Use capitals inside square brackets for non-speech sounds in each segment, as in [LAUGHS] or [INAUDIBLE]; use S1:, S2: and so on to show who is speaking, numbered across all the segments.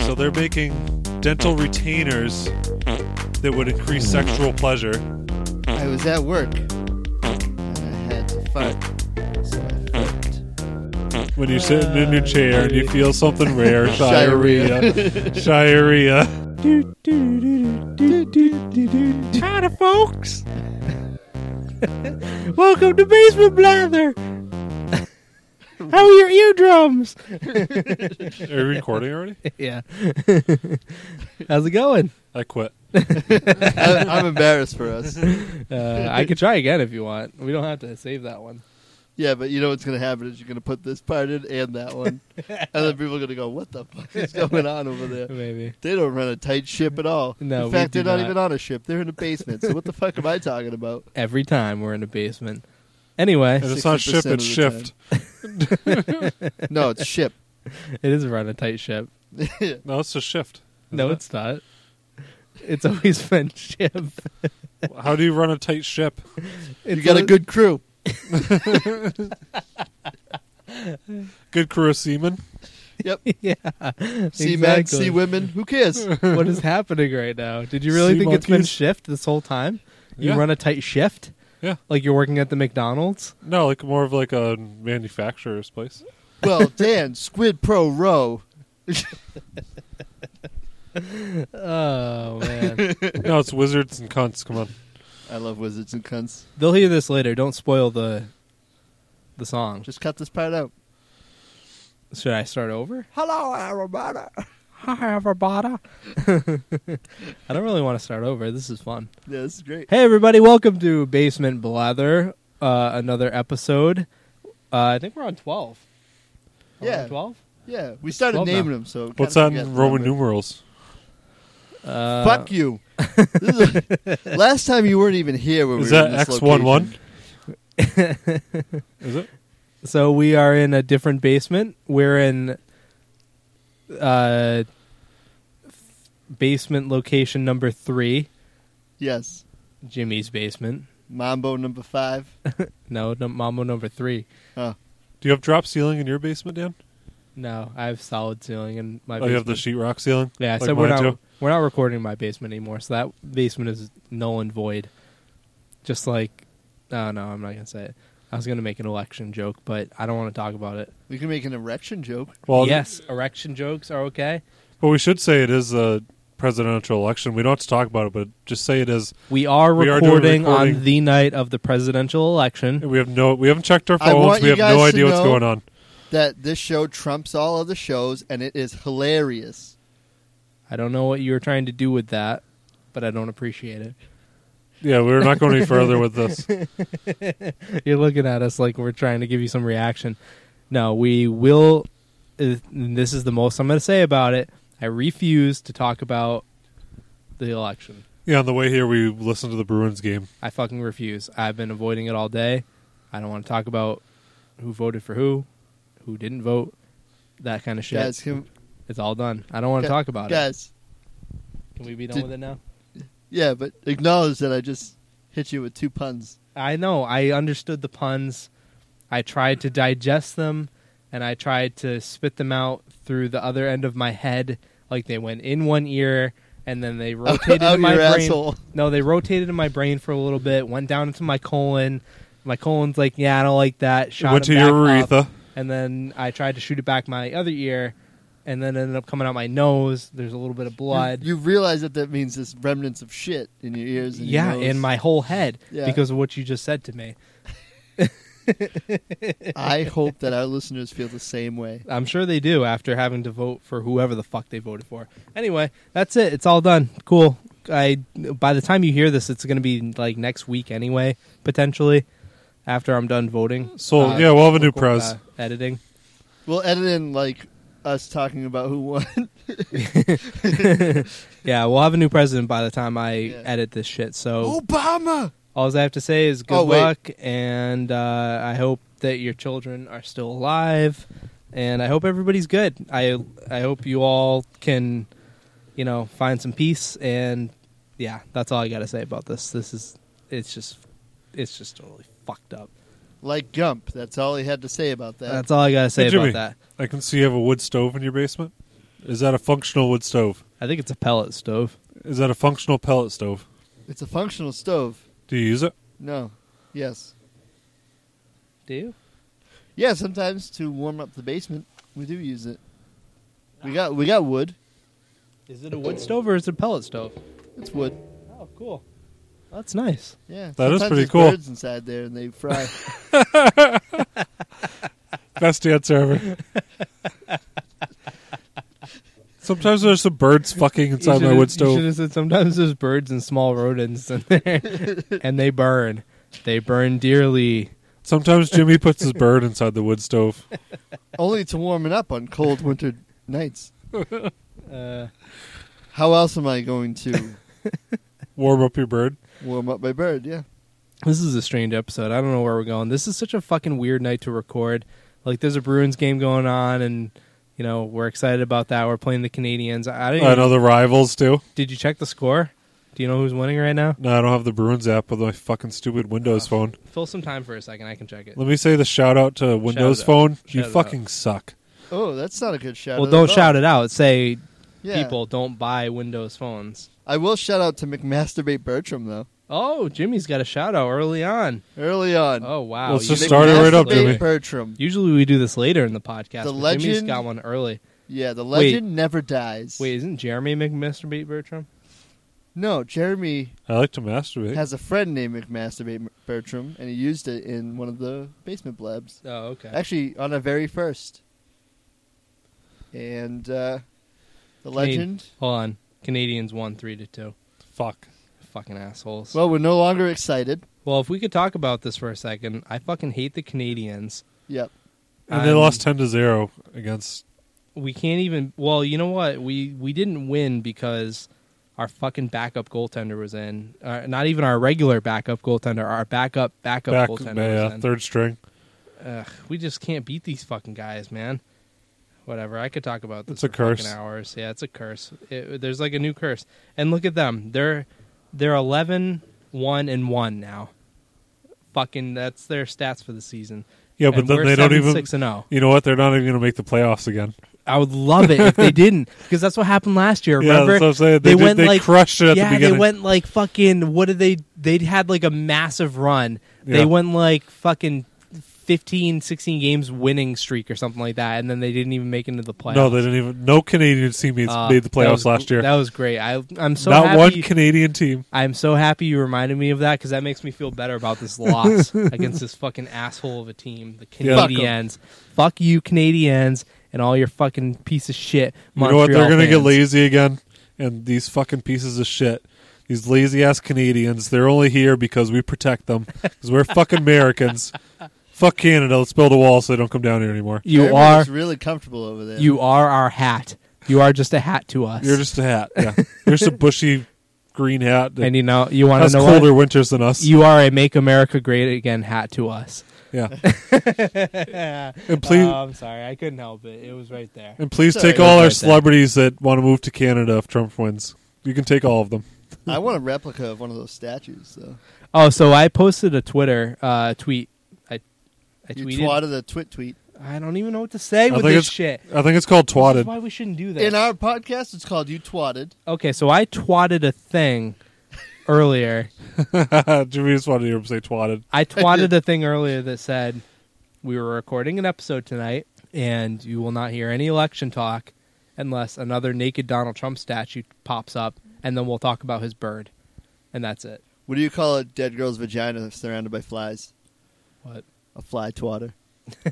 S1: So they're making dental retainers that would increase sexual pleasure.
S2: I was at work. And I had to fart. So I farted.
S1: When you're sitting in your chair and you feel something rare,
S2: [LAUGHS] Diarrhea.
S1: diarrhea, [LAUGHS] diarrhea. Howdy, folks. Welcome to Basement
S3: [LAUGHS]
S1: Blather. How are your eardrums? Are you recording already?
S3: [LAUGHS] Yeah. [LAUGHS] How's it going?
S1: I quit.
S2: I, [LAUGHS] I'm embarrassed for us.
S3: Uh, I could try again if you want. We don't have to save that one.
S2: Yeah, but you know what's going to happen is you're going to put this part in and that one. and then people are going to go, what the fuck is going on over there?
S3: Maybe.
S2: They don't run a tight ship at all.
S3: No,
S2: In
S3: we
S2: fact,
S3: do
S2: they're not,
S3: not.
S2: even on a ship. They're in a basement. So what the fuck am I talking about?
S3: Every time we're in the basement. Anyway,
S1: And it's not ship,
S2: 60%
S1: it's
S2: of the
S1: shift.
S2: No, it's ship. [LAUGHS]
S3: it is run a tight ship.
S1: No, it's a shift.
S3: No,
S1: it?
S3: it's not. It's always [LAUGHS] been ship.
S1: How do you run a tight ship?
S2: you got a good crew.
S1: Good crew of seamen.
S3: [LAUGHS]
S2: Yep.
S3: [LAUGHS] yeah.
S2: Sea men,
S3: exactly.
S2: sea women. Who
S3: [LAUGHS]
S2: cares?
S3: what is happening right now? Did you really
S1: Sea
S3: think it's been
S1: monkeys?
S3: shift this whole time? You
S1: Yeah.
S3: run a tight shift?
S1: Yeah.
S3: Like you're working at the McDonald's?
S1: No, like more of like a manufacturer's place.
S2: well, Dan, Squid Pro Row.
S3: Oh [LAUGHS] man.
S1: No, it's wizards and cunts. Come on.
S2: I love wizards and cunts.
S3: They'll hear this later. Don't spoil the the song.
S2: Just cut this part out.
S3: Should I start over?
S2: Hello, everybody.
S3: Hi, [LAUGHS] everybody. I don't really want to start over. This is fun.
S2: Yeah, this is great.
S3: Hey, everybody. Welcome to Basement Blather, uh, another episode. Uh, I think we're on 12. Are we
S2: Yeah.
S3: on 12?
S2: Yeah, we started
S3: Well done.
S2: naming them. So it
S1: What's
S2: kinda
S1: on
S2: forget the
S1: Roman
S2: number.
S1: numerals?
S3: Uh,
S1: [LAUGHS]
S2: Fuck you. This is a- last time you weren't even here. When we
S1: Is
S2: were
S1: that
S2: in this
S1: X one one?
S2: location.
S3: [LAUGHS]
S1: Is it?
S3: So we are in a different basement. We're in uh, basement location number three,
S2: Yes,
S3: Jimmy's basement.
S2: Mambo number five. [LAUGHS]
S3: No, no Mambo number three.
S2: Oh,
S1: Do you have drop ceiling in your basement, Dan?
S3: No, I have solid ceiling in my
S1: Oh,
S3: basement.
S1: you have the sheetrock ceiling.
S3: Yeah, I
S1: Like
S3: said we're
S1: mine
S3: not
S1: too?
S3: we're not recording in my basement anymore, so that basement is null and void. Just like, oh no, I'm not gonna say it. I was gonna make an election joke, but I don't want to talk about it.
S2: we can make an erection joke.
S1: Well,
S3: yes, erection jokes are okay.
S1: But we should say it is a presidential election. We don't have to talk about it, but just say it is.
S3: We are
S1: We are
S3: recording,
S1: doing recording.
S3: on the night of the presidential election.
S1: We have no. We haven't checked our
S2: I want
S1: phones. We
S2: you
S1: have
S2: guys
S1: no
S2: to
S1: idea what's
S2: know-
S1: going on.
S2: That this show trumps all other shows, and it is hilarious.
S3: I don't know what you were trying to do with that, but I don't appreciate it.
S1: Yeah, we're not going any further with
S2: [LAUGHS]
S1: this.
S3: You're looking at us like we're trying to give you some reaction. No, we will. uh, This is the most I'm going to say about it. I refuse to talk about the election.
S1: Yeah, on the way here, we listened to the Bruins game.
S3: I fucking refuse. I've been avoiding it all day. I don't want to talk about who voted for who, who didn't vote, that kind of shit.
S2: Guys, can,
S3: it's all done. I don't want to
S2: Gu-
S3: talk about
S2: guys,
S3: it. Can we be done
S2: did-
S3: with it now?
S2: yeah, but acknowledge that I just hit you with two puns.
S3: I know. I understood the puns. I tried to digest them and I tried to spit them out through the other end of my head. Like they went in one ear and
S2: [LAUGHS]
S3: then they [LAUGHS] rotated
S2: Out
S3: in my
S2: your
S3: brain.
S2: asshole.
S3: No, they rotated in my brain for a little bit, went down into my colon. My colon's like, yeah, I don't like that. Shot
S1: Went
S3: it
S1: to
S3: back
S1: your
S3: up,
S1: urethra.
S3: and then I tried to shoot it back my other ear and then it ended up coming out my nose. There's a little bit of blood.
S2: You, you realize that that means this remnants of shit in your ears. And
S3: yeah,
S2: your nose.
S3: in my whole head
S2: Yeah.
S3: because of what you just said to me.
S2: I hope that our listeners feel the same way.
S3: I'm sure they do after having to vote for whoever the fuck they voted for. Anyway, that's it. It's all done. Cool. I by the time you hear this, it's going to be like next week anyway, potentially. After I'm done voting, Uh,
S1: So, yeah, we'll have a new
S3: cool,
S1: prez.
S3: uh, editing.
S2: We'll edit in like us talking about who won. [LAUGHS]
S3: Yeah, we'll have a new president by the time I
S2: Yeah.
S3: edit this shit. So
S2: Obama.
S3: all I have to say is good
S2: Oh, wait.
S3: luck, and uh, I hope that your children are still alive, and I hope everybody's good. I I hope you all can, you know, find some peace, and yeah, that's all I got to say about this. This is it's just it's just totally fucked up.
S2: Like Gump. That's all he had to say about that.
S3: That's all I got to say
S1: Hey, Jimmy.
S3: about that.
S1: I can see you have a wood stove in your basement. Is that a functional wood stove?
S3: I think it's a pellet stove.
S1: Is that a functional pellet stove?
S2: It's a functional stove.
S1: Do you use it?
S2: No. Yes.
S3: Do you?
S2: Yeah, sometimes to warm up the basement, we do use it. We got we got wood.
S3: Is it a wood stove or is it a pellet stove?
S2: It's wood.
S3: Oh, cool. That's nice.
S2: Yeah.
S1: That is
S2: Sometimes
S1: pretty
S2: there's
S1: cool.
S2: Birds inside there, and they fry.
S1: Best answer ever.
S3: [LAUGHS]
S1: Sometimes there's some birds fucking inside my wood
S3: should
S1: stove.
S3: have said sometimes there's birds and small rodents in there, [LAUGHS] and they burn. They burn dearly.
S1: Sometimes Jimmy puts his bird inside the wood stove.
S2: Only to warm it up on cold winter nights.
S3: Uh,
S2: How else am I going to
S1: Warm up your bird.
S2: warm up my bird? Yeah.
S3: this is a strange episode. I don't know where we're going. This is such a fucking weird night to record. Like, there's a Bruins game going on, and you know we're excited about that. We're playing the Canadians. I didn't.
S1: I know the rivals too.
S3: Did you check the score? Do you know who's winning right now?
S1: No, I don't have the Bruins app with my fucking stupid Windows
S3: Ah.
S1: phone.
S3: Fill some time for a second. I can check it.
S1: Let me say the shout out to Windows
S3: out.
S1: phone. you
S3: Shout out.
S1: fucking suck.
S2: Oh, that's not a good shout.
S3: Well,
S2: out
S3: don't shout it out. Say
S2: Yeah.
S3: people don't buy Windows phones.
S2: I will shout out to McMasturbate Bertram though.
S3: Oh, Jimmy's got a shout out early on.
S2: Early on.
S3: Oh wow!
S1: Let's
S3: You-
S1: just start it right up,
S2: McMasturbate
S1: Jimmy.
S2: Bertram.
S3: Usually we do this later in the podcast.
S2: The
S3: but Jimmy's
S2: legend-
S3: got one early.
S2: Yeah, the
S3: Wait.
S2: legend never dies.
S3: Wait, isn't Jeremy McMaster beat Bertram?
S2: No, Jeremy
S1: I like to masturbate.
S2: has a friend named McMasturbate Bertram, and he used it in one of the basement blabs.
S3: Oh, okay.
S2: Actually, on our very first. And uh, the
S3: Canadian-
S2: legend.
S3: Hold on. Canadians won three to two.
S1: Fuck.
S3: Fucking assholes. Well,
S2: Well, we're no longer excited.
S3: if we could talk about this for a second, I fucking hate the Canadians.
S2: Yep.
S1: And they
S3: Um,
S1: lost ten to zero against
S3: We can't even. Well, you know what? We we didn't win because our fucking backup goaltender was in. Uh, not even our regular backup goaltender. Our backup backup
S1: back
S3: goaltender was
S1: yeah,
S3: in.
S1: third string.
S3: Ugh, we just can't beat these fucking guys, man. Whatever. I could talk about this
S1: It's a
S3: for fucking
S1: curse.
S3: hours. Yeah, it's a curse. It, there's like a new curse. And look at them. They're they're 11 1 and 1 now. Fucking that's their stats for the season.
S1: Yeah, but
S3: And
S1: then
S3: we're
S1: they don't
S3: 7,
S1: even.
S3: 6 and oh. 0.
S1: You know what? They're not even going to make the playoffs again.
S3: I would love it
S1: [LAUGHS]
S3: if they didn't because that's what happened last year.
S1: yeah,
S3: Remember?
S1: that's what I'm saying. They,
S3: they
S1: did-
S3: went
S1: they
S3: like-
S1: crushed it at
S3: yeah,
S1: the
S3: they
S1: beginning.
S3: went like fucking. What did they? They had like a massive run. They
S1: Yeah.
S3: went like fucking 15, 16 games winning streak or something like that, and then they didn't even make it into the playoffs.
S1: No, they didn't even. No Canadian teammates
S3: Uh,
S1: made the
S3: that
S1: playoffs
S3: was-
S1: last year.
S3: That was great. I, I'm so
S1: Not
S3: happy.
S1: one Canadian team.
S3: I'm so happy you reminded me of that because that makes me feel better about
S1: [LAUGHS]
S3: this loss against this fucking asshole of a team, the
S1: Yeah. Fuck 'em.
S3: Canadians. Fuck, you, Canadians, and all your fucking piece of shit.
S1: you know what? They're
S3: Montreal
S1: gonna get
S3: fans.
S1: lazy again. And these fucking pieces of shit. These lazy ass Canadians. They're only here because we protect them. Because we're fucking
S3: [LAUGHS]
S1: Americans. Fuck Canada. Let's build a wall so they don't come down here anymore.
S3: You are
S2: Everybody's really comfortable over there.
S3: You are our hat. You are just a hat to us.
S1: You're just a hat. Yeah. You're just a bushy green hat that
S3: and you know you want
S1: has
S3: to know
S1: colder
S3: what?
S1: winters than us.
S3: You are a "Make America Great Again" hat to us.
S1: yeah.
S3: [LAUGHS]
S1: and please,
S3: Oh, I'm sorry, I couldn't help it. It Um, was right there.
S1: and please
S2: Sorry,
S1: take
S2: it was
S1: all our
S3: right there.
S1: celebrities that want to move to Canada if Trump wins. You can take all of them.
S2: I want a replica of one of those statues, though.
S3: Oh, so I posted a Twitter uh, tweet. I, I
S2: You
S3: tweeted.
S2: twatted a twit tweet.
S3: I don't even know what to say with
S1: think
S3: this
S1: it's-
S3: shit.
S1: I think it's called
S3: This is
S1: twatted.
S3: why we shouldn't do this.
S2: In our podcast, it's called You Twatted.
S3: okay, so I twatted a thing earlier.
S1: [LAUGHS] Jimmy just wanted to hear him say twatted.
S2: [LAUGHS]
S3: I twatted a thing earlier that said we were recording an episode tonight, and you will not hear any election talk unless another naked Donald Trump statue pops up, and then we'll talk about his bird, and that's it.
S2: What do you call a dead girl's vagina surrounded by flies?
S3: What? [LAUGHS]
S2: A fly twatter.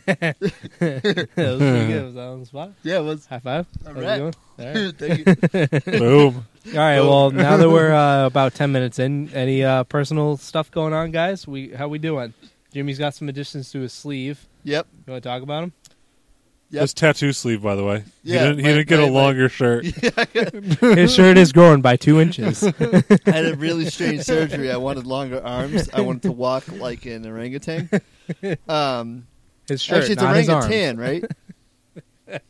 S3: that was pretty good. Was that on the spot?
S2: Yeah, it was.
S3: High five.
S2: All
S3: How's it
S2: right.
S3: going?
S2: [LAUGHS]
S3: All right.
S2: Thank you.
S1: Boom.
S3: All right. Well, now that we're uh, about ten minutes in, any uh, personal stuff going on, guys? We how we doing? Jimmy's got some additions to his sleeve.
S2: Yep.
S3: You want to talk about him?
S2: [LAUGHS] Yep.
S1: His tattoo sleeve, by the way.
S2: Yeah,
S1: he didn't, he
S2: my-
S1: didn't get
S2: my-
S1: a
S2: my-
S1: longer
S2: [LAUGHS]
S1: shirt.
S3: [LAUGHS] His shirt is growing by two [LAUGHS] inches.
S2: I had a really strange surgery. I wanted longer arms. I wanted to walk like an
S3: [LAUGHS]
S2: orangutan. Um,
S3: His shirt,
S2: actually, it's
S3: not his arms.
S2: orangutan,
S3: [LAUGHS]
S2: right?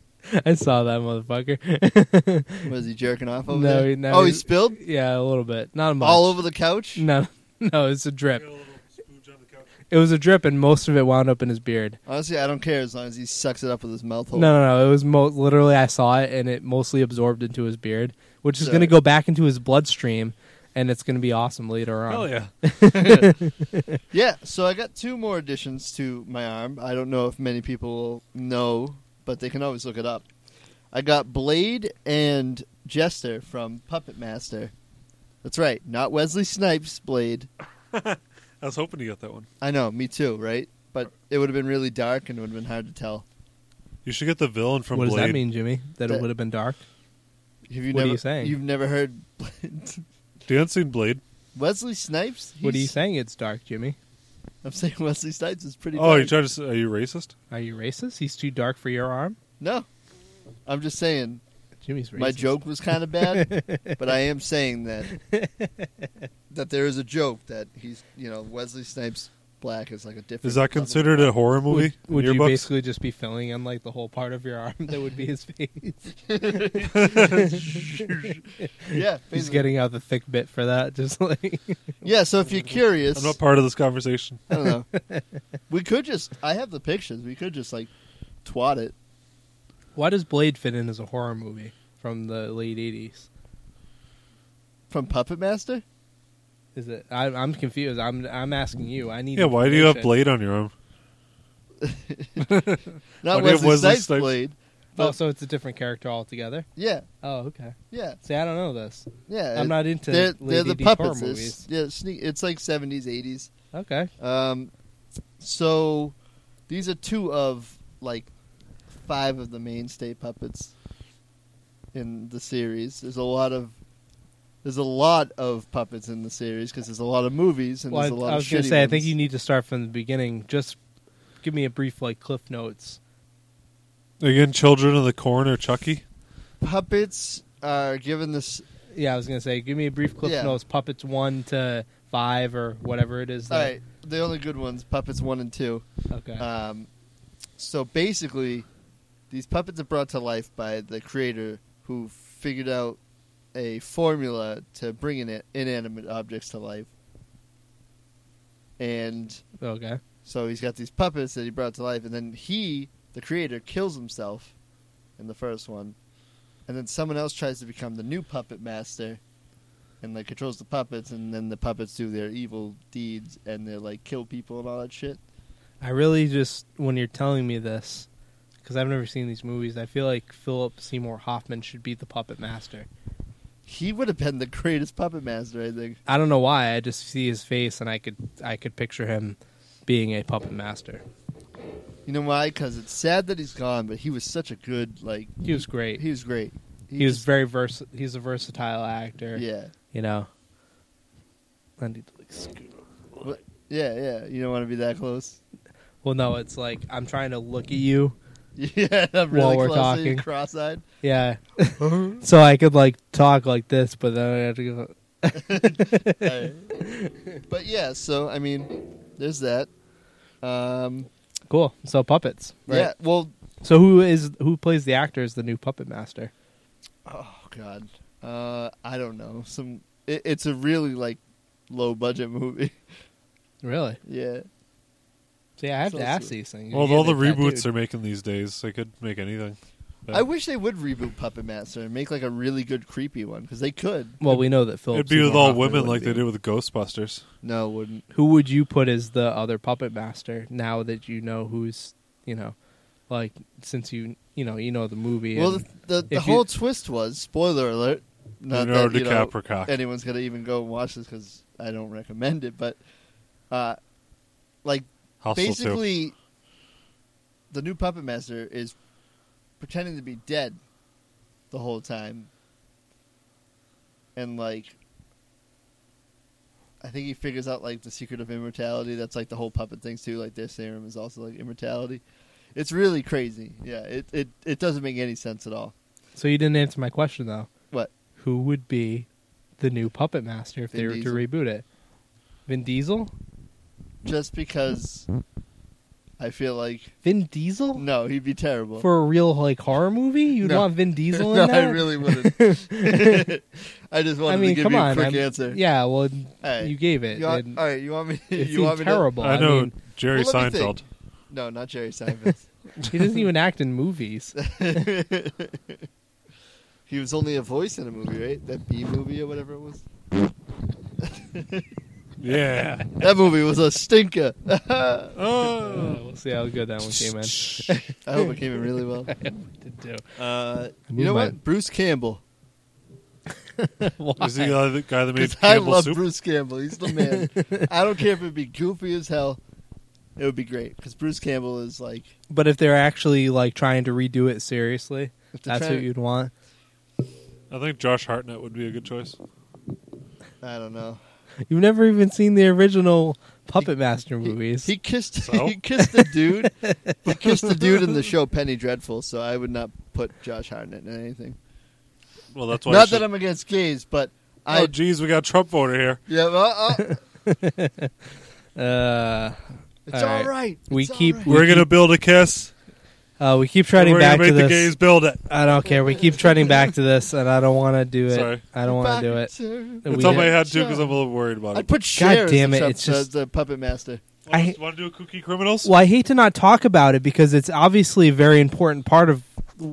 S3: I saw that motherfucker. [LAUGHS]
S2: Was he jerking off over
S3: No,
S2: there?
S3: no,
S2: oh, he
S3: he's-
S2: spilled
S3: [LAUGHS] yeah, a little bit, not much.
S2: all over the couch.
S3: No, no, it's a drip. It was a drip, and most of it wound up in his beard.
S2: Honestly, I don't care as long as he sucks it up with his mouth
S3: No,
S2: hole.
S3: no, no. It was mo- literally I saw it, and it mostly absorbed into his beard, which is
S2: So-
S3: going to go back into his bloodstream, and it's going to be awesome later on.
S1: Hell yeah.
S2: Yeah, so I got two more additions to my arm. I don't know if many people know, but they can always look it up. I got Blade and Jester from Puppet Master. That's right, not Wesley Snipes' Blade.
S1: I was hoping to get that one.
S2: I know, me too, right? But it would have been really dark and it would have been hard to tell.
S1: You should get the villain from
S3: what
S1: Blade.
S3: does that mean, Jimmy? That
S2: That-
S3: it would have been dark.
S2: Have you
S3: What are
S2: never,
S3: you saying?
S2: You've never heard [LAUGHS] Blade-
S1: Do you haven't seen Blade?
S2: Wesley Snipes?
S3: What are you
S2: He's-
S3: saying? It's dark, Jimmy.
S2: I'm saying [LAUGHS] Wesley Snipes is pretty.
S1: Oh,
S2: dark.
S1: you trying to? Say, are you racist?
S3: Are you racist? He's too dark for your arm.
S2: No, I'm just saying
S3: Jimmy's racist.
S2: my joke was kind of bad,
S3: [LAUGHS]
S2: but I am saying that that there is a joke that he's you know Wesley Snipes black is like a different.
S1: Is that
S2: level.
S1: considered a horror movie?
S3: Would,
S1: in
S3: would
S1: your
S3: you
S1: books? [LAUGHS]
S3: basically just be filling in like the whole part of your arm [LAUGHS] that would be his face?
S2: [LAUGHS] Yeah,
S3: [LAUGHS] He's
S2: basically.
S3: getting out the thick bit for that. Just like
S2: yeah. So
S3: [LAUGHS]
S2: if you're curious,
S1: I'm not part of this conversation.
S2: I don't know.
S1: [LAUGHS]
S2: We could just. I have the pictures. We could just like twat it.
S3: why does Blade fit in as a horror movie from the late eighties?
S2: From Puppet Master?
S3: Is it? I, I'm confused. I'm I'm asking you. I need.
S1: Yeah, why do you have
S3: information.
S1: Blade on your arm? [LAUGHS] Why
S2: Not [LAUGHS]
S1: do you have
S2: Wesley,
S1: Wesley
S2: Snipes,
S1: Snipes?
S2: Blade.
S3: Oh, so it's a different character altogether.
S2: Yeah,
S3: Oh, okay.
S2: yeah,
S3: See, I don't know this.
S2: yeah.
S3: I'm not into
S2: Uh, They're,
S3: late
S2: they're the
S3: 80s horror
S2: puppets. It's,
S3: movies.
S2: yeah, sneak, it's like 70s, 80s.
S3: Okay.
S2: Um, so these are two of like five of the mainstay puppets in the series. There's a lot of there's a lot of puppets in the series because there's a lot of movies and
S3: Well, I,
S2: there's a lot
S3: I
S2: of
S3: was
S2: shitty
S3: gonna say I
S2: ones.
S3: think you need to start from the beginning. Just give me a brief like cliff notes.
S1: Are you getting Children of the Corn or
S3: [LAUGHS]
S1: Chucky?
S2: puppets are given this.
S3: Yeah, I was gonna say give me a brief cliff
S2: Yeah.
S3: notes. Puppets one to five or whatever it is.
S2: All
S3: that-
S2: right, the only good ones, puppets one and two.
S3: Okay.
S2: Um, so basically, these puppets are brought to life by the creator who figured out a formula to bring in inanimate objects to life. And
S3: okay.
S2: so he's got these puppets that he brought to life, and then he, the creator, kills himself in the first one. And then someone else tries to become the new puppet master and like controls the puppets and then the puppets do their evil deeds and they like kill people and all that shit.
S3: I really just when you're telling me this, because I've never seen these movies. I feel like Philip Seymour Hoffman should be the puppet master.
S2: He would have been the greatest puppet master, I think.
S3: I don't know why. I just see his face and I could I could picture him being a puppet master.
S2: You know why? Because it's sad that he's gone, but he was such a good like.
S3: He was great.
S2: He was great.
S3: He, was very vers. He's a versatile actor.
S2: just- yeah,
S3: You know. I need to like scoot.
S2: yeah, yeah. You don't want to be that close. [LAUGHS]
S3: Well, no, it's like I'm trying to look at you.
S2: Yeah, I'm really
S3: While we're
S2: close. so you're
S3: talking. [LAUGHS]
S2: cross-eyed.
S3: Yeah. so I could like talk like this, but then I have to go.
S2: Alright. But yeah, so I mean, there's that. Um,
S3: Cool. So puppets. Right?
S2: Yeah. Well,
S3: So who is who plays the actor as the new puppet master?
S2: oh god, uh, I don't know. Some it, it's a really like low-budget movie. [LAUGHS]
S3: Really?
S2: yeah.
S3: See, I have
S2: So
S3: to
S2: it's-
S3: ask these things.
S1: Well, with
S3: Yeah,
S1: all the
S3: they-
S1: reboots
S3: dude.
S1: they're making these days, they could make anything. But
S2: I wish they would reboot Puppet Master and make like a really good creepy one because they could.
S3: Well, we know that Philip.
S1: it'd be with
S3: Seymour
S1: all
S3: Hoffman
S1: women
S3: would
S1: like
S3: be.
S1: they did with Ghostbusters.
S2: No, wouldn't.
S3: Who would you put as the other puppet master now that you know who's you know, like since you you know you know the movie.
S2: Well,
S3: and-
S2: the, the, the
S3: if you-
S2: whole twist was spoiler alert. Not
S1: Leonardo
S2: that, you know,
S1: DiCaprio cock.
S2: anyone's gonna even go and watch this because I don't recommend it. But, uh, like
S1: Hostel too.
S2: basically, the new puppet master is pretending to be dead the whole time, and like, I think he figures out like the secret of immortality. That's like the whole puppet things too. Like their serum is also like immortality. It's really crazy. Yeah, it it, it doesn't make any sense at all.
S3: so you didn't answer my question though.
S2: What?
S3: Who would be the new puppet master if they
S2: Vin
S3: were
S2: Diesel.
S3: to reboot it? Vin Diesel.
S2: Just because I feel like
S3: Vin Diesel
S2: no, he'd be terrible.
S3: for a real like horror movie? You'd
S2: No.
S3: want
S2: [LAUGHS]
S3: Vin Diesel
S2: no,
S3: in
S2: I
S3: that? [LAUGHS]
S2: really wouldn't. [LAUGHS] I just wanted
S3: I mean,
S2: to give
S3: come
S2: you a
S3: on.
S2: quick
S3: I'm-
S2: answer.
S3: Yeah, well,
S2: All right.
S3: you gave it.
S2: You want-
S3: and
S2: all right, you want me?
S3: it
S2: you
S3: seemed
S2: want me to-
S3: terrible.
S1: I know
S3: mean,
S1: Jerry
S2: Well, let me
S1: Seinfeld.
S2: no, not Jerry Seinfeld. [LAUGHS]
S3: he doesn't even act in movies.
S2: he was only a voice in a movie, right? That B movie or whatever it was.
S1: Yeah.
S2: That movie was a stinker. [LAUGHS]
S3: Uh,
S1: Oh.
S3: we'll see how good that one came in.
S2: I hope it came in really
S3: [LAUGHS]
S2: well. [LAUGHS]
S3: Did do.
S2: Uh,
S3: mean,
S2: you know
S3: my-
S2: what? Bruce Campbell.
S1: Is he the other guy that made
S2: [LAUGHS] 'Cause I
S1: Campbell
S2: love
S1: soup?
S2: Bruce Campbell. He's the man.
S3: [LAUGHS]
S2: I don't care if it'd be goofy as hell. It would be great because Bruce Campbell is like.
S3: But if they're actually like trying to redo it seriously,
S2: if they're
S3: that's
S2: trying-
S3: what you'd want.
S1: I think Josh Hartnett would be a good choice.
S2: I don't know.
S3: You've never even seen the original Puppet Master
S2: He-
S3: movies.
S2: He, kissed.
S1: So?
S2: [LAUGHS] He kissed the dude. he kissed the dude
S3: [LAUGHS]
S2: in the show Penny Dreadful. So I would not put Josh Hartnett in anything.
S1: Well, that's why. I
S2: Not
S1: should-
S2: that I'm against gays, but I.
S1: Oh, geez, we got a Trump voter here.
S2: yeah, well,
S3: [LAUGHS]
S2: uh,
S3: uh,
S2: it's
S3: All
S2: all
S3: right.
S2: right.
S3: We
S2: It's all
S3: keep-
S2: right.
S3: We
S1: We're gonna
S3: keep-
S1: build a kiss.
S3: uh, we keep
S1: and
S3: treading
S1: We're
S3: back
S1: gonna
S3: to
S1: make the
S3: this.
S1: gays build it.
S3: I don't care. We keep treading back to this, and I don't want to do it.
S1: Sorry.
S3: I don't want to do it.
S2: it.
S3: We
S1: It's on my
S3: did-
S1: head too because I'm a little worried about
S2: I'd
S1: it.
S2: put Cher
S3: damn
S2: as
S3: it,
S2: the,
S3: it's
S2: chef-
S3: just-
S2: the, the puppet master.
S3: I-
S1: Want to do a Cookie Criminals?
S3: Well, I hate to not talk about it because it's obviously a very important part of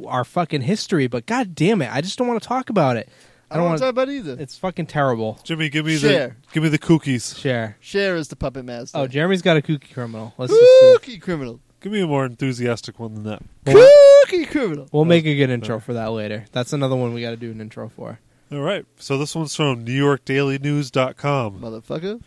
S3: our fucking history. But god damn it, I just don't want to talk about it. I
S2: I don't
S3: don't
S2: want to
S3: want.
S2: talk about either.
S3: It's fucking terrible.
S1: Jimmy, give me
S2: Share.
S1: the give me the cookies.
S3: Share.
S2: Cher is the puppet master.
S3: Oh, Jeremy's got a kooky criminal. Let's just.
S2: Cookie criminal.
S1: Give me a more enthusiastic one than that.
S3: We'll,
S2: Cookie criminal.
S3: we'll make a good intro for that later. That's another one we got to do an intro for.
S1: All right. So this one's from NewYorkDailyNews.com.
S2: Oh, Motherfucker.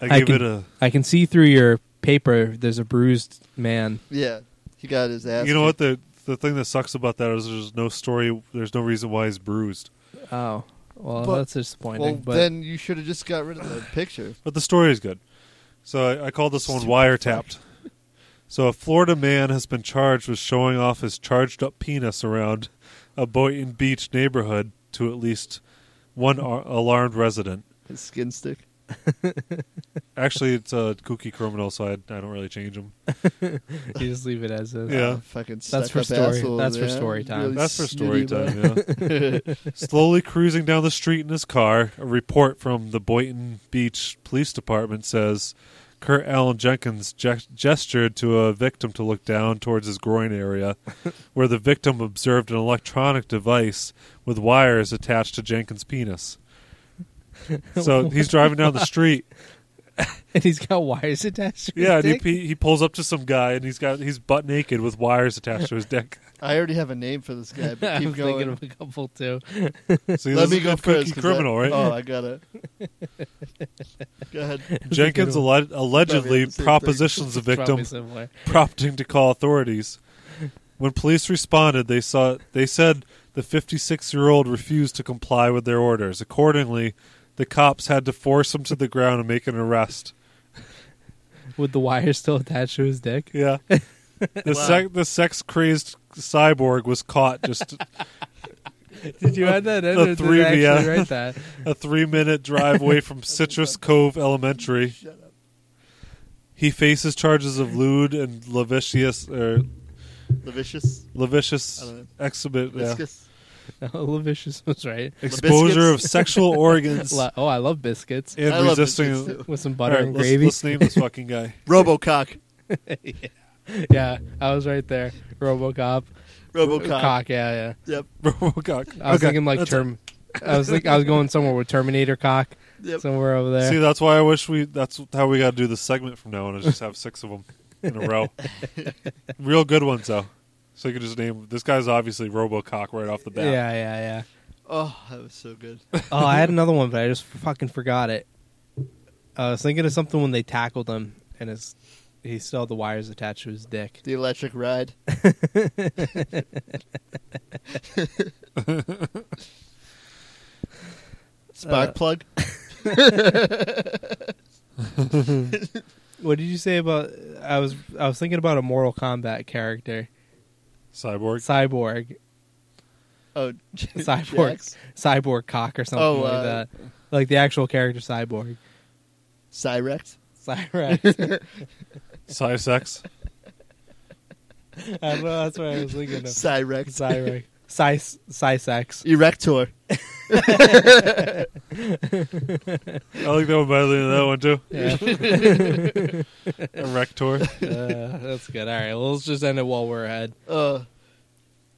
S1: I
S3: I
S1: give
S3: can-
S1: it a.
S3: I can see through your paper. There's a bruised man.
S2: Yeah, he got his ass.
S1: You know
S2: kicked.
S1: what the the thing that sucks about that is there's no story. There's no reason why he's bruised.
S3: Oh, well,
S2: But-
S3: that's disappointing.
S2: Well,
S3: but
S2: then you should have just got rid of the picture.
S1: But the story is good. So I, I call this one wiretapped. So a Florida man has been charged with showing off his charged up penis around a Boynton Beach neighborhood to at least one ar- alarmed resident.
S2: His skin stick.
S1: Actually, it's a kooky criminal, so I, I don't really change him.
S3: [LAUGHS] you just leave it as is. [LAUGHS]
S1: Yeah.
S2: Uh, Fucking stuck
S3: That's for
S2: up
S3: story-
S2: asshole,
S3: that's for
S2: man.
S3: story time.
S2: Really
S1: That's for story
S2: snooty, man.
S1: time. Yeah.
S2: [LAUGHS]
S1: Slowly cruising down the street in his car, a report from the Boynton Beach Police Department says Kurt Allen Jenkins ge- gestured to a victim to look down towards his groin
S2: [LAUGHS]
S1: area, where the victim observed an electronic device with wires attached to Jenkins' penis.
S2: [LAUGHS]
S1: So he's driving down the street.
S3: and he's got wires attached. To his
S1: Yeah, and he,
S3: dick?
S1: he he pulls up to some guy, and he's got he's butt naked with wires attached to his
S2: [LAUGHS]
S1: dick.
S2: I already have a name for this guy,
S3: [LAUGHS]
S2: but
S3: I
S2: keep
S3: was thinking
S2: going.
S3: of a couple too.
S1: So
S2: Let me go first.
S1: Cookie
S2: 'cause
S1: criminal,
S2: I,
S1: right?
S2: Oh, I got
S3: [LAUGHS]
S2: it. go ahead.
S1: Jenkins
S3: good
S1: alle-
S2: Probably
S1: allegedly
S2: the same thing. [LAUGHS]
S1: propositions the victim,
S3: Probably somewhere.
S1: prompting to call authorities. When police responded, they saw they said the 56-year-old refused to comply with their orders. Accordingly, the cops had to force him to the ground and make an arrest.
S3: With the wire still attached to his dick.
S1: Yeah.
S2: [LAUGHS]
S1: The sec- the sex crazed cyborg was caught just
S3: Did you add that in?
S1: The
S3: or did
S1: three,
S3: I actually
S1: yeah.
S3: write that? [LAUGHS]
S1: a three minute drive away
S2: [LAUGHS]
S1: from Citrus Cove Elementary. He faces charges of lewd and lascivious or
S2: Levicious.
S1: lascivious
S2: I don't know.
S1: exhibit. Yeah.
S2: Viscous.
S3: No, Lavicious was right.
S1: Exposure of sexual
S2: [LAUGHS]
S1: organs
S3: La- oh, I love biscuits
S1: and
S2: I love
S1: resisting. [LAUGHS]
S2: biscuits, too.
S3: with some
S1: All
S3: butter
S1: right,
S3: and
S1: let's,
S3: gravy.
S1: let's name this fucking guy. [LAUGHS]
S2: Robocock.
S3: yeah, I was right there. RoboCop.
S2: Robocock.
S3: Cock. Yeah, yeah.
S2: Yep.
S1: Robocock.
S3: I was
S1: Okay,
S3: thinking like
S1: that's
S3: term. I was think I was going somewhere with Terminator cock.
S2: Yep.
S3: Somewhere over
S1: it.
S3: there.
S1: See, that's why I wish we. That's how we got to do the segment from now on. Is just have six of them in a
S2: [LAUGHS]
S1: row. Real good ones though. So you can just name this guy's obviously Robocock right off the bat.
S3: yeah, yeah,
S2: Oh, that was so good.
S3: yeah. Oh, I had another one, but I just fucking forgot it. I was thinking of something when they tackled him, and his he still had the wires attached to
S1: [LAUGHS]
S3: his dick. [LAUGHS]
S2: The electric ride. Spark
S3: Uh, [LAUGHS]
S2: plug.
S3: What did you say about? I was I was thinking about a Mortal Kombat character,
S1: [LAUGHS] Cyborg.
S3: cyborg,
S2: Oh,
S3: [LAUGHS] cyborg,
S2: Jax.
S3: cyborg cock or something
S2: Oh,
S3: like
S2: uh,
S3: that, like the actual character cyborg.
S2: [LAUGHS] Cyrex.
S3: Cyrex.
S1: Cysex.
S3: I don't know. That's what [LAUGHS] I was thinking
S2: [LAUGHS]
S3: of.
S2: Cyrex.
S3: Cyrex. Cy-
S2: [LAUGHS]
S3: Cysex. [LAUGHS]
S2: Erector.
S1: I like that one better than that one too.
S3: Yeah. [LAUGHS]
S1: [LAUGHS] Erector.
S3: Uh, that's good. All right. Well, let's just end it while we're ahead.
S2: Uh, all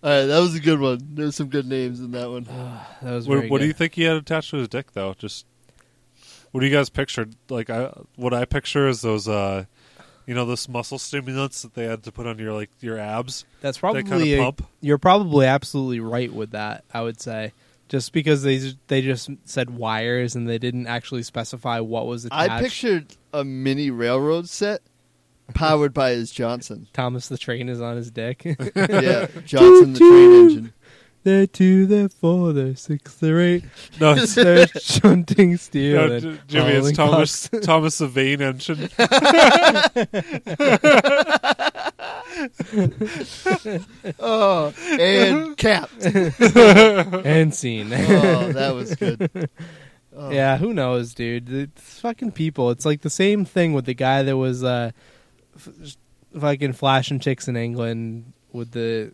S2: right, that was a good one. There's some good names in
S3: [SIGHS]
S2: that one.
S3: That was
S1: What,
S3: very
S1: what do
S3: good.
S1: you think he had attached to his dick though? Just what do you guys picture? Like I, what I picture is those, uh, you know, those muscle stimulants that they had to put on your like your
S3: [LAUGHS]
S1: abs.
S3: That's
S1: kinda
S3: probably a-
S1: pump?
S3: you're probably absolutely right with that. I would say just because they they just said wires and they didn't actually specify what was attached.
S2: I pictured a mini railroad
S3: [LAUGHS]
S2: set powered by his Johnson.
S3: Thomas the train is on his dick. [LAUGHS]
S2: Yeah, Johnson the train
S3: Choo-choo. [LAUGHS]
S2: engine.
S3: they're two, they're four, they're six, they're eight.
S1: No, it's-
S3: They're [LAUGHS] shunting steel.
S1: no,
S3: and
S1: J- Jimmy, it's
S3: rolling [LAUGHS]
S1: Thomas
S3: cocks.
S1: Thomas the Vein
S3: [LAUGHS]
S1: Engine.
S2: Oh, and
S3: [LAUGHS]
S2: cap.
S1: [LAUGHS]
S3: and scene.
S2: Oh, that was good. Oh.
S3: Yeah, who knows, dude? It's fucking people. It's like the same thing with the guy that was uh, f- fucking flashing chicks in England with the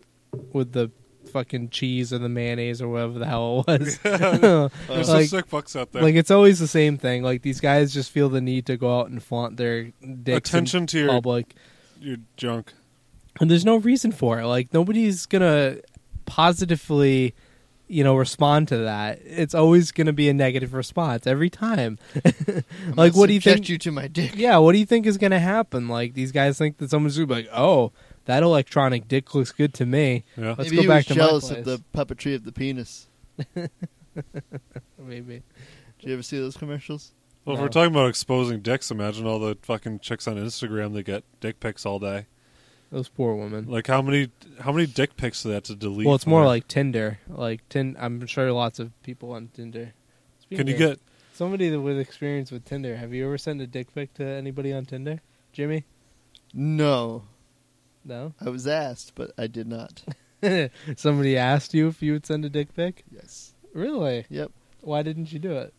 S3: with the fucking cheese or the mayonnaise or whatever the hell
S1: [LAUGHS]
S3: it was. [LAUGHS]
S1: There's
S3: Like-
S1: some sick fucks out there.
S3: like it's always the same thing. Like these guys just feel the need to go out and flaunt their dicks
S1: Attention to
S3: in
S1: your
S3: public,
S1: your junk.
S3: and there's no reason for it. Like nobody's gonna positively. You know, respond to that. It's always going to be a negative response every time.
S2: I'm
S3: Like,
S2: gonna
S3: what do you
S2: subject
S3: think-
S2: you to my dick.
S3: Yeah, what do you think is going to happen? Like these guys think that someone's going to be like, "Oh, that electronic dick looks good to me."
S1: Yeah.
S3: Let's
S2: Maybe
S3: go back
S2: he was
S3: to my
S2: jealous
S3: place.
S2: of the puppetry of the penis.
S3: Maybe.
S2: Did you ever see those commercials?
S1: Well, if
S3: No.
S1: we're talking about exposing dicks, imagine all the fucking chicks on Instagram that get dick pics all day.
S3: Those poor women.
S1: Like how many how many dick pics do they have to delete?
S3: well, it's more
S1: from it?
S3: like Tinder. Like tin I'm sure lots of people on Tinder.
S1: can
S3: Speaking
S1: you
S3: of-
S1: get
S3: somebody that with experience with Tinder? Have you ever sent a dick pic to anybody on Tinder, Jimmy?
S2: No,
S3: No. [LAUGHS]
S2: I was asked, but I did not.
S3: somebody asked you if you would send a dick pic.
S2: Yes.
S3: Really?
S2: Yep.
S3: Why didn't you do it?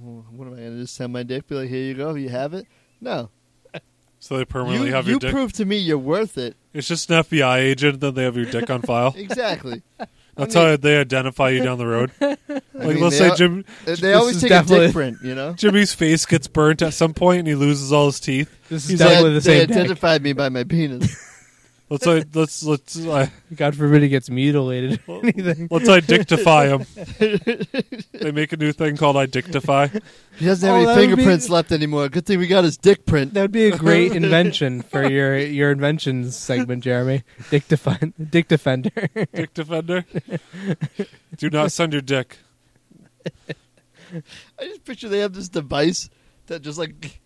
S2: Well, what am I gonna just send my dick? Be like, here you go, you have it. No,
S1: so they permanently
S2: you,
S1: have
S2: you
S1: your dick?
S2: prove to me you're worth it.
S1: it's just an FBI agent, then they have your dick on
S2: [LAUGHS]
S1: file.
S3: [LAUGHS]
S2: Exactly.
S1: That's
S2: mean-
S1: how they identify you down the road. Like
S2: [LAUGHS] I mean,
S1: let's
S2: they
S1: say
S2: al-
S1: Jim
S2: They always
S3: is
S2: take a dick
S3: definitely-
S2: print, you know.
S1: Jimmy's face gets burnt at some point and he loses all his teeth.
S3: This is
S1: He's
S3: definitely
S2: they,
S3: the
S2: they
S3: same dick.
S2: identified me by my
S3: [LAUGHS]
S2: penis.
S1: Let's
S2: [LAUGHS]
S1: say let's let's uh,
S3: God forbid he gets mutilated or anything.
S1: let's identify him. they make a new thing called Idictify.
S2: He doesn't
S3: Oh,
S2: have any
S3: that would be-
S2: fingerprints left anymore. Good thing we got his dick print.
S3: That would be
S1: [LAUGHS]
S3: a great invention for your your inventions segment, Jeremy. Dick defend, Dick defender. [LAUGHS]
S1: Dick defender. Do not send your dick.
S2: I just picture they have this device that just like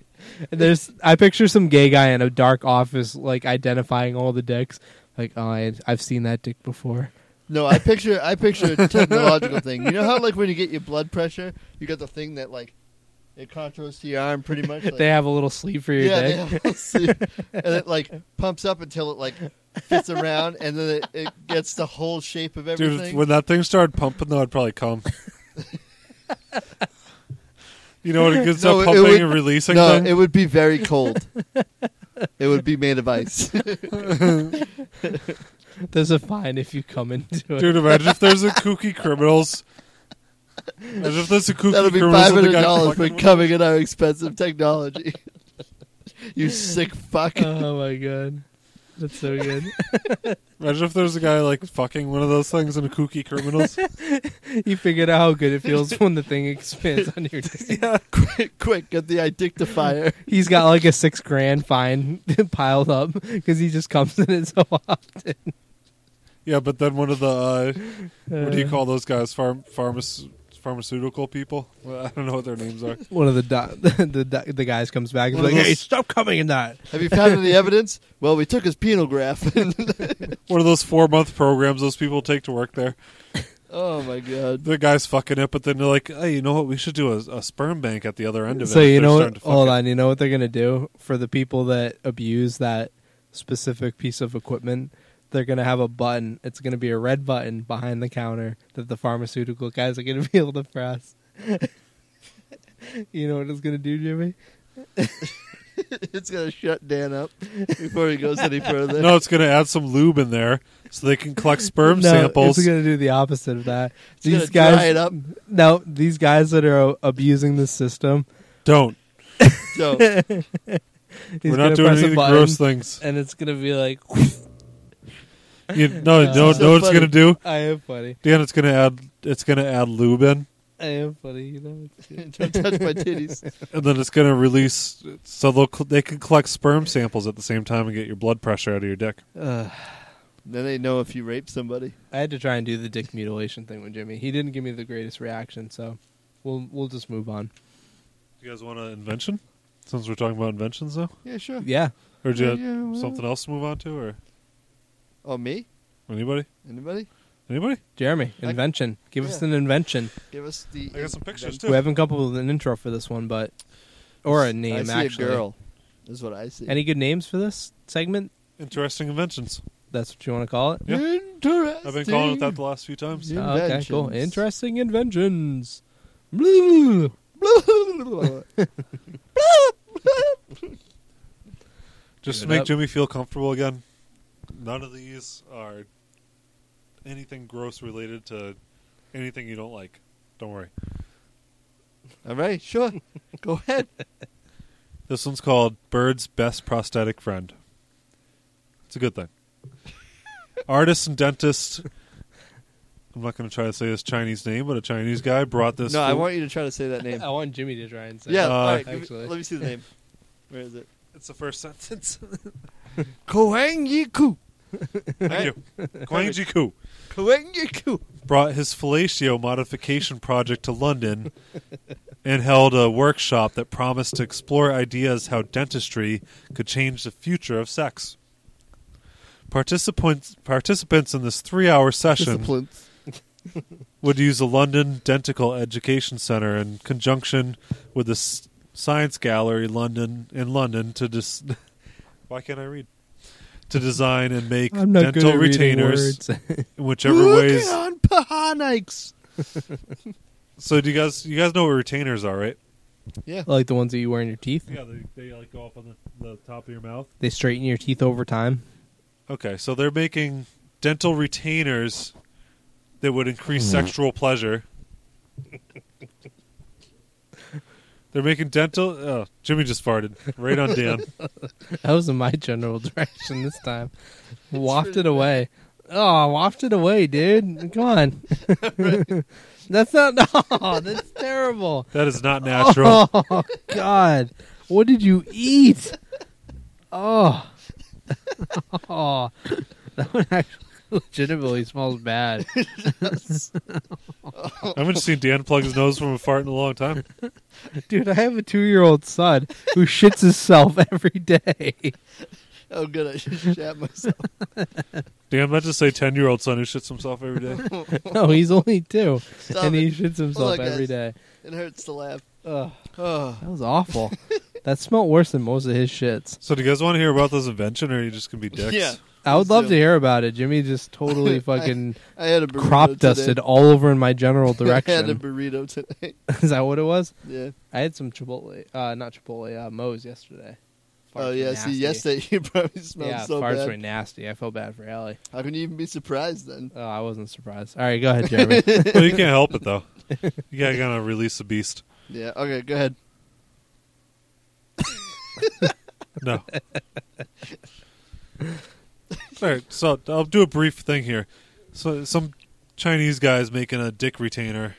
S3: There's I picture some gay guy in a dark office, like identifying all the dicks. Like, oh, I, I've seen that dick before.
S2: no. I picture I picture a technological thing. You know how like when you get your blood pressure, you got the thing that like it contours to your arm pretty much. Like,
S3: They have a little sleeve for your
S2: yeah,
S3: dick.
S2: they have a sleeve. and it like pumps up until it like fits around, and then it, it gets the whole shape of
S1: Dude,
S2: everything.
S1: when that thing started pumping, though, I'd probably
S2: [LAUGHS]
S1: come. you know when it gets
S2: No,
S1: that
S2: it
S1: pumping
S2: would-
S1: and releasing
S2: no,
S1: thing?
S2: it would be very cold. it would be made
S1: [LAUGHS]
S2: of ice.
S3: There's a fine if you come into
S1: [LAUGHS]
S3: it.
S1: Dude, imagine if there's a kooky criminals. Imagine if there's a kooky
S2: That'll be
S1: criminals.
S2: five
S1: with a
S2: hundred
S1: guy
S2: dollars for
S1: fucking-
S2: coming at our expensive technology. [LAUGHS] you sick fuck.
S3: [LAUGHS] Oh my god, that's so
S1: [LAUGHS]
S3: good.
S1: [LAUGHS] Imagine if there's a guy like fucking one of those things in a kooky
S2: [LAUGHS]
S1: criminals.
S3: you figured out how good it feels when the thing expands on
S1: [LAUGHS]
S3: your dick.
S2: quick, quick, get the identifier.
S3: He's got like a six grand fine [LAUGHS] piled up because he just comes in [LAUGHS] it so often.
S1: yeah, but then one of the uh, what do you
S3: Uh,
S1: call those guys? Farm pharmac- pharmaceutical people? Well, I don't know what their names are.
S3: One of the do- [LAUGHS] the the, the guys comes back and is
S2: One of
S3: like,
S2: those-
S3: "Hey, stop coming in that."
S2: Have you found any evidence? Well, we took his penal graph. [LAUGHS]
S1: One of those four month programs those people take to work there.
S2: oh my god.
S1: The guy's fucking it, but then they're like, "Hey, you know what? We should do a, a sperm bank at the other end of it."
S3: So
S1: if
S3: you
S1: they're
S3: know,
S1: starting
S3: what,
S1: to fuck
S3: hold
S1: it."
S3: on. You know what they're gonna do for the people that abuse that specific piece of equipment? They're gonna have a button. It's gonna be a red button behind the counter that the pharmaceutical guys are gonna [LAUGHS] be able to press. you know what it's gonna do, Jimmy?
S2: it's gonna shut Dan up before he goes any further.
S1: No, it's going to add some lube in there so they can collect sperm
S3: [LAUGHS] no,
S1: samples.
S3: It's going to do the opposite of that.
S2: It's
S3: these
S2: gonna
S3: guys,
S2: dry it up.
S3: no, these guys that are uh, abusing the system,
S1: Don't.
S2: So
S3: he's
S1: We're
S3: gonna
S1: not doing
S3: press a
S1: any
S3: button,
S1: gross things.
S3: and it's going to be like, [LAUGHS]
S1: You, no,
S3: Uh,
S1: no,
S3: it's
S2: so
S1: no. What it's
S2: funny.
S1: going to do,
S3: I am funny,
S1: Dan? It's going to add. It's going to add lube in,
S3: I am funny. You know, it's
S2: [LAUGHS]
S3: good.
S2: don't touch my [LAUGHS] titties.
S1: and then it's going to release. So they'll cl- they can collect sperm samples at the same time and get your blood pressure out of your dick.
S3: Ugh.
S2: Then they know if you rape somebody.
S3: I had to try and do the dick mutilation thing with Jimmy. He didn't give me the greatest reaction, so we'll we'll just move on.
S1: You guys want an invention? Since we're talking about inventions, though,
S2: Yeah, sure.
S3: Yeah,
S1: or do you
S2: Yeah,
S1: have
S2: well.
S1: something else to move on to, or
S2: Oh, me?
S1: anybody?
S2: Anybody?
S1: Anybody?
S3: Jeremy,
S2: I-
S3: invention. Give us
S2: yeah.
S3: an invention.
S2: Give us the.
S1: I got some pictures
S3: We
S1: too.
S3: haven't come up with an intro for this one, but or a name.
S2: I see
S3: actually,
S2: a girl. Is what I see.
S3: any good names for this segment?
S1: Interesting inventions.
S3: That's what you want to call it.
S1: Yeah.
S2: Interesting.
S1: I've been calling it
S2: [LAUGHS]
S1: that the last few times.
S2: Yeah.
S3: Oh, okay, cool.
S2: Inventions.
S3: Interesting inventions. Blah.
S1: Just to
S3: Give it
S1: make
S3: up.
S1: Jimmy feel comfortable again. None of these are anything gross related to anything you don't like. Don't worry.
S2: All right, sure. Go
S3: [LAUGHS]
S2: ahead.
S1: This one's called Bird's Best Prosthetic Friend. It's a good [LAUGHS] thing. Artist and dentist. I'm not going to try to say his Chinese name, but a Chinese guy brought this.
S2: no, I
S1: full-
S2: want you to try to say
S3: [LAUGHS]
S2: that name.
S3: I want Jimmy to try and say.
S2: yeah,
S3: it.
S1: Uh,
S2: all right. give me-
S3: actually.
S2: let me see
S1: [LAUGHS]
S2: the name. Where is it?
S1: It's the first sentence.
S2: Koang Yiku.
S1: Thank [LAUGHS] you. Kwang Jiku
S2: Koang Yiku.
S1: brought his fellatio modification project to London and held a workshop that promised to explore ideas how dentistry could change the future of sex. Participants participants in this three hour session
S2: Disciplines.
S1: would use the London Dentical Education Center in conjunction with the S- Science Gallery London in London to dis- [LAUGHS] why can't I read to design and make
S3: I'm not
S1: dental
S3: good at reading
S1: retainers
S3: words.
S1: in
S3: [LAUGHS]
S1: whichever ways.
S2: on Pahanikes.
S1: So do you guys you guys know what retainers are, right?
S3: [LAUGHS]
S2: Yeah. [LAUGHS]
S3: like the ones that you wear in your teeth.
S1: Yeah, they, they like go up on the, the top of your mouth.
S3: They straighten your teeth over time.
S1: Okay, so they're making dental retainers that would increase sexual pleasure. they're making dental. Oh, Jimmy just farted right on Dan.
S3: That was in my general [LAUGHS] direction this time. wafted away. Oh, wafted away, dude. Come on. [LAUGHS] that's not. Oh, that's terrible.
S1: That is not natural.
S3: Oh, God. What did you eat? Oh. [LAUGHS] oh. That one actually [LAUGHS] legitimately smells bad.
S1: I haven't seen Dan plug his nose from a fart in a long time.
S3: Dude, I have a two year old son who shits himself [LAUGHS] every day.
S2: Oh, good. I just shat myself.
S1: Dan meant to say ten year old son who shits himself every day.
S3: [LAUGHS] No, he's only two.
S2: Stop
S3: and
S2: it.
S3: he shits himself
S2: Hold on,
S3: every
S2: guys.
S3: day.
S2: It hurts to laugh.
S3: Ugh.
S2: Oh.
S3: That was awful.
S2: [LAUGHS]
S3: that smelled worse than most of his shits.
S1: So do you guys want to hear about this invention, or are you just gonna be dicks?
S2: Yeah.
S3: I would
S2: Let's
S3: love
S2: do
S3: to
S2: it.
S3: hear about it. Jimmy just totally fucking
S2: [LAUGHS] I had a burrito
S3: crop
S2: today.
S3: dusted all over in my general
S2: [LAUGHS] I
S3: [LAUGHS]
S2: had a
S3: direction.
S1: [LAUGHS]
S2: burrito today.
S3: Is that what it was?
S2: Yeah.
S3: I had some Chipotle, uh, not Chipotle, uh, Moe's yesterday. Farts
S2: oh
S3: were
S2: yeah.
S3: nasty.
S2: See, yesterday [LAUGHS] you probably smelled
S3: yeah,
S2: so
S3: farts
S2: bad.
S3: were nasty. I felt bad for Allie.
S2: How can you even be surprised then?
S3: Oh, I wasn't surprised. All right, go
S2: [LAUGHS]
S3: ahead, Jeremy.
S1: Well, you can't help it though. You gotta kind of release the beast.
S2: Yeah. Okay. Go ahead.
S1: [LAUGHS] No. All right, so I'll do a brief thing here. So some Chinese guy's making a dick retainer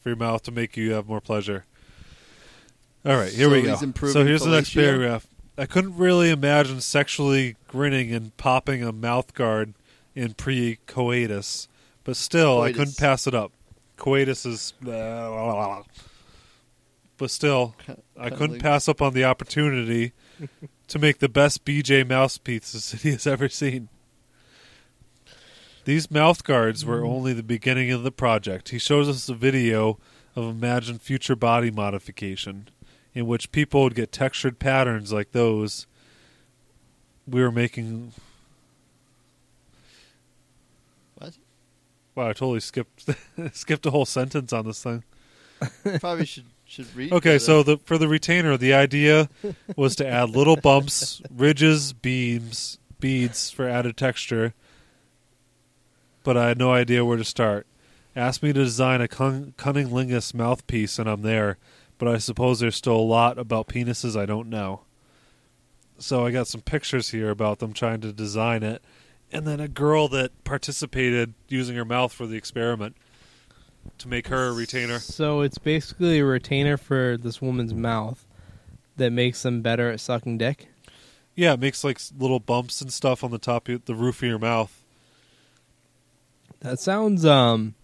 S1: for your mouth to make you have more pleasure. All right, here
S2: So
S1: we go.
S2: he's improving
S1: So here's the next
S2: fellatio?
S1: paragraph. I couldn't really imagine sexually grinning and popping a mouth guard in pre-coitus, but still I
S2: Coitus.
S1: couldn't pass it up. Coitus is, uh, but still I couldn't
S2: Cuddling.
S1: pass up on the opportunity to make the best BJ mouthpiece the [LAUGHS] city has ever seen. These mouth guards were only the beginning of the project. He shows us a video of imagined future body modification in which people would get textured patterns like those we were making.
S2: What?
S1: [LAUGHS] Wow, I totally skipped skipped a whole sentence on this thing.
S2: Probably should Should read. uh,
S1: Okay,
S2: better.
S1: so the for the retainer, the idea was to add little bumps, ridges, beams, beads for added texture. But I had no idea where to start. Asked me to design a cun- cunning lingus mouthpiece, and I'm there. But I suppose there's still a lot about penises I don't know. So I got some pictures here about them trying to design it, and then a girl that participated using her mouth for the experiment to make her a retainer.
S3: So it's basically a retainer for this woman's mouth that makes them better at sucking dick.
S1: Yeah, it makes like s- little bumps and stuff on the top of the roof of your mouth.
S3: That sounds um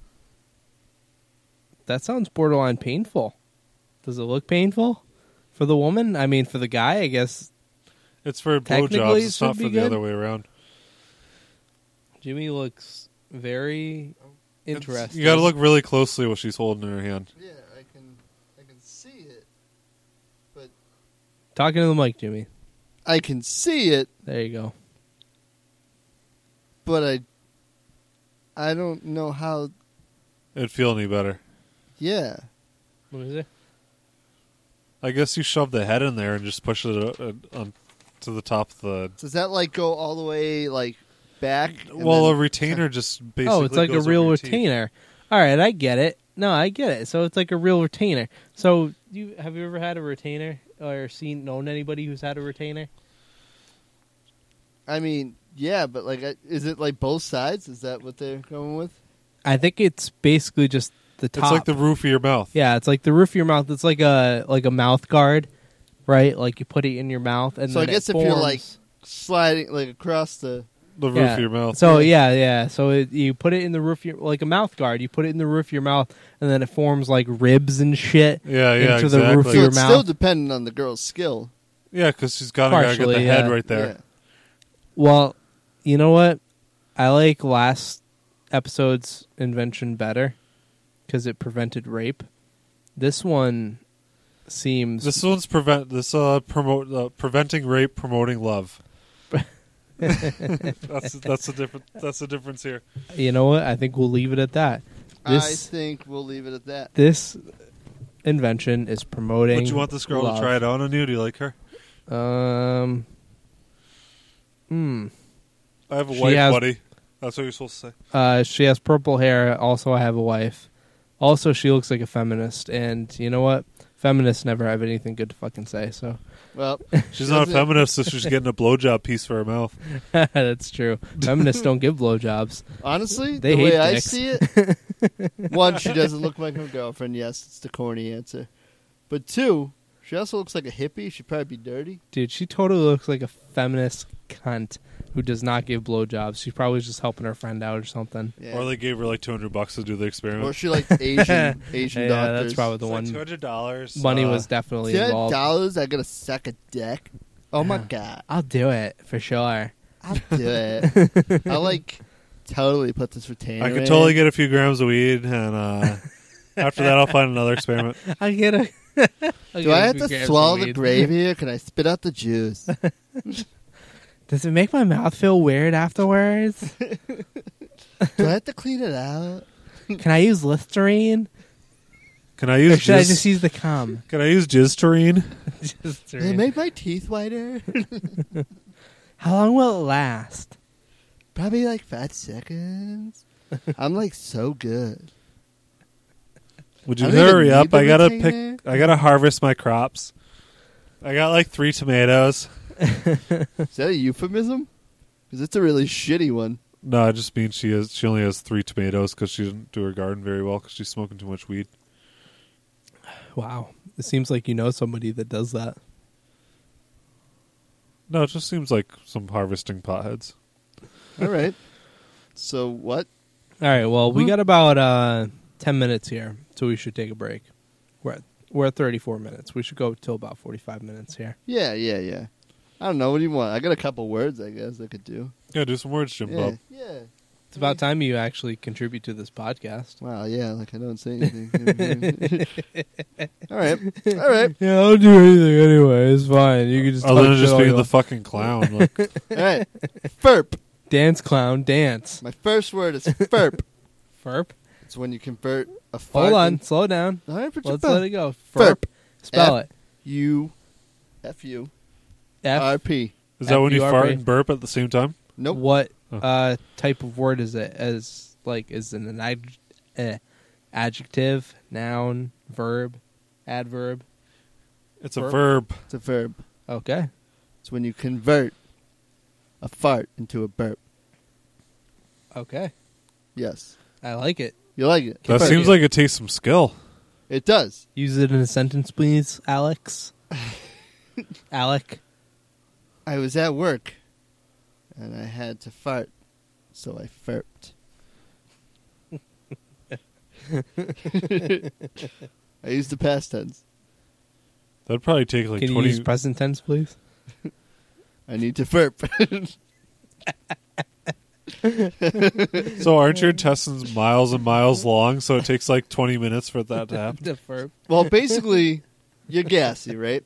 S3: That sounds borderline painful. Does it look painful for the woman? I mean for the guy, I guess
S1: It's for
S3: Technically,
S1: blowjobs.
S3: it
S1: It's not
S3: should be
S1: for the
S3: good.
S1: other way
S3: [LAUGHS]
S1: around.
S3: Jimmy looks very
S1: It's-
S3: interesting.
S1: You got to look really closely what she's holding in her hand.
S2: yeah, I can, I can see it.
S3: talking to the mic, Jimmy.
S2: I can see it,
S3: There you go.
S2: but I, I don't know how.
S1: It'd feel any better.
S2: Yeah,
S3: What is it?
S1: I guess you shove the head in there and just push it uh, uh, on to the top of the.
S2: does that like go all the way like back? and
S1: well, a
S2: then-
S1: retainer just basically.
S3: Oh, it's like a
S1: goes over
S3: real
S1: your teeth.
S3: retainer. All right, I get it. No, I get it. So it's like a real retainer. So you have you ever had a retainer or seen known anybody who's had a retainer?
S2: I mean, yeah, but like, I- is it like both sides? Is that what they're going with?
S3: I think it's basically just the top.
S1: It's like the roof of your mouth.
S3: yeah, it's like the roof of your mouth. It's like a like a mouth guard, right? Like you put it in your mouth, and
S2: So I
S3: then it
S2: guess if you're,
S3: forms-
S2: like, Sliding like across the.
S1: The roof
S3: Yeah.
S1: of your
S2: Oh,
S1: mouth.
S3: So yeah, yeah. So it, you put it in the roof, of your, like a mouth guard. You put it in the roof of your mouth, and then it forms like ribs and shit.
S1: yeah, yeah,
S3: into the
S1: exactly.
S3: roof of
S2: so
S3: your
S2: it's still
S3: mouth.
S2: dependent on the girl's skill.
S1: yeah, because she's got to get the
S3: Partially,
S1: head
S3: yeah.
S1: right there.
S2: Yeah.
S3: Well, you know what? I like last episode's invention better because it prevented rape. This one seems
S1: This one's prevent this uh promote uh, preventing rape, promoting [LAUGHS] love. that's that's a different that's the difference here.
S3: you know what? I think we'll leave it at that.
S2: I
S3: This
S2: think we'll leave it at that.
S3: this invention is promoting.
S1: Would you want this girl to try it on on you? Do you like her?
S3: it? Um. Hmm.
S1: I have a
S3: She
S1: wife,
S3: has-
S1: buddy. That's what you're supposed to say.
S3: Uh, she has purple hair. Also, I have a wife. Also, she looks like a feminist. And you know what? Feminists never have anything good to fucking say. So [LAUGHS]
S2: Well,
S1: She's not a
S2: doesn't-
S1: feminist, so she's getting a blowjob piece for her mouth.
S3: that's true. Feminists don't give blowjobs.
S2: Honestly,
S3: They
S2: the
S3: hate
S2: way I
S3: dicks.
S2: see it,
S3: [LAUGHS]
S2: one, she doesn't look like her girlfriend. Yes, it's the corny answer. But two, she also looks like a hippie. She'd probably be dirty.
S3: Dude, she totally looks like a feminist cunt who does not give blowjobs. She's probably just helping her friend out or something.
S2: Yeah.
S1: Or
S2: Or,
S1: they gave her like two hundred bucks to do the experiment.
S2: she like
S3: [LAUGHS]
S2: Asian Asian
S3: yeah,
S2: doctors.
S3: that's probably the one.
S1: hundred dollars. uh,
S3: Money was definitely
S2: Ten
S3: involved.
S2: dollars. I gotta suck a dick. Oh my
S3: Yeah.
S2: god,
S3: I'll do it for sure. [LAUGHS]
S2: I'll do it. I like totally put this retainer.
S1: I could
S2: in.
S1: totally get a few grams of weed, and
S3: [LAUGHS]
S1: uh, after that, I'll find another experiment.
S3: I get a. Oh,
S2: Do I have to swallow the
S3: [LAUGHS]
S2: gravy or can I spit out the juice?
S3: Does it make my mouth feel weird [LAUGHS] afterwards?
S2: Do I have to clean it out?
S3: Can I use Listerine?
S1: Can I
S3: Or
S1: use?
S3: should I
S1: Jizz,
S3: just use the [LAUGHS] cum?
S1: can I use jizz tureen?
S2: Does it make my teeth whiter? [LAUGHS]
S3: How long will it last?
S2: Probably like five seconds. I'm like so good.
S1: Would
S2: I
S1: you
S2: don't even
S1: hurry
S2: need
S1: up?
S2: the
S1: I gotta
S2: retainer.
S1: pick. I gotta harvest my crops. I got like three tomatoes.
S2: Is that a euphemism? Because it's a really shitty one.
S1: No, I just mean she has. She only has three tomatoes because she didn't do her garden very well because she's smoking too much weed.
S3: Wow. It seems like you know somebody that does that.
S1: No, it just seems like some harvesting potheads.
S2: All right. So what?
S3: All right. Well, we got about uh, ten minutes here, so we should take a break. We're at, we're at thirty-four minutes. We should go till about forty-five minutes here.
S2: Yeah, yeah, yeah. I don't know. What do you want? I got a couple words, I guess, I could do.
S1: Yeah, do some words, Jim
S2: Yeah.
S1: Bob.
S2: Yeah.
S3: It's about time you actually contribute to this podcast.
S2: Wow, yeah, like I don't say anything. [LAUGHS] All right. All right.
S3: [LAUGHS] Yeah, I'll do anything anyway. It's fine. You can just
S1: Other than just being the fucking clown.
S2: [LAUGHS]
S1: Like,
S2: All right. Ferp.
S3: dance clown dance
S2: My first word is ferp.
S3: Ferp.
S2: It's when you convert a fart.
S3: Hold on,
S2: in-
S3: slow down.
S2: All right, put your
S3: Let's
S2: bell.
S3: let it go.
S2: Furp.
S3: Spell it.
S2: U F U
S3: F.
S2: R P.
S1: Is that when you fart
S3: F-U-R-P.
S1: and burp at the same time?
S2: Uh, Nope.
S3: What
S1: Oh.
S3: uh, type of word is it? As like, is it an ad- eh, adjective, noun, verb, adverb?
S1: It's a
S3: Burp.
S1: verb.
S2: It's a verb.
S3: Okay.
S2: It's when you convert a fart into a burp.
S3: Okay.
S2: Yes.
S3: I like it.
S2: You like it?
S1: That
S2: Convert
S1: seems
S2: it.
S1: like it takes some skill.
S2: it does.
S3: Use it in a sentence, please,
S2: [LAUGHS]
S3: Alex. Alec.
S2: I was at work, and I had to fart, so I furped. [LAUGHS] I used the past tense.
S1: That'd probably take like
S3: Can you
S1: 20
S3: use present tense, please?
S2: I need to furp. [LAUGHS]
S1: So aren't your intestines miles and miles long? So it takes like 20 minutes for that to happen.
S3: [LAUGHS] The verb.
S2: well, basically, you're gassy, right?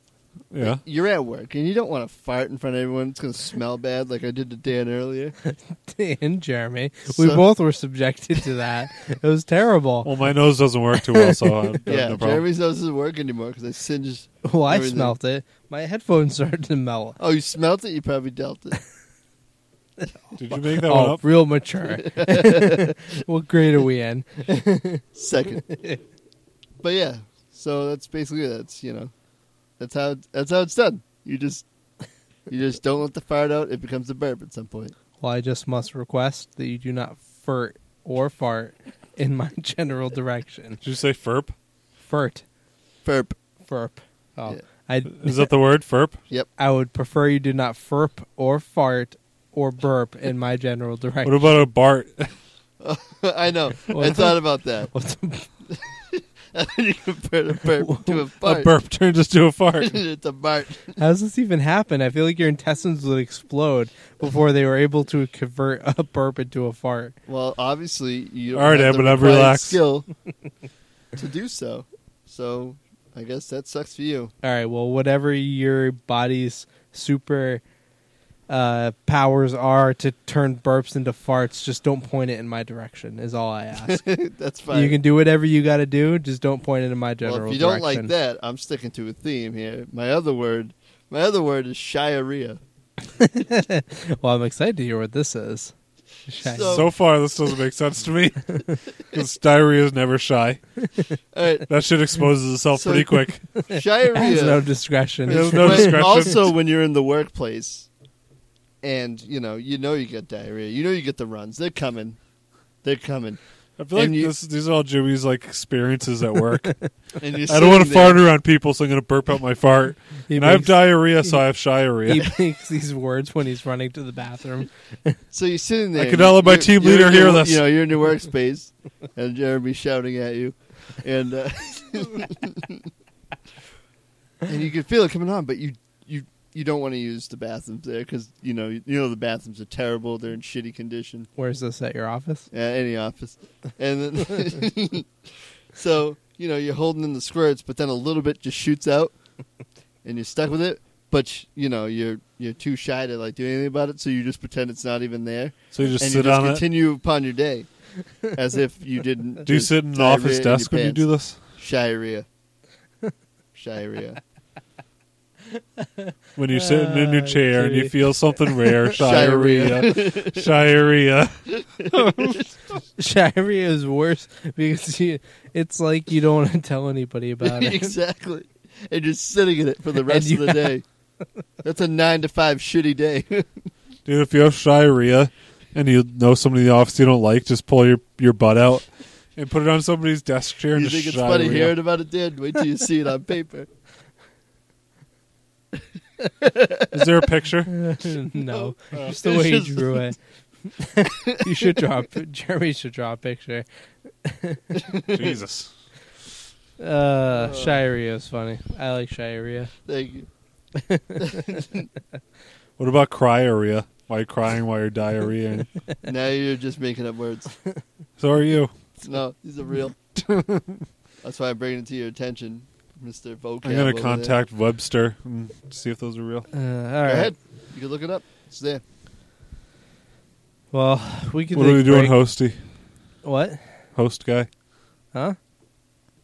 S1: Yeah.
S2: You're at work, and you don't want to fart in front of everyone. It's going to smell bad, like I did to
S1: [LAUGHS]
S2: Dan earlier.
S3: and Jeremy. we
S2: So-
S3: both were subjected to that. It was terrible.
S1: [LAUGHS] Well, my nose doesn't work too well,
S2: [LAUGHS]
S1: so I have
S2: yeah,
S1: no problem.
S2: Jeremy's nose doesn't work anymore because I singed.
S3: Well, Oh, I
S2: everything.
S3: smelt it. My headphones [LAUGHS] started to melt.
S2: Oh, you smelt it? You probably dealt it.
S1: Did you make that one
S3: Oh,
S1: up? [LAUGHS]
S3: real mature. [LAUGHS] what grade are we in?
S2: Second. but yeah, so that's basically it. that's you know, that's how that's how it's done. You just you just don't let the fart out. It becomes a burp at some point.
S3: Well, I just must request that you do not furt or fart in my [LAUGHS] general direction.
S1: Did you say FERP?
S3: Furt,
S2: Burp.
S3: furp. Oh,
S2: Yeah.
S3: I
S1: Is that the word? FERP?
S2: Yep. [LAUGHS]
S3: I would prefer you do not furp or fart or burp in my general [LAUGHS]
S1: What
S3: direction.
S1: about a BART? [LAUGHS]
S2: I know. I
S3: What?
S2: thought about that. [LAUGHS]
S3: What's a-
S2: you compare a burp to a
S1: a
S2: fart.
S1: burp turns into a fart.
S2: [LAUGHS] it's a fart.
S3: How does this even happen? I feel like your intestines would explode before they were able to convert a burp into a fart.
S2: Well, obviously you don't
S1: All right,
S2: have
S1: Evan,
S2: the
S1: I'm
S2: required
S1: relaxed. [LAUGHS]
S2: skill to do so. So I guess that sucks for you. [LAUGHS]
S3: All right. Well, whatever your body's super uh, powers are to turn burps into farts, just don't point it in my direction. Is all I
S2: [LAUGHS]
S3: ask.
S2: that's fine.
S3: you can do whatever you got to do. Just don't point it in my general.
S2: well, if you don't like
S3: direction.
S2: that, I'm sticking to a theme here. My other word, my other word is shiarrhea.
S3: [LAUGHS] well, I'm excited to hear what this is.
S2: [LAUGHS]
S3: Shy.
S2: So-
S1: So far, this doesn't make sense
S2: [LAUGHS]
S1: to me. Because diarrhea is never shy.
S2: All
S1: [LAUGHS]
S2: right,
S1: That shit exposes itself
S2: So-
S1: pretty
S2: [LAUGHS]
S1: quick.
S3: It [LAUGHS] has no
S2: shiarrhea.
S3: discretion.
S1: There's
S2: is
S1: no
S2: when-
S1: discretion.
S2: also when you're in the workplace, and you know, you know, you get diarrhea. You know, you get the runs. They're coming. They're coming.
S1: I feel like
S2: And you-
S1: this, these are all Jimmy's like experiences at
S2: [LAUGHS]
S1: work.
S2: And you're
S1: I don't want to
S2: sitting there.
S1: fart around people, so I'm going to burp out my fart.
S3: He
S1: and I have
S3: makes,
S1: diarrhea, so I have shiarrhea.
S3: he [LAUGHS] makes these words when he's running to the bathroom.
S2: So you're sitting there.
S1: I could not let my
S2: You're-
S1: team
S2: you're
S1: leader
S2: in your-
S1: hear this.
S2: You know, you're in your workspace, [LAUGHS] and Jeremy's shouting at you, and uh, [LAUGHS] and you can feel it coming on, but you you you don't want to use the bathrooms there because you know you know the bathrooms are terrible. They're in shitty condition.
S3: Where's this at your office? [LAUGHS]
S2: Yeah, any office. And then, [LAUGHS] so, you know, you're holding in the squirts, but then a little bit just shoots out and you're stuck with it. But, sh- you know, you're you're too shy to like do anything about it, so you just pretend it's not even there.
S1: So you just
S2: and
S1: sit
S2: you just
S1: on it.
S2: continue upon
S1: [LAUGHS]
S2: your day as if you didn't.
S1: Do you
S2: just
S1: sit in an
S2: diarrhea
S1: office
S2: in your
S1: desk when you
S2: pants.
S1: do this?
S2: [LAUGHS] Shirea. Shirea.
S1: When you're sitting in your
S3: Ah,
S1: chair and you
S3: gee.
S1: feel something [LAUGHS] rare,
S2: Shirea.
S1: shiarrhea, shiarrhea.
S3: Diarrhea is worse because you, it's like you don't [LAUGHS] want to tell
S2: [LAUGHS]
S3: anybody [LAUGHS] about it.
S2: exactly. And you're sitting in it for the rest
S3: you
S2: of the
S3: [LAUGHS]
S2: day. That's a nine to five shitty day. [LAUGHS]
S1: Dude, if you have shiarrhea and you know somebody in the office you don't like, just pull your, your butt out and put it on somebody's desk chair and
S2: You
S1: just
S2: think it's
S1: shiarrhea.
S2: funny hearing about it, Dan? Wait till you see it on paper.
S1: Is there a picture?
S3: [LAUGHS] no, just
S2: Oh. It's
S3: the way
S2: just-
S3: you drew it.
S2: [LAUGHS]
S3: you should draw. a pi- Jeremy should draw a picture.
S1: [LAUGHS] Jesus.
S3: Uh, Shirea is funny. I like Shirea.
S2: Thank you.
S1: What about cryuria? Why you're crying while you're [LAUGHS] diarrheaing?
S2: Now you're just making
S1: [LAUGHS]
S2: up words.
S1: so are you.
S2: No, these
S1: [LAUGHS]
S2: are real. That's why I'm bringing it to your attention, Mr. Vocab.
S1: I'm going
S2: over
S1: to
S2: there.
S1: contact Webster and see if those are real.
S3: Uh, all
S2: Go
S3: right.
S2: ahead. You can look it up. It's there.
S3: Well, we could.
S1: What are
S3: take
S1: we
S3: a
S1: doing,
S3: break.
S1: hosty?
S3: What?
S1: host guy?
S3: Huh?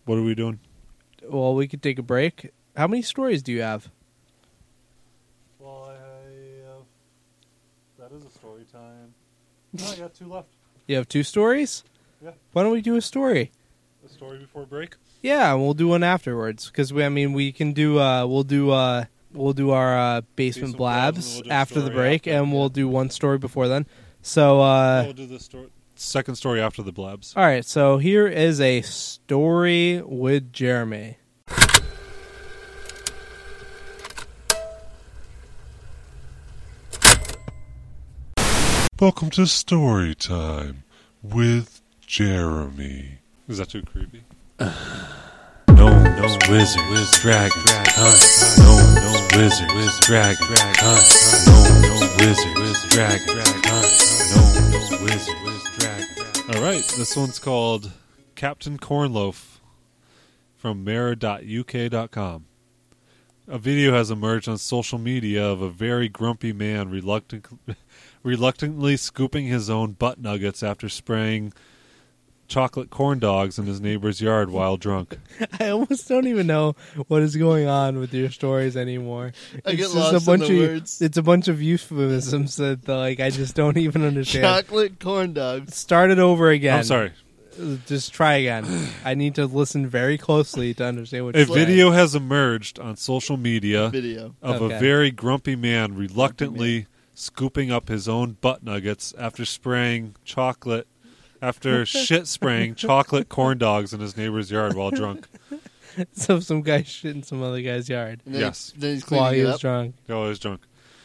S1: What are we doing?
S3: Well, we could take a break. How many stories do you have?
S1: Well, I have. That is a story time. I got two left.
S3: You have two stories?
S1: Yeah.
S3: Why don't we do a story?
S1: A story before break.
S3: Yeah, and we'll do one afterwards because we. I mean, we can do. Uh, we'll do. Uh, we'll do our uh, basement
S1: Basement blabs,
S3: blabs
S1: and we'll do a
S3: after the
S1: story
S3: break,
S1: after,
S3: and
S1: yeah.
S3: we'll do one story before then. So, uh,
S1: we'll do the story. Second story after the blabs.
S3: all right. So here is a story with Jeremy.
S4: Welcome to Story Time with Jeremy.
S1: Is that too creepy?
S4: No, no, wizard, wizard, dragon, hunt. No, no, wizard, wizard, dragon, hunt. No, no, wizard, wizard, dragon, hunt. No, no, wizard, wizard, dragon.
S1: All right, this one's called Captain Cornloaf from mirror.uk.com. A video has emerged on social media of a very grumpy man reluctant, [LAUGHS] reluctantly scooping his own butt nuggets after spraying chocolate corn dogs in his neighbor's yard while drunk.
S3: [LAUGHS] I almost don't even know what is going on with your stories anymore.
S2: I get
S3: just
S2: lost in
S3: bunch
S2: the
S3: of,
S2: words.
S3: It's a bunch of euphemisms that like I just don't even understand.
S2: Chocolate corn dogs.
S3: Start it over again. Uh,
S1: I'm sorry.
S3: Just try
S2: [SIGHS]
S3: again. I need to listen very closely to understand what
S1: A
S3: you're saying.
S1: video has emerged on social media
S2: Video.
S1: of
S3: Okay.
S1: a very grumpy man reluctantly scooping up his own butt nuggets after spraying chocolate
S3: [LAUGHS]
S1: after shit spraying chocolate corn dogs in his neighbor's yard while
S3: [LAUGHS]
S1: drunk.
S3: So [LAUGHS] some guy shit in some other guy's yard
S2: And then
S1: Yes.
S2: He, then he's
S3: while
S2: cleaning
S3: he
S2: it
S3: was
S2: up.
S3: drunk.
S1: He always drunk.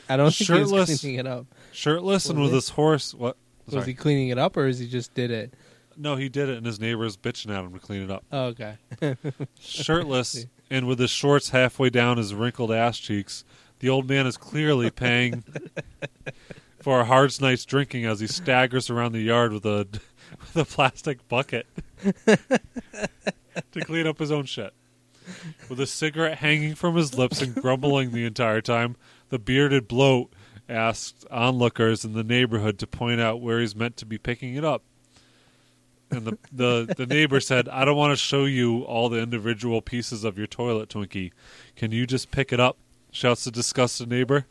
S3: I don't think he was
S1: Shirtless.
S3: cleaning it up.
S1: Shirtless and
S3: Was
S1: with
S3: it?
S1: his horse what
S3: Was
S1: Sorry.
S3: he cleaning it up or is he just did it?
S1: No, he did it and his neighbor's bitching at him to clean it up.
S3: Oh,
S2: [LAUGHS]
S3: okay.
S1: Shirtless and with his shorts halfway down his wrinkled ass cheeks, the old man is clearly paying for a hard night's drinking as he staggers around the yard with a [LAUGHS] with a plastic bucket to clean up his own shit. With a cigarette hanging from his lips and grumbling the entire time, the bearded bloat asks onlookers in the neighborhood to point out where he's meant to be picking it up. And the, the, the neighbor said, I don't want to show you all the individual pieces of your toilet, Twinkie. Can you just pick it up? Shouts the disgusted neighbor.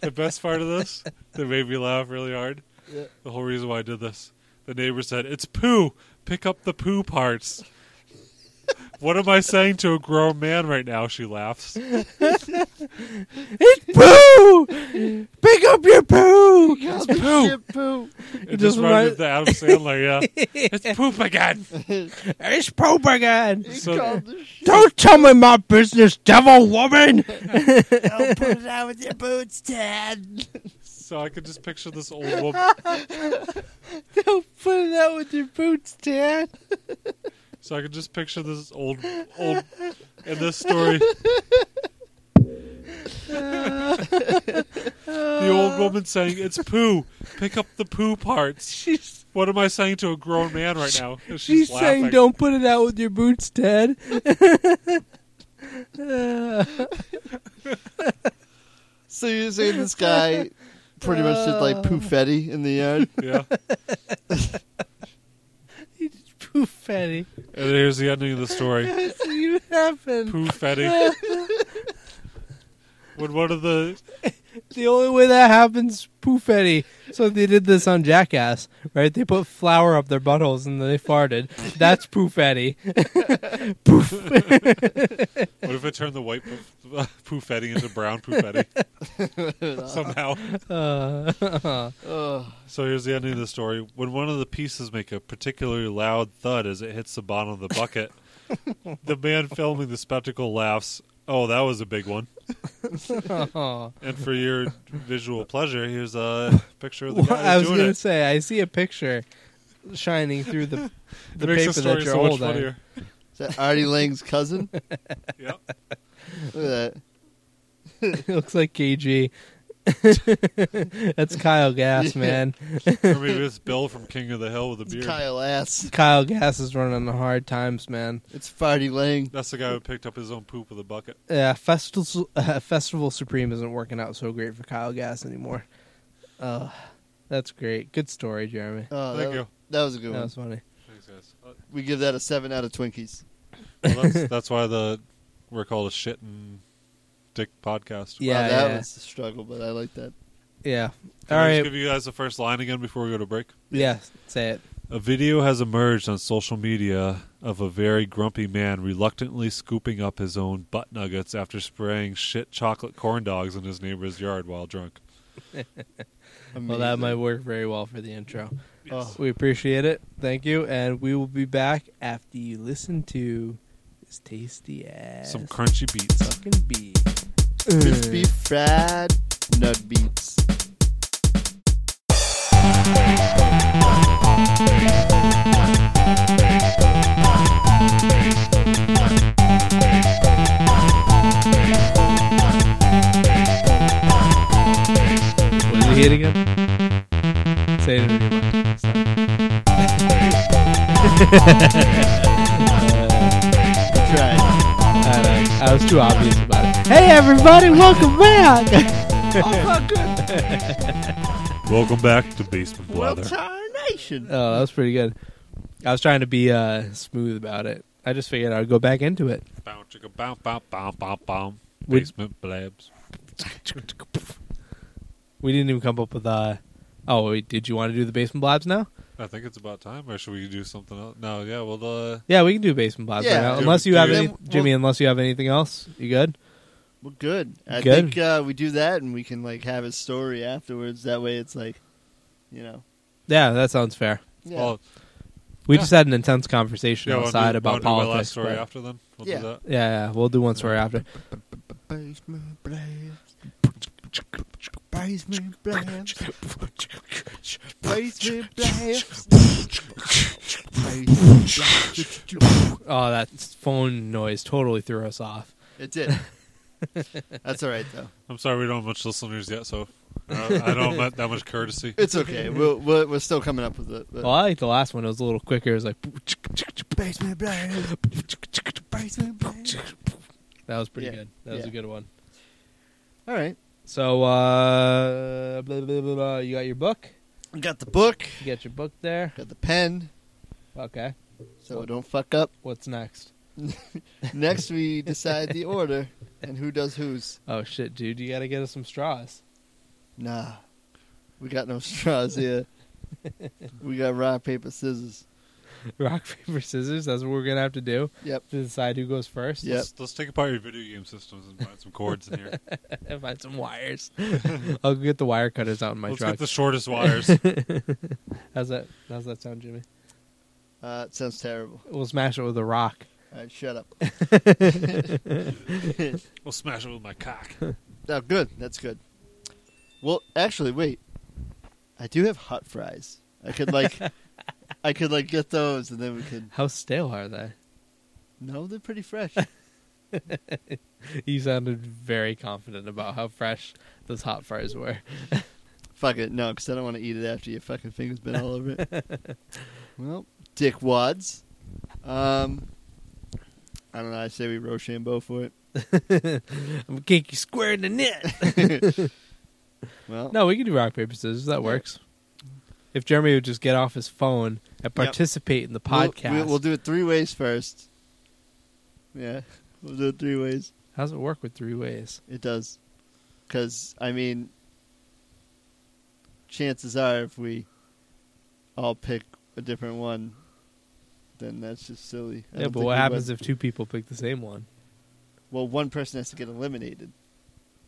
S1: the best part of this that made me laugh really hard.
S2: Yeah.
S1: The whole reason why I did this. The neighbor said, It's poo. Pick up the poo parts. what am I saying to a grown man right now? She laughs.
S3: It's poo! Pick up your poo!
S2: It's
S1: poo.
S2: Shit poo.
S1: It
S3: just
S1: just reminded me
S3: remind-
S1: of the Adam Sandler, yeah. it's poop again.
S3: It's poop again!
S2: He
S1: So-
S2: called the shit.
S3: Don't tell me my business, devil woman!
S2: Don't put it out with your boots, Dad.
S1: So I could just picture this old woman.
S3: Don't put it out with your boots,
S2: [LAUGHS]
S3: Dad!
S1: So I could just picture this old old in this story. the old woman saying, "It's poo. Pick up the poo parts."
S3: She's,
S1: What am I saying to a grown man right now? She's,
S3: she's saying,
S1: laughing.
S3: don't put it out with your boots,
S2: [LAUGHS]
S3: Dad. [LAUGHS]
S2: So you're saying this guy pretty much did like poofetti in the yard?
S1: [LAUGHS] Yeah.
S3: He just poo fatty.
S1: And here's the ending of the story.
S3: That's even happened.
S1: Poo fetty. When one of the
S3: [LAUGHS] The only way that happens, poofetti. So they did this on Jackass, right? They put flour up their buttholes and they farted. That's poofetti.
S1: what if it turned the white poo, [LAUGHS] poo fetty into brown poo fetty somehow?
S3: Uh,
S2: Oh,
S1: So here's the ending of the story. When one of the pieces make a particularly loud thud as it hits the bottom of the bucket, the man filming the spectacle laughs, "Oh, that was a big one."
S3: aw.
S1: And for your visual pleasure, here's a picture
S3: [LAUGHS]
S1: of the
S3: Well,
S1: guy
S3: I was
S1: doing
S3: gonna
S1: it.
S3: say, I see a picture shining
S1: [LAUGHS]
S3: through the
S1: It
S3: the
S1: makes
S3: paper
S1: story
S3: that you're
S1: so much
S3: holding.
S1: funnier.
S2: is that Artie Lang's cousin? Look
S1: Yep.
S2: at that.
S3: [LAUGHS] it looks like KG. [LAUGHS] That's Kyle Gas, man.
S1: Or maybe it's Bill from King of the Hill with a
S2: It's
S1: beard.
S2: Kyle ass.
S3: Kyle Gas is running the hard times, man.
S2: It's Farty Lang.
S1: That's the guy who picked up his own poop with a bucket.
S3: Yeah, Festival uh, Festival Supreme isn't working out so great for Kyle Gas anymore. Uh, that's great. Good story, Jeremy.
S2: Oh,
S1: Thank
S2: that,
S1: you.
S2: That was a good
S3: That
S2: one.
S3: was funny.
S1: Thanks, guys.
S2: We give that a seven out of Twinkies.
S1: Well, that's, that's why the we're called a shit and dick podcast.
S3: Yeah,
S2: wow, that
S3: yeah.
S2: was a struggle, but I like that.
S3: Yeah.
S1: Can
S3: All
S1: I just
S3: right.
S1: give you guys the first line again before we go to break.
S3: Yeah. Say it.
S1: A video has emerged on social media of a very grumpy man reluctantly scooping up his own butt nuggets after spraying shit chocolate corn dogs in his neighbor's yard while drunk.
S3: Well, that might work very well for the intro.
S2: Oh.
S3: We appreciate it. Thank you, and we will be back after you listen to this tasty ass
S1: Some crunchy beats.
S3: fucking beef.
S2: crispy fried nug beats.
S3: What did you hit again? Say it in your mind. Stop.
S2: Try.
S3: I, know. I was too obvious about it. Hey, everybody, welcome back. oh, fuck good.
S1: Welcome back to Basement Blather. [LAUGHS]
S2: Tarnation.
S3: [LAUGHS] Oh, that was pretty good. I was trying to be uh, smooth about it. I just figured I'd go back into it.
S1: Bow, chicka, bow, bow, bow, bow, bow.
S3: Would-
S1: Basement blabs.
S3: We didn't even come up with uh Oh, wait, did you want to do the basement blobs now?
S1: I think it's about time, or should we do something else? No, yeah, well, uh,
S3: Yeah, we can do basement blobs
S2: Yeah.
S3: right now.
S1: Dude,
S3: Unless you
S1: dude.
S3: have any,
S2: Then we'll-
S3: Jimmy. Unless you have anything else, you good?
S2: Well, good. I
S3: Good.
S2: think uh, we do that, and we can like have his story afterwards. That way, it's like, you know,
S3: Yeah, that sounds fair.
S2: yeah.
S1: well,
S3: We
S1: Yeah.
S3: just had an intense conversation
S1: yeah, I'll
S3: outside
S1: do,
S3: about
S1: I'll do
S3: politics.
S1: my last story
S3: but-
S1: after then. We'll
S2: Yeah.
S1: do that.
S3: yeah, yeah, we'll do one story after.
S2: Basement blast. Basement blast. Basement blast. Basement blast.
S3: Oh, that phone noise totally threw us off.
S2: It's it. That's all right though.
S1: I'm sorry we don't have much listeners yet, so
S2: [LAUGHS]
S1: uh, I don't have that much courtesy.
S2: It's okay. We'll, we're, we're still coming up with it. but-
S3: Well, I like the last one. It was a little quicker. It was like
S2: Basement blast. Basement blast.
S3: that was pretty
S2: Yeah.
S3: good. That was
S2: Yeah.
S3: a good one.
S2: All right.
S3: So, uh, blah, blah, blah, blah. you got your book.
S2: Got the book.
S3: You got your book there.
S2: Got the pen.
S3: Okay.
S2: So don't fuck up.
S3: What's next?
S2: Next, we decide the order and who does whose.
S3: Oh shit, dude! You got to get us some straws. [LAUGHS]
S2: Nah, we got no [LAUGHS] straws here. we got rock paper scissors.
S3: Rock paper scissors. That's what we're gonna have to do
S2: Yep.
S3: to decide who goes first.
S2: Yep.
S1: Let's, let's take apart your video game systems and find some cords in [LAUGHS] here.
S3: and [LAUGHS] find some wires. I'll go get the wire cutters out in my
S1: let's
S3: truck.
S1: get the shortest [LAUGHS] wires.
S3: How's that? How's that sound, Jimmy?
S2: Uh, it sounds terrible.
S3: We'll smash it with a rock.
S2: All right, shut up.
S1: we'll smash it with my [LAUGHS] cock.
S2: Oh, good. That's good. Well, actually, wait. I do have hot fries. I could like, I could like get those, and then we could.
S3: How stale are they?
S2: No, they're pretty fresh.
S3: You sounded very confident about how fresh those hot fries were. [LAUGHS]
S2: Fuck it, no, because I don't want to eat it after your fucking finger's been all over it. well, dick wads. Um, I don't know. I say we Rochambeau for it.
S3: I'm gonna kick you square in the net.
S2: [LAUGHS] Well,
S3: [LAUGHS] No, we can do rock paper scissors. That works. If Jeremy would just get off his phone and participate in the
S2: we'll-
S3: podcast,
S2: We'll, we'll do it three ways first. Yeah, [LAUGHS] we'll do it three ways.
S3: how does it work with three ways?
S2: It does, because I mean, chances are if we all pick a different one, then that's just silly. I
S3: Yeah,
S2: don't
S3: but
S2: think
S3: what
S2: we
S3: happens
S2: would.
S3: if two people pick the same one?
S2: Well, one person has to get eliminated.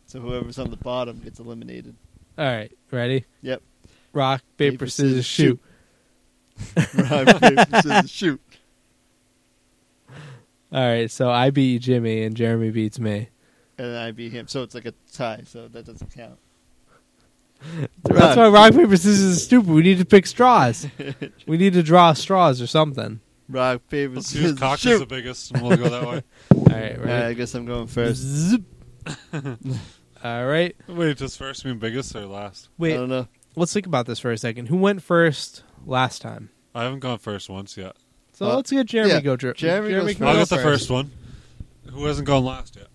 S2: So whoever's on the bottom gets eliminated.
S3: All right, ready? [LAUGHS]
S2: Yep.
S3: Rock paper,
S2: Paper, scissors,
S3: scissors, shoot.
S2: Rock, paper, scissors, shoot.
S3: All right, so I beat you, Jimmy, and Jeremy beats me.
S2: And then I beat him. So it's like a tie, so that doesn't count.
S3: That's why rock paper scissors is stupid. We need to pick
S2: [LAUGHS]
S3: straws. we need to draw straws or something.
S2: Rock, paper,
S1: Let's see whose
S2: scissors,
S1: cock is the
S2: shoot.
S1: biggest, and we'll go that
S2: [LAUGHS]
S1: way.
S3: All right,
S2: All right, I
S3: ready?
S2: guess I'm going first. [LAUGHS]
S3: Zip. All right.
S1: Wait, does first mean biggest or last?
S2: I
S3: Wait,
S2: don't know.
S3: let's think about this for a second. Who went first last time?
S1: I haven't gone first once yet.
S3: So
S2: Uh,
S3: let's get Jeremy
S2: yeah,
S3: go. Jer-
S2: Jeremy goes
S3: can
S1: I'll
S3: go
S1: get the first one. Who hasn't gone last yet?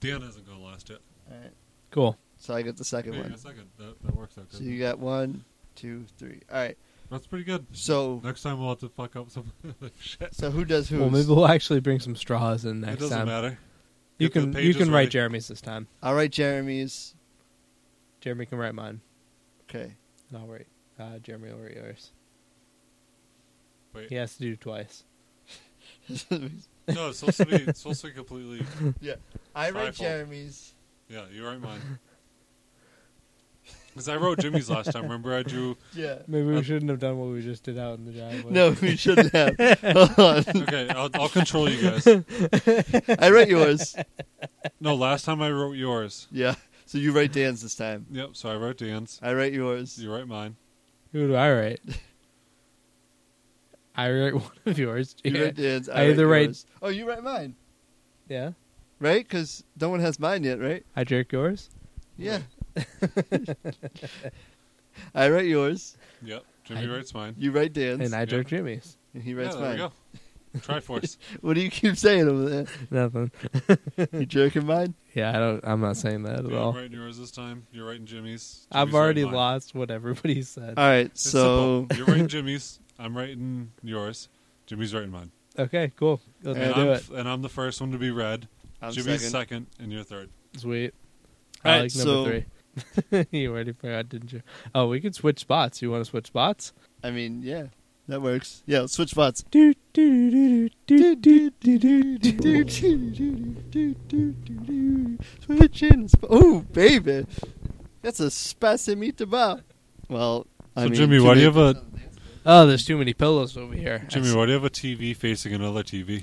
S1: Dan hasn't gone last yet.
S2: All right,
S3: Cool.
S2: so I get the second
S1: Wait,
S2: one.
S1: a second. That, that works out
S2: So
S1: good.
S2: you got one, two, three. All right.
S1: That's pretty good.
S2: So,
S1: Next time we'll have to fuck up some [LAUGHS] other shit.
S2: so who does who?
S3: Well, maybe we'll actually bring some straws in
S1: It
S3: next
S1: doesn't
S3: time.
S1: matter.
S3: You
S1: Get the
S3: can you
S1: pages
S3: can
S1: ready.
S3: write Jeremy's this time.
S2: All right, Jeremy's.
S3: Jeremy can write mine.
S2: Okay. [LAUGHS]
S3: And I'll write. Uh, Jeremy will write yours.
S1: Wait.
S3: He has to do it twice.
S1: No, it's supposed to
S2: [LAUGHS]
S1: be. It's supposed to be completely.
S2: yeah, I
S1: My
S2: read
S1: fault.
S2: Jeremy's.
S1: Yeah, you write mine. [LAUGHS] Because I wrote Jimmy's last time. Remember, I drew.
S2: Yeah.
S3: Maybe we
S1: Uh,
S3: shouldn't have done what we just did out in the [LAUGHS] driveway.
S2: No, we shouldn't have.
S3: [LAUGHS]
S2: Hold on.
S1: Okay, I'll, I'll control you
S2: [LAUGHS]
S1: guys.
S2: I read yours.
S1: No, last time I wrote yours.
S2: Yeah. So you write Dan's this time.
S1: Yep. So I wrote Dan's.
S2: I write yours.
S1: You write mine.
S3: Who do I write? [LAUGHS] I write one of yours.
S2: You write Dan's. I,
S3: I either
S2: write
S3: write-
S2: yours. Oh, you write mine,
S3: Yeah.
S2: right? Because no one has mine yet, right?
S3: I jerk yours. [LAUGHS]
S2: Yeah. [LAUGHS] I write yours.
S1: Yep. Jimmy
S3: I-
S1: writes mine.
S2: You write Dan's.
S3: and I jerk Jimmy's.
S2: and he
S1: Yeah,
S2: writes
S1: there
S2: mine.
S1: we go. Triforce.
S2: What do you keep saying over there?
S3: [LAUGHS] Nothing.
S2: You jerking mine?
S3: Yeah, I don't. I'm not saying that at
S1: You're
S3: all.
S1: writing yours this time. You're writing Jimmy's.
S3: I've
S1: Jimmy's writing
S3: already
S1: mine.
S3: lost what everybody [LAUGHS] said.
S2: All right.
S1: It's [LAUGHS]
S2: So
S3: [LAUGHS]
S1: simple. you're writing Jimmy's. I'm writing yours. Jimmy's writing mine.
S3: Okay, cool. Let's
S1: And
S3: do
S1: I'm,
S3: it.
S1: and I'm the first one to be read.
S2: I'm
S1: Jimmy's second.
S2: second.
S1: and you're third.
S3: Sweet.
S2: All
S3: I
S2: right,
S3: like
S2: so-
S3: number three. [LAUGHS] you already forgot, didn't you? Oh, we could switch spots. You want to switch spots?
S2: I mean, yeah, that works. Yeah, let's switch spots.
S3: Do, do, do, do, do, do, do, do, do, do.
S2: Switching. sp- Oh, baby, that's a spasm eat the bar. Well, I
S1: so
S2: mean,
S1: Jimmy, why do you have a
S3: Oh, there's too many pillows over here.
S1: Jimmy? Why do you have a TV facing another TV?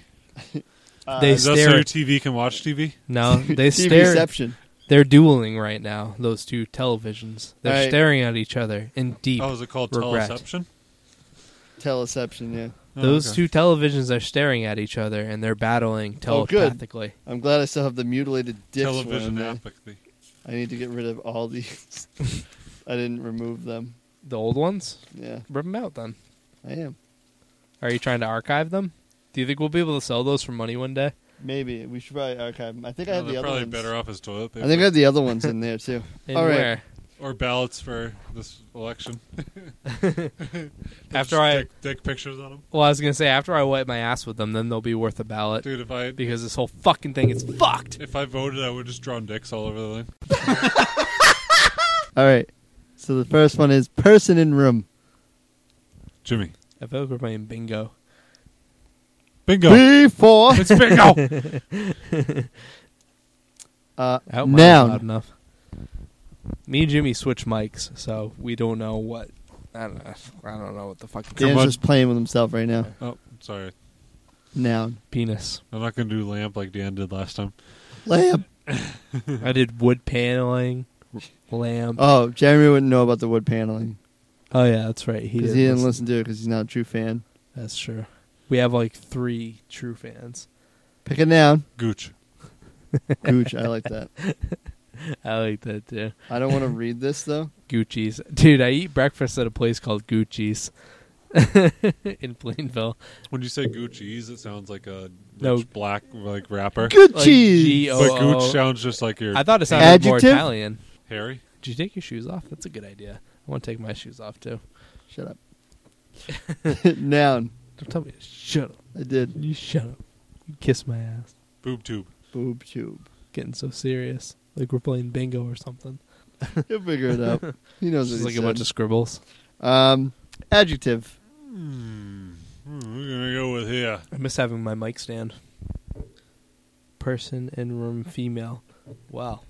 S2: uh,
S3: They
S1: Is that so
S3: stare-
S1: your TV can watch TV? [LAUGHS]
S3: No, they stare.
S2: TVception.
S3: They're dueling right now. Those two televisions. They're
S2: All right.
S3: staring at each other in deep.
S1: Oh, is it called
S3: Regret.
S1: teleception?
S2: Teleception. Yeah,
S1: Oh,
S3: Those
S1: okay.
S3: two televisions are staring at each other and they're battling
S2: Oh, good.
S3: telepathically.
S2: I'm glad I still have the mutilated dick.
S1: television
S2: app.
S1: apathy.
S2: I need to get rid of all these. [LAUGHS] I didn't remove them.
S3: The old ones,
S2: Yeah,
S3: rip them out. Then
S2: I am.
S3: are you trying to archive them? Do you think we'll be able to sell those for money one day?
S2: Maybe we should probably archive them. I think I
S1: Yeah,
S2: had
S1: they're
S2: the other
S1: probably
S2: ones.
S1: better off as toilet
S2: I
S1: paper.
S2: think I had the other ones in there
S3: [LAUGHS]
S2: too.
S3: And
S2: All right.
S3: where?
S1: or ballots for this election.
S3: After I
S1: Dick, dick pictures on them,
S3: well, I was gonna say after I wipe my ass with them, then they'll be worth a ballot
S1: dude. If I
S3: because this whole fucking thing is fucked.
S1: if I voted, I would just drawn dicks all over the thing.
S2: All right. So the first one is person in room.
S1: Jimmy,
S3: I feel like we're playing bingo.
S1: bingo.
S2: Before
S1: it's bingo.
S2: [LAUGHS] uh,
S3: I hope mine was loud
S2: noun.
S3: enough. Me and Jimmy switch mics, so we don't know what. I don't know. I don't know what the fuck.
S1: Come
S2: Dan's
S1: on.
S2: just playing with himself right now.
S1: oh, sorry.
S2: Noun.
S3: Penis.
S1: I'm not gonna do lamp like Dan did last time.
S2: Lamp.
S3: I did wood paneling, lamp.
S2: Oh, Jeremy wouldn't know about the wood paneling
S3: Oh yeah, that's right. He
S2: because
S3: didn't.
S2: he didn't
S3: listen.
S2: listen to it because he's not a true fan.
S3: That's true. We have like three true fans.
S2: Pick a noun.
S1: Gooch.
S2: Gooch. I like that.
S3: I like that too.
S2: I don't want to read this though.
S3: Gucci's, dude. I eat breakfast at a place called Gucci's [LAUGHS] in Plainville.
S1: When you say Gucci's, it sounds like a rich
S3: No.
S1: black like rapper.
S2: Good
S3: [LAUGHS] Like,
S2: cheese.
S3: G-O-
S1: But
S3: Oh, oh.
S1: Gooch sounds just like your
S3: I thought it sounded more
S2: Adjective?
S3: Italian.
S1: Harry.
S3: Did you take your shoes off? That's a good idea. I want to take my shoes off too.
S2: Shut up. [LAUGHS] noun.
S3: Don't tell me to shut up.
S2: I did.
S3: You shut up. You kiss my ass.
S1: Boob tube.
S2: Boob tube.
S3: Getting so serious, like we're playing bingo or something.
S2: He'll figure it out. He knows
S3: It's
S2: what
S3: just
S2: he
S3: like a bunch of
S2: said.
S3: scribbles.
S2: Um, adjective.
S1: Hmm. Hmm, We're gonna go with here.
S3: I miss having my mic stand. Person in room female. Wow.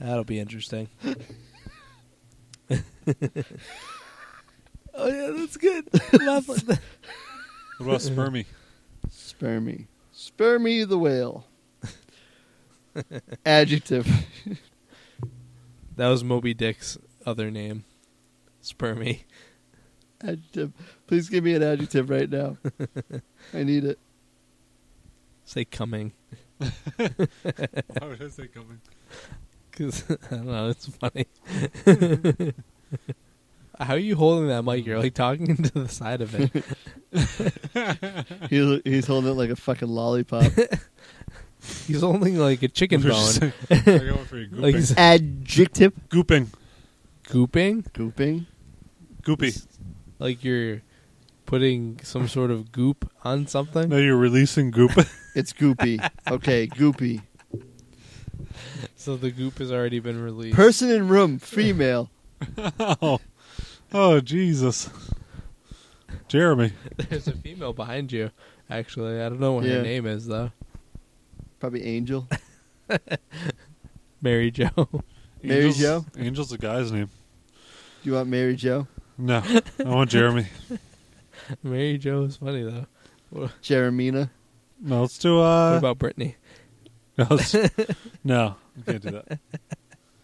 S3: That'll be interesting. [LAUGHS] oh yeah, that's good. Laugh like that.
S1: What about
S3: [LAUGHS]
S1: spermy?
S2: Spare me. Spare me the whale. adjective.
S3: That was Moby Dick's other name. Spermy.
S2: Adjective. Please give me an adjective right now. I need it.
S3: Say coming.
S1: Why would I say coming?
S3: Cause [LAUGHS] I don't know,
S1: [LAUGHS]
S3: it's funny. How are you holding that mic? You're like talking into the side of it.
S2: He's, he's holding it like a fucking lollipop.
S3: He's holding like a chicken
S1: We're
S3: bone.
S1: just- [LAUGHS] I go for you. Gooping.
S3: [LAUGHS] Like he's
S2: adjective.
S1: Gooping.
S3: gooping.
S2: Gooping.
S1: Goopy.
S3: Like you're putting some sort of goop on something.
S1: Now you're releasing goop.
S4: [LAUGHS]
S2: It's goopy. Okay, goopy.
S3: So the goop has already been released.
S2: Person in room, female.
S1: oh. oh, Jesus. Jeremy.
S3: There's a female behind you. Actually, I don't know what
S2: Yeah.
S3: her name is though.
S2: Probably angel.
S3: Mary Jo. [LAUGHS]
S2: Mary
S1: Angel's-
S2: Jo?
S1: Angel's a guy's name.
S2: Do you want Mary Joe?
S1: No, I want Jeremy.
S3: Mary Jo is funny though.
S2: Jeremina?
S1: No, let's do.
S3: What
S1: Uh,
S3: about Brittany?
S1: no, let's- [LAUGHS] no, we can't do
S3: [LAUGHS]
S1: that.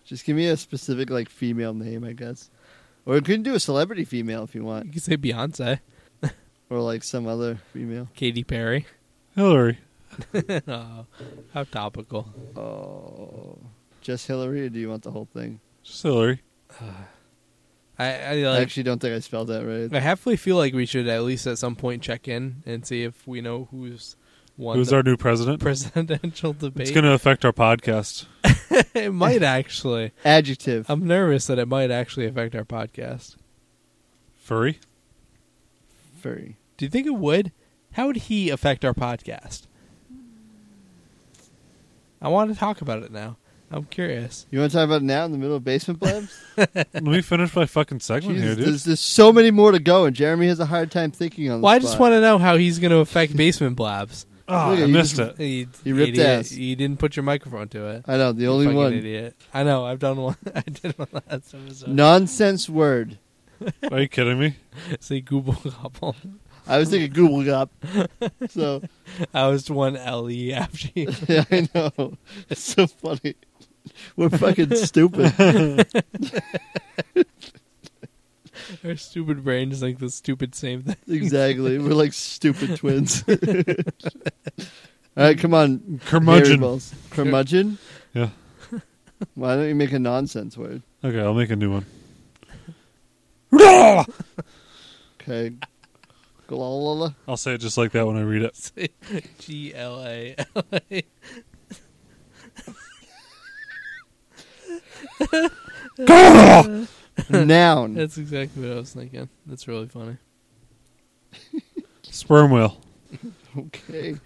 S2: Just give me a specific like female name, I guess. Or you can do a celebrity female if you
S3: You
S2: want,
S3: could say Beyonce,
S2: or like some other female.
S3: Katy Perry.
S1: Hillary.
S3: oh, how topical.
S2: Oh, just Hillary, or do you want the whole thing?
S1: Just Hillary.
S3: I I,
S2: I
S3: like,
S2: actually don't think I spelled that
S3: I
S2: right.
S3: [LAUGHS] halfway feel like we should at least at some point check in and see if we know who's won
S1: Who's
S3: the
S1: our new president?
S3: [LAUGHS] presidential debate.
S1: It's going to affect our podcast.
S3: [LAUGHS] it might actually.
S2: Adjective.
S3: I'm nervous that it might actually affect our podcast.
S1: Furry.
S2: Furry.
S3: Do you think it would? How would he affect our podcast? I want to talk about it now. I'm curious.
S2: You want to talk about it now in the middle of basement
S3: [LAUGHS]
S2: blabs?
S1: Let me finish my fucking segment
S2: Jesus,
S1: here, dude.
S2: there's, there's so many more to go, and Jeremy has a hard time thinking on. The
S3: Well, I
S2: spot.
S3: just want to know how he's going to affect basement blabs.
S1: Ah,
S2: Look at
S1: I
S2: you
S1: missed
S2: just-
S1: it.
S3: You,
S2: You ripped
S3: idiot.
S2: ass.
S3: You didn't put your microphone to it.
S2: I know the only
S3: Fucking
S2: one
S3: idiot. I know. I've done one. [LAUGHS] I did one last episode.
S2: nonsense word.
S1: Are you kidding me?
S3: Say Google [LAUGHS] Gobble.
S2: I was thinking Google
S3: [LAUGHS]
S2: Gop. So [LAUGHS]
S3: I was one L E F G.
S2: yeah, I know. It's so funny. We're fucking
S3: [LAUGHS]
S2: stupid.
S3: Our stupid brain is like the stupid same [LAUGHS] thing.
S2: exactly. We're like stupid
S3: [LAUGHS]
S2: twins. [LAUGHS] All right, come on. hairy
S1: Curmudgeon.
S2: balls. Curmudgeon?
S1: Yeah.
S2: Why don't you make a nonsense word?
S1: Okay, I'll make a new
S2: [LAUGHS]
S1: one. [LAUGHS]
S2: Okay. Glalala.
S1: I'll say it just like that when I read it.
S3: G L A L A.
S2: [LAUGHS] Noun.
S3: That's exactly what I was thinking. That's really funny.
S1: Sperm whale.
S2: Okay.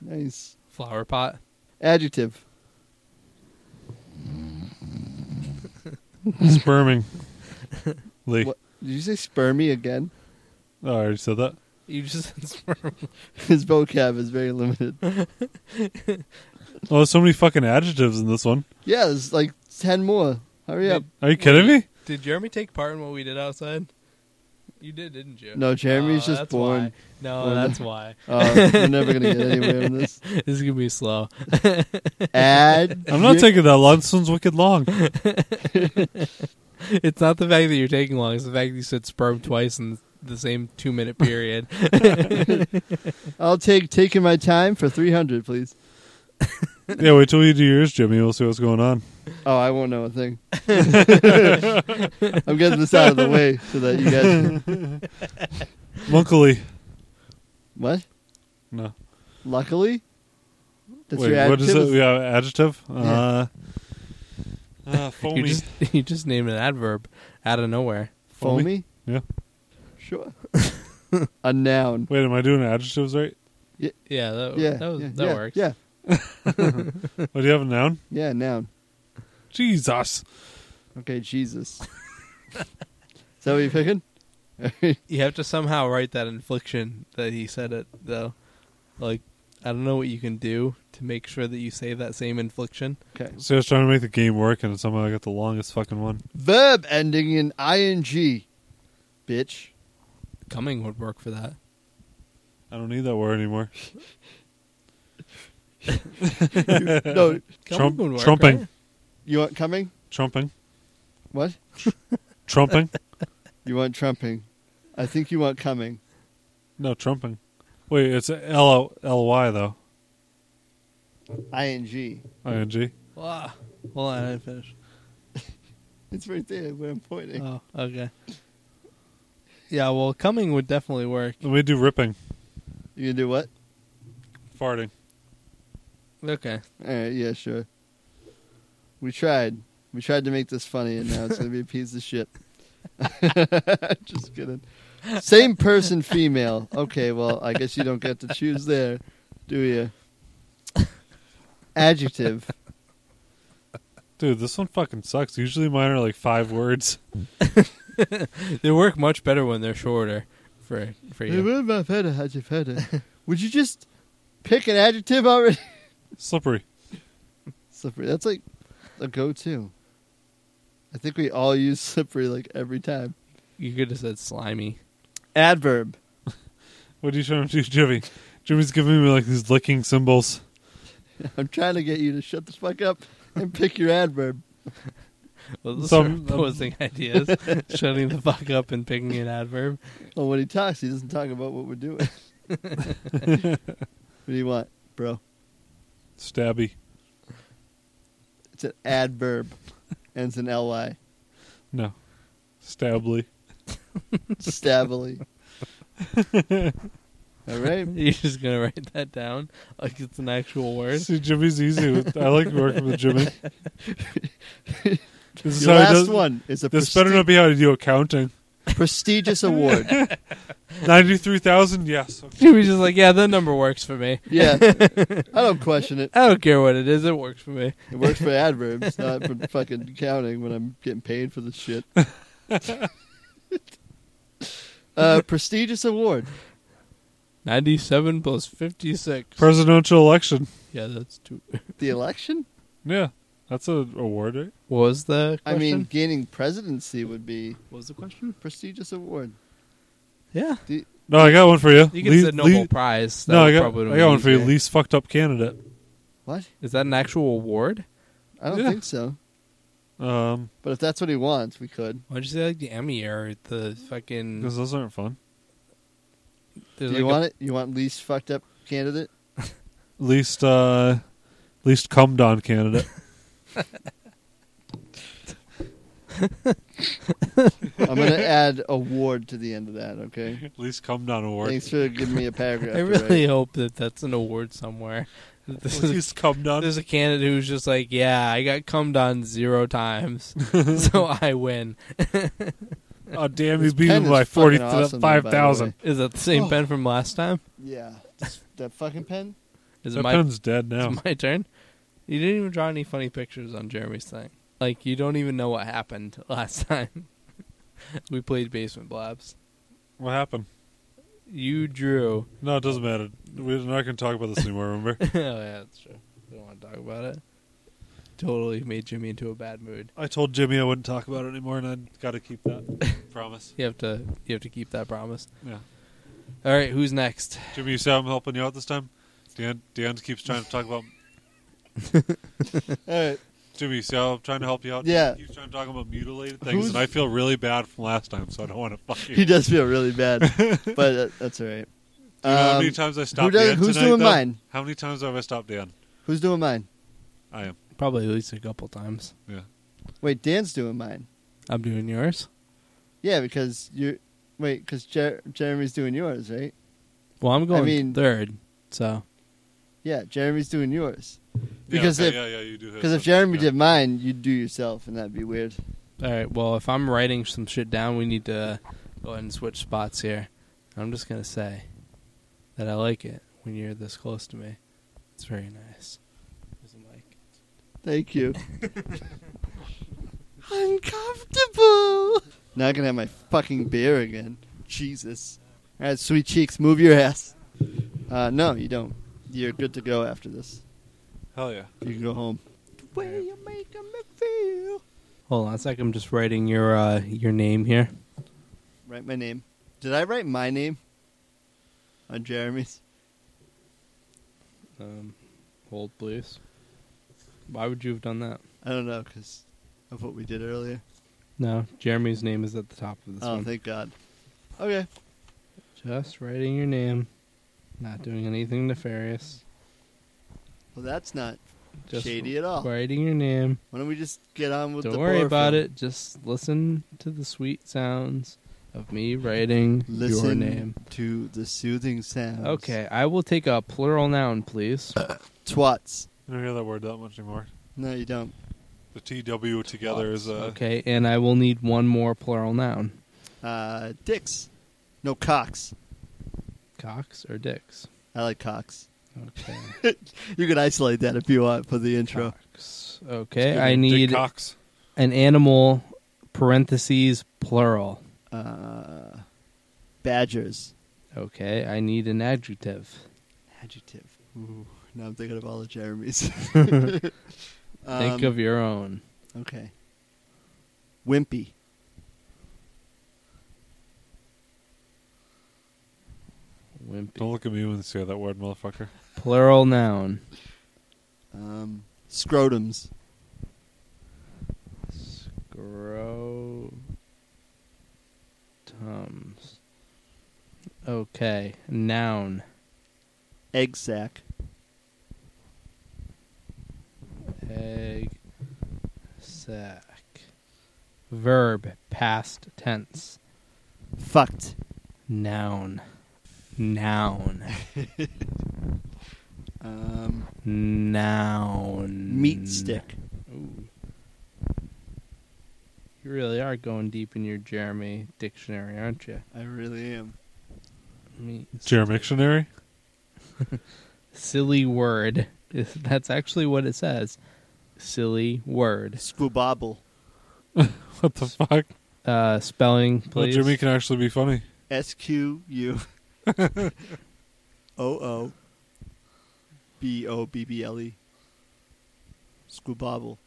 S2: Nice.
S3: Flower pot.
S2: Adjective. [LAUGHS]
S1: Sperming. Lee.
S2: What? Did you say spermy again? [LAUGHS]
S1: Oh, I already said that.
S3: You just [LAUGHS] said sperm.
S2: His vocab is
S1: [LAUGHS]
S2: very limited.
S1: Oh, there's so many fucking adjectives in this one.
S2: Yeah, there's like 10 more. Hurry
S1: [LAUGHS]
S2: up.
S1: Are you kidding me?
S3: Did Jeremy take part in what we did outside? You did, didn't you?
S2: No, Jeremy's
S3: Oh,
S2: just
S3: that's
S2: born.
S3: why. No,
S2: Born.
S3: that's why. [LAUGHS]
S2: Uh, we're never going to get anywhere in this.
S3: This is gonna be slow.
S2: Ad.
S1: [LAUGHS] I'm not taking that long. This one's wicked long.
S3: It's not the fact that you're taking long. It's the fact that you said sperm twice in the same two minute period.
S2: I'll take taking my time for 300, please.
S1: yeah, wait till you do yours, Jimmy. We'll see what's going on.
S2: Oh, I won't know a
S1: [LAUGHS]
S2: thing. [LAUGHS] I'm getting this out of the way so that you
S1: [LAUGHS]
S2: guys.
S1: Luckily.
S2: What?
S1: No.
S2: Luckily? That's
S1: wait,
S2: your
S1: what is
S2: adjective?
S1: it? Yeah, adjective? Uh, uh,
S3: you
S1: foamy.
S3: just [LAUGHS] you just named an adverb out of nowhere.
S2: Foamy?
S1: Yeah.
S2: Sure. [LAUGHS] a noun.
S1: Wait, am I doing adjectives right?
S3: Yeah, that,
S2: yeah.
S3: Oh, that, was,
S2: yeah,
S3: that
S2: yeah,
S3: works.
S2: Yeah.
S1: Oh, do you have a noun?
S2: Yeah, noun.
S1: Jesus.
S2: Okay, Jesus. is that what you're
S3: [LAUGHS]
S2: picking?
S3: You have to somehow write that infliction that he said it though. Like I don't know what you can do to make sure that you say that same infliction.
S2: Okay.
S1: So I was trying to make the game work, and somehow I got the longest fucking one.
S2: Verb ending in ing.
S3: [LAUGHS]
S2: Bitch.
S3: Coming would work for that.
S1: I don't need that word anymore.
S2: no,
S3: Coming
S1: Trump-
S3: would work,
S1: trumping.
S3: right?
S2: you want coming?
S1: Trumping.
S2: What?
S1: Trumping. [LAUGHS]
S2: You want trumping. I think you want coming.
S1: no, trumping. Wait, it's L O L Y though.
S2: ing.
S1: I N G.
S3: Wow. Hold on, I didn't finish.
S2: It's right there where I'm pointing.
S3: Oh, okay. Yeah, well, coming would definitely work.
S1: Let me do ripping.
S2: You gonna do what?
S1: Farting.
S3: Okay.
S2: All right, yeah, sure. We tried. We tried to make this funny, and now it's gonna be a piece of shit. [LAUGHS] Just kidding. Same person, female. Okay, well, I guess you don't get to choose there, do you? Adjective.
S1: Dude, this one fucking sucks. Usually mine are like five words.
S3: They work much better when they're shorter. For for you,
S2: Would you just pick an adjective already? [LAUGHS]
S1: Slippery.
S2: Slippery. That's like a go-to. I think we all use slippery like every time.
S3: you could have said slimy.
S2: Adverb.
S1: What are you trying to do, Jimmy? Jimmy's giving me like these licking symbols.
S2: I'm trying to get you to shut the fuck up and pick your adverb.
S3: Well, those
S1: So
S3: are
S1: I'm-
S3: opposing ideas. Shutting the fuck up and picking an adverb.
S2: Well, when he talks, he doesn't talk about what we're doing.
S1: [LAUGHS]
S2: what do you want, bro?
S1: Stabby.
S2: It's an adverb. Ends in ly.
S1: No. Stably. [LAUGHS]
S2: Stabily. All right.
S3: [LAUGHS] You're just gonna write that down like it's an actual word. [LAUGHS]
S1: See, Jimmy's easy. With, I like working with
S2: [LAUGHS]
S1: Jimmy. This is
S2: Your
S1: how he
S2: last
S1: does-
S2: one is a
S1: This
S2: presti-
S1: better not be how to do
S2: [LAUGHS]
S1: accounting. [LAUGHS]
S2: prestigious award.
S1: Ninety-three thousand. Yes.
S3: He was just like, yeah, that number works for me.
S2: Yeah. I don't question it.
S3: I don't care what it is, it works for me.
S2: It works for adverbs, not for fucking counting when I'm getting paid for
S1: [LAUGHS]
S2: this shit. uh, prestigious award.
S3: 97 plus 56.
S1: Presidential election.
S3: yeah, that's two.
S2: The election?
S1: Yeah, that's a award, right?
S3: What was the
S2: I
S3: question?
S2: mean, gaining presidency would be
S3: what was the question?
S2: prestigious award.
S3: Yeah.
S1: No, I got one for you.
S3: You could
S1: Le-
S3: say Nobel
S1: le-
S3: Prize. That
S1: no, I
S3: would
S1: got,
S3: probably would've
S1: I got
S3: been
S1: one for you.
S3: easier.
S1: Least fucked up candidate.
S2: What?
S3: Is that an actual award?
S2: I don't
S1: Yeah.
S2: think so.
S1: Um,
S2: But if that's what he wants, we could.
S3: Why'd you say like the Emmy or the fucking.
S1: because those aren't fun.
S2: Do
S3: there's
S2: you
S3: like a-
S2: want it? You want least fucked up candidate?
S1: Least, uh, least cummed on
S2: [LAUGHS]
S1: candidate.
S2: I'm gonna add award to the end of that. Okay.
S1: least cummed on award.
S2: Thanks for giving me a paragraph.
S3: [LAUGHS] I
S2: to
S3: really
S2: write.
S3: hope that that's an award somewhere. That This is
S1: Least cummed on.
S3: There's a candidate who's just like, yeah, I got cummed on zero times, [LAUGHS] so I win.
S1: Oh damn, you
S2: This
S1: beat
S2: pen
S1: him
S2: is
S1: by
S2: fucking
S1: forty
S2: awesome, though, by
S1: five
S2: the
S1: thousand.
S3: Is that the same pen from last time?
S2: Yeah. Just That fucking pen.
S3: Is it
S1: That
S3: my
S1: pen's dead
S3: is it
S1: now.
S3: my turn? You didn't even draw any funny pictures on Jeremy's thing. Like you don't even know what happened [LAUGHS] last time we played Basement Blabs.
S1: What happened?
S3: You drew. [LAUGHS]
S1: No, it doesn't matter. We're not going to talk about this anymore. Remember,
S3: oh yeah, that's true. Don't want to talk about it. Totally made Jimmy into a bad mood.
S1: [LAUGHS] I told Jimmy I wouldn't talk about it anymore, and I got to keep
S3: [LAUGHS]
S1: that promise.
S3: You have to you have to keep that promise.
S1: Yeah,
S3: All right, who's next?
S1: Jimmy, you say I'm helping you out this time. Dan, Dan keeps trying to talk about.
S2: All right.
S1: Jimmy, you see how I'm trying to help you out?
S2: Yeah.
S1: He keeps trying to talk about mutilated things,
S2: Who's-
S1: and I feel really bad from last time, so I don't want to fuck you.
S2: He does feel really bad, but uh, that's all right.
S1: Do you know how
S2: Um,
S1: many times I stopped
S2: does-
S1: Dan
S2: who's
S1: tonight,
S2: doing
S1: though?
S2: mine?
S1: How many times have I stopped Dan?
S2: who's doing mine?
S1: I am.
S3: Probably at least a couple times.
S1: Yeah.
S2: Wait, Dan's doing mine.
S3: I'm doing yours.
S2: Yeah, because you're. Wait, because Jer- Jeremy's doing yours, right?
S3: Well, I'm going
S2: mean-
S3: third. So
S2: Yeah, Jeremy's doing yours.
S1: Yeah,
S2: Because
S1: okay,
S2: if-
S1: yeah, yeah, you do. his,
S2: Because if
S1: so-
S2: Jeremy
S1: yeah.
S2: did mine, you'd do yourself, and that'd be weird.
S3: all right. Well, if I'm writing some shit down, we need to go ahead and switch spots here. I'm just gonna say that I like it when you're this close to me. It's very nice. There's a mic.
S2: Thank you. Uncomfortable. Now I can have my fucking beer again. Jesus. All right, sweet cheeks, move your ass. Uh, no, you don't. You're good to go after this.
S1: Hell yeah.
S2: You can go home.
S3: Hold on a sec. I'm just writing your uh, your name here.
S2: Write my name. Did I write my name on Jeremy's?
S3: Um, hold, please. Why would you have done that?
S2: I don't know because of what we did earlier.
S3: No, Jeremy's name is at the top of this
S2: oh,
S3: one.
S2: thank God. Okay.
S3: just writing your name, not doing anything nefarious.
S2: Well, that's not
S3: Just
S2: shady at all.
S3: writing your name.
S2: Why don't we just get on with
S3: Don't
S2: the
S3: worry
S2: horror
S3: about
S2: film?
S3: it. Just listen to the sweet sounds of me writing
S2: Listen
S3: your name.
S2: to the soothing sounds.
S3: Okay, I will take a plural noun, please.
S2: Twats.
S1: I don't hear that word that much anymore.
S2: No, you don't.
S1: The TW together is a.
S3: Okay, and I will need one more plural noun.
S2: Uh, dicks. No, cocks.
S3: Cocks or dicks?
S2: I like cocks. [LAUGHS]
S3: Okay.
S2: You can isolate that if you want for the intro.
S3: Cocks. Okay, I need an animal parentheses plural.
S2: Uh, badgers.
S3: Okay, I need an adjective.
S2: Adjective. Ooh, now I'm thinking of all the
S3: [LAUGHS]
S2: Jeremys.
S3: Think
S2: Um,
S3: of your own.
S2: Okay. Wimpy.
S3: Wimpy.
S1: Don't look at me when you say that word, motherfucker.
S3: Plural noun.
S2: Um, scrotums.
S3: Scrotums. Okay, noun.
S2: Egg sac.
S3: Egg sack. Verb, past tense.
S2: Fucked.
S3: Noun. Noun.
S2: Um,
S3: Noun.
S2: meat stick.
S3: Ooh. You really are going deep in your Jeremy dictionary, aren't you?
S2: I really am.
S3: Meat.
S1: Jeremictionary?
S3: Silly word. [LAUGHS] That's actually what it says. Silly word.
S2: Squabobble.
S1: [LAUGHS] What the fuck?
S3: Uh, spelling,
S1: Well,
S3: please.
S1: Jimmy can actually be funny.
S2: S Q U O O B O B B L E. Squabobble.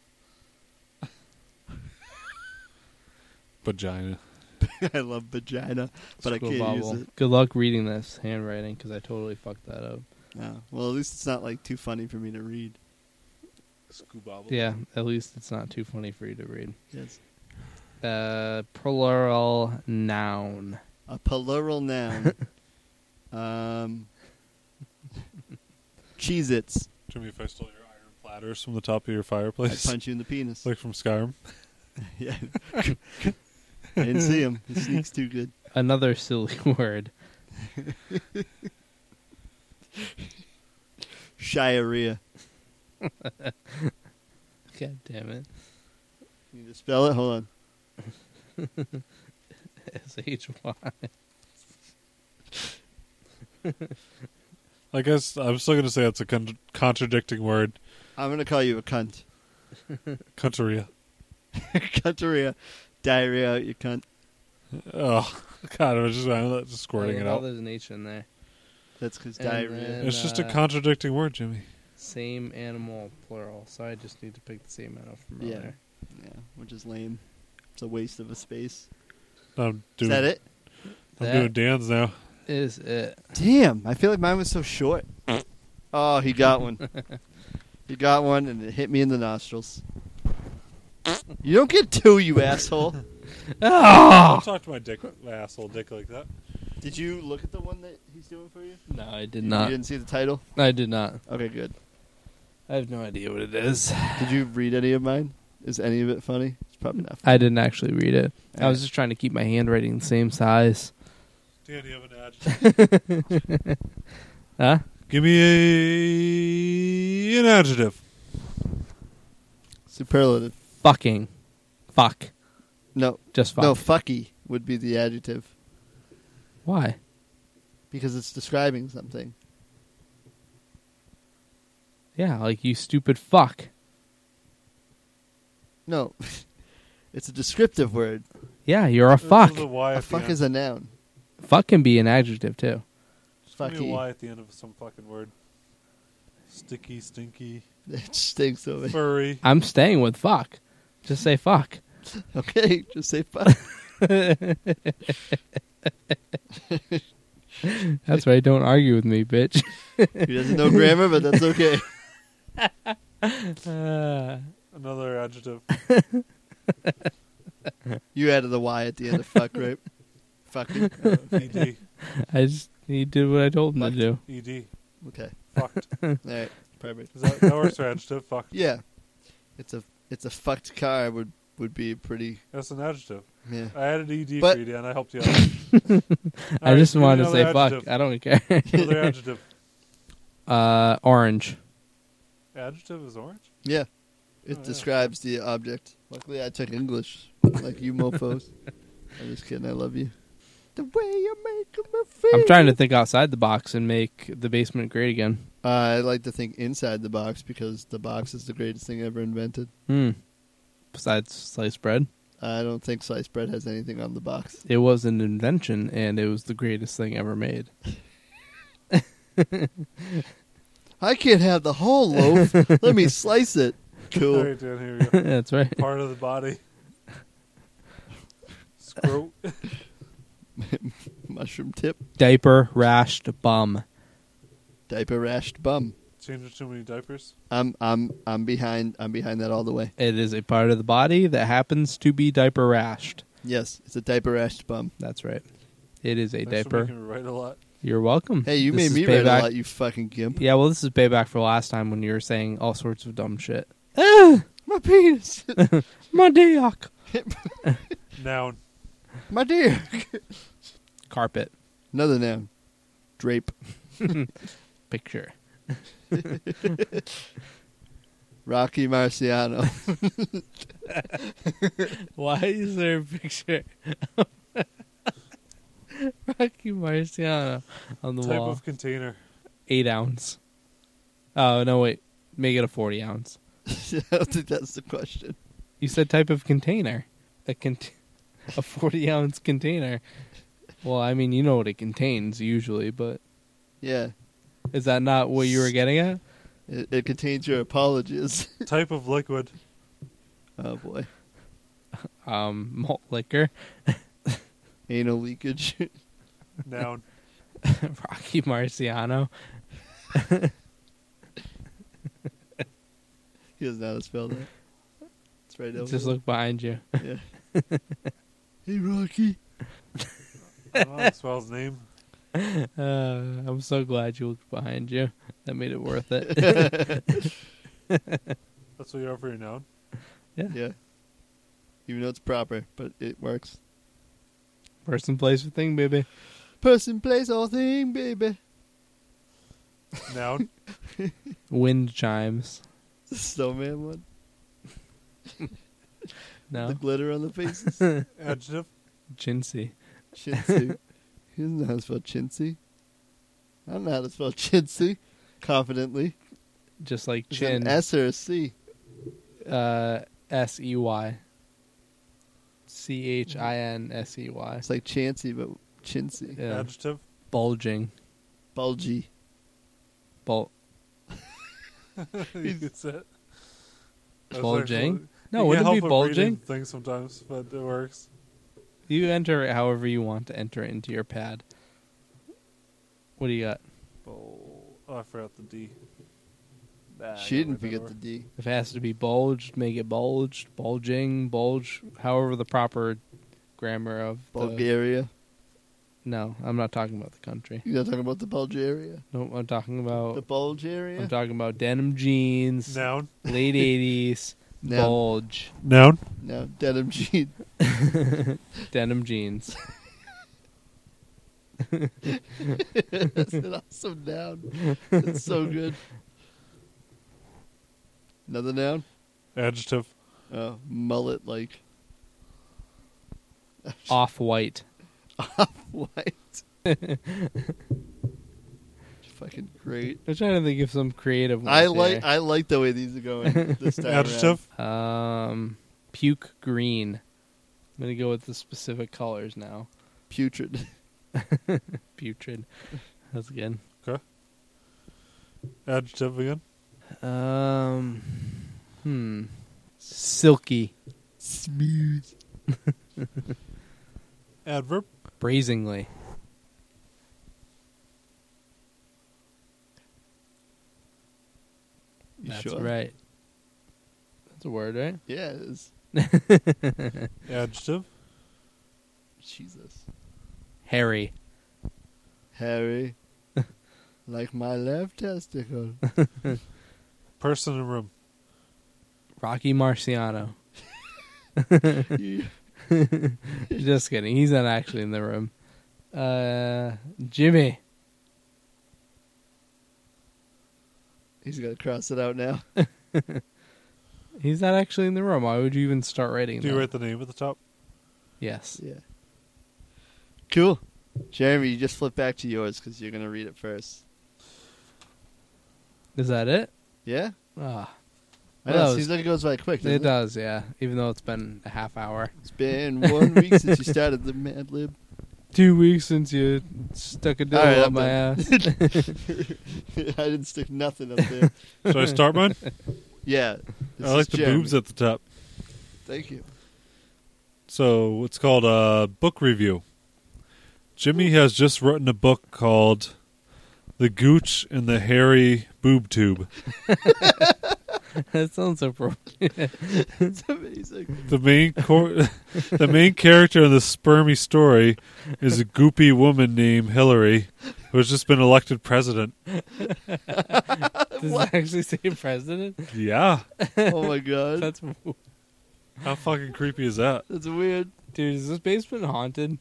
S1: Vagina.
S2: [LAUGHS] I love vagina, but I can't
S3: Squabble.
S2: use it.
S3: Good luck reading this handwriting because I totally fucked that up.
S2: No. Well, at least it's not like too funny for me to read.
S3: Yeah, at least it's not too funny for you to read.
S2: Yes.
S3: Uh, plural noun.
S2: A plural noun. um, Cheez Its.
S1: Jimmy, if I stole your iron platters from the top of your
S2: I'd
S1: fireplace,
S2: punch you in the
S1: [LAUGHS]
S2: penis.
S1: like from Skyrim,
S2: [LAUGHS] Yeah. I didn't see him. He sneaks too good.
S3: Another silly [LAUGHS] word.
S2: Shirea.
S3: God damn it.
S2: You need to spell it? Hold on.
S3: S H Y.
S1: I guess I'm still going to say it's a con- contradicting word.
S2: I'm going to call you a cunt.
S1: Cunteria.
S2: Cunteria. Diarrhea out, you cunt.
S1: Oh, [LAUGHS] God, I was just, I'm just squirting
S3: Oh,
S1: it
S3: well,
S1: out.
S3: There's an H in there.
S2: That's because
S3: And
S2: diarrhea.
S3: then-
S1: It's just a
S3: uh,
S1: contradicting word, Jimmy.
S3: Same animal, plural. So I just need to pick the same animal from
S2: Yeah.
S3: earlier.
S2: Yeah, which is lame. It's a waste of a space.
S1: I'm doing,
S2: is that it?
S1: I'm
S3: That
S1: doing Dan's now.
S3: is it. [LAUGHS]
S2: Damn, I feel like mine was so short. oh, he got
S3: [LAUGHS]
S2: one. he got one, and it hit me in the nostrils. You don't get two, you asshole.
S3: Ah.
S1: Don't talk to my dick, my asshole dick like that.
S2: Did you look at the one that he's doing for you?
S3: No, I did
S2: You-
S3: not.
S2: You didn't see the title?
S3: I did not.
S2: Okay, good.
S3: I have no idea what it is.
S2: Did you read any of mine? Is any of it funny? It's probably not.
S3: I didn't actually read it. I was just trying to keep my handwriting the same size. [LAUGHS]
S1: Dan, do you have an adjective?
S3: Huh?
S1: Give me a, an adjective.
S2: Superlative.
S3: Fucking. Fuck.
S2: No,
S3: Just fuck.
S2: no, fucky would be the adjective
S3: Why?
S2: because it's describing something.
S3: Yeah, like you stupid fuck.
S2: No, [LAUGHS] it's a descriptive word.
S3: Yeah, you're a fuck.
S1: There's a Y
S2: A
S1: at the
S2: fuck
S1: end.
S2: is a noun. [LAUGHS]
S3: Fuck can be an adjective too.
S1: Just give me a
S2: Fucky.
S1: Y at the end of some fucking word. Sticky, stinky,
S2: It stinks over. it.
S3: [LAUGHS]
S1: furry.
S3: I'm staying with fuck. Just say fuck.
S2: [LAUGHS] Okay, just say fuck.
S3: That's right. Don't argue with me, bitch. [LAUGHS]
S2: he doesn't know grammar, but that's okay.
S1: Another adjective.
S2: You added the Y at the end of fuck, right? Fucking. Oh,
S1: ED.
S3: I just he did what I told him
S2: Fucked.
S3: to do.
S1: ED.
S2: okay.
S1: E Fucked.
S2: All right. Perfect.
S1: Is that, that works for adjective? Fucked.
S2: Yeah. It's a it's a fucked car would would be pretty.
S1: That's an adjective.
S2: Yeah.
S1: I added ED
S2: But-
S1: for you, Dan. I
S3: [LAUGHS]
S1: helped you out. All
S3: I
S1: right,
S3: just
S1: give me
S3: wanted to say
S1: another
S3: fuck.
S1: adjective.
S3: I don't care. [LAUGHS]
S1: Another adjective.
S3: Uh, orange.
S1: Adjective is orange?
S2: Yeah. It describes the object. Luckily, I took English, like you mofos. I'm just kidding. I love you. The way you make me feel.
S3: I'm trying to think outside the box and make the basement great again.
S2: I like to think inside the box because the box is the greatest thing ever invented.
S3: Hmm. Besides sliced bread,
S2: I don't think sliced bread has anything on the box.
S3: it was an invention and it was the greatest thing ever made. [LAUGHS]
S2: I can't have the whole loaf. Let
S3: [LAUGHS]
S2: me slice it.
S1: All
S2: Cool.
S1: right, Dan, here we go.
S3: That's right.
S1: Part of the body.
S3: [LAUGHS]
S1: Scrote.
S2: Mushroom tip.
S3: Diaper rashed bum.
S2: Diaper rashed bum.
S1: [LAUGHS] Change it too many diapers.
S2: I'm I'm I'm behind I'm behind that all the way.
S3: It is a part of the body that happens to be diaper rashed.
S2: Yes, it's a diaper rashed bum.
S3: That's right. It is a
S1: Thanks for
S3: diaper.
S1: making me write a lot.
S3: You're welcome.
S2: Hey, you
S3: This
S2: made me
S3: is
S2: read
S3: payback.
S2: a lot, you fucking gimp.
S3: Yeah, well, this is payback for last time when you were saying all sorts of dumb shit.
S2: My
S3: [LAUGHS]
S2: penis,
S3: My dick.
S1: Noun.
S2: my dear.
S3: Carpet.
S2: Another noun, drape,
S3: Picture.
S2: Rocky Marciano. [LAUGHS]
S3: Why is there a picture of [LAUGHS] Rocky Marciano on the
S1: Type
S3: wall?
S1: of container.
S3: Eight ounce. Oh, no, wait. Make it a 40 ounce.
S2: I don't think that's the question.
S3: You said type of container. A cont- [LAUGHS] a 40 ounce container. Well, I mean, you know what it contains usually, but
S2: Yeah,
S3: is that not what you were getting at?
S2: it, it contains your apologies. [LAUGHS]
S1: Type of
S3: [LAUGHS]
S1: liquid.
S2: Oh boy,
S3: Um, malt liquor. [LAUGHS]
S2: anal leakage. [LAUGHS]
S3: [LAUGHS]
S1: Noun.
S3: Rocky Marciano.
S2: he doesn't know how to spell that. It's right over.
S3: Just
S2: there.
S3: look behind you. [LAUGHS]
S2: [LAUGHS] Yeah. hey Rocky.
S1: I don't know how to spell his name.
S3: Uh, I'm so glad you looked behind you. That made it worth it. [LAUGHS]
S1: That's what you are for your noun.
S2: Yeah. Even though it's proper, but it works.
S3: Person, place, or thing, baby.
S2: Person, place, or thing, baby.
S3: [LAUGHS]
S1: Noun.
S3: Wind chimes.
S2: The snowman one. The
S3: No,
S2: glitter on the
S3: [LAUGHS]
S2: faces.
S1: Adjective.
S3: chintzy.
S2: chintzy. He doesn't know how to spell chintzy. I don't know how to spell chintzy confidently.
S3: Just like
S2: Is it an
S3: chin.
S2: S or a C?
S3: Uh, S E Y. C H I N S E Y.
S2: It's like chancy, but chintzy.
S3: Yeah.
S1: Adjective. [LAUGHS]
S3: Bulging.
S2: Bulgy.
S3: Bul-
S1: That's it.
S2: Oh,
S1: That's
S3: Bulging?
S1: actually-
S3: No,
S1: you
S3: wouldn't
S1: can't help but
S3: it be
S1: read
S3: bulging?
S1: in Things sometimes, but it works.
S3: You enter it however you want to enter it into your pad. What do you got?
S1: Bul- Oh, I forgot the D.
S2: she
S1: I
S2: didn't
S1: don't
S2: forget the
S1: remember.
S2: D.
S3: If it has to be bulged, make it bulged. Bulging, bulge, however the proper grammar of the-
S2: Bulgaria.
S3: No, I'm not talking about the country.
S2: You're not talking about the Bulgaria?
S3: No, I'm talking
S2: The
S3: about
S2: Bulgaria?
S3: Oh. I'm talking about denim jeans,
S1: Noun.
S3: late eighties,
S2: [LAUGHS] No.
S3: bulge,
S1: Noun.
S2: no, denim [LAUGHS] jean.
S3: denim jeans.
S2: That's an awesome noun. It's so good. Another noun?
S1: Adjective.
S2: Oh, mullet like [LAUGHS]
S3: Off white.
S2: white.
S3: [LAUGHS]
S2: Fucking great.
S3: I'm trying to think of some creative ones.
S2: I like
S3: here.
S2: I like the way these are going
S1: [LAUGHS]
S2: this time.
S1: Adjective.
S3: um puke green. I'm gonna go with the specific colors now.
S2: around. Putrid.
S3: Putrid. That's good.
S1: Adjective again.
S3: Um Hmm. Silky.
S2: Smooth.
S1: Adverb.
S3: Brazenly.
S2: You
S3: That's
S2: sure?
S3: right. That's a word, right?
S2: Yeah, it is.
S3: [LAUGHS]
S1: Adjective.
S2: Jesus.
S3: Hairy. [LAUGHS]
S2: Harry. like my left testicle.
S1: Person in room.
S3: Rocky Marciano.
S2: You-
S3: Just kidding. He's not actually in the room. Uh, Jimmy.
S2: He's gonna cross it out now.
S3: He's not actually in the room. Why would you even start writing?
S1: Do you
S3: that?
S1: write the name at the top?
S3: yes.
S2: Yeah. Cool. Jeremy, you just flip back to yours because you're going to read it first.
S3: Is that it?
S2: Yeah?
S3: Ah,
S2: I
S3: Well,
S2: know.
S3: that
S2: Seems like it goes by quick.
S3: it uh,
S2: doesn't it?
S3: does. Yeah. Even though it's been a half hour,
S2: It's been one week since you started the Mad Lib. [LAUGHS]
S3: two weeks since you stuck a
S2: All
S3: dildo
S2: right,
S3: up
S2: I'm
S3: my
S2: done.
S3: ass. [LAUGHS]
S2: I didn't stick nothing up there.
S1: Should I start
S3: [LAUGHS]
S1: mine?
S2: Yeah. this
S1: I like
S2: is
S1: the
S2: Jeremy.
S1: boobs at the top.
S2: Thank you.
S1: So it's called a book review. Jimmy has just written a book called "The Gooch and the Hairy Boob Tube."
S3: that
S2: [LAUGHS]
S3: sounds appropriate.
S2: [LAUGHS] It's
S3: [LAUGHS]
S2: amazing.
S1: The main cor- [LAUGHS] the main character in the spermy story is a goopy woman named Hillary, who has just been elected president.
S3: Does it actually say president?
S1: Yeah,
S2: Oh my god.
S3: That's
S1: how fucking creepy is that?
S2: That's weird.
S3: dude. Is this basement haunted?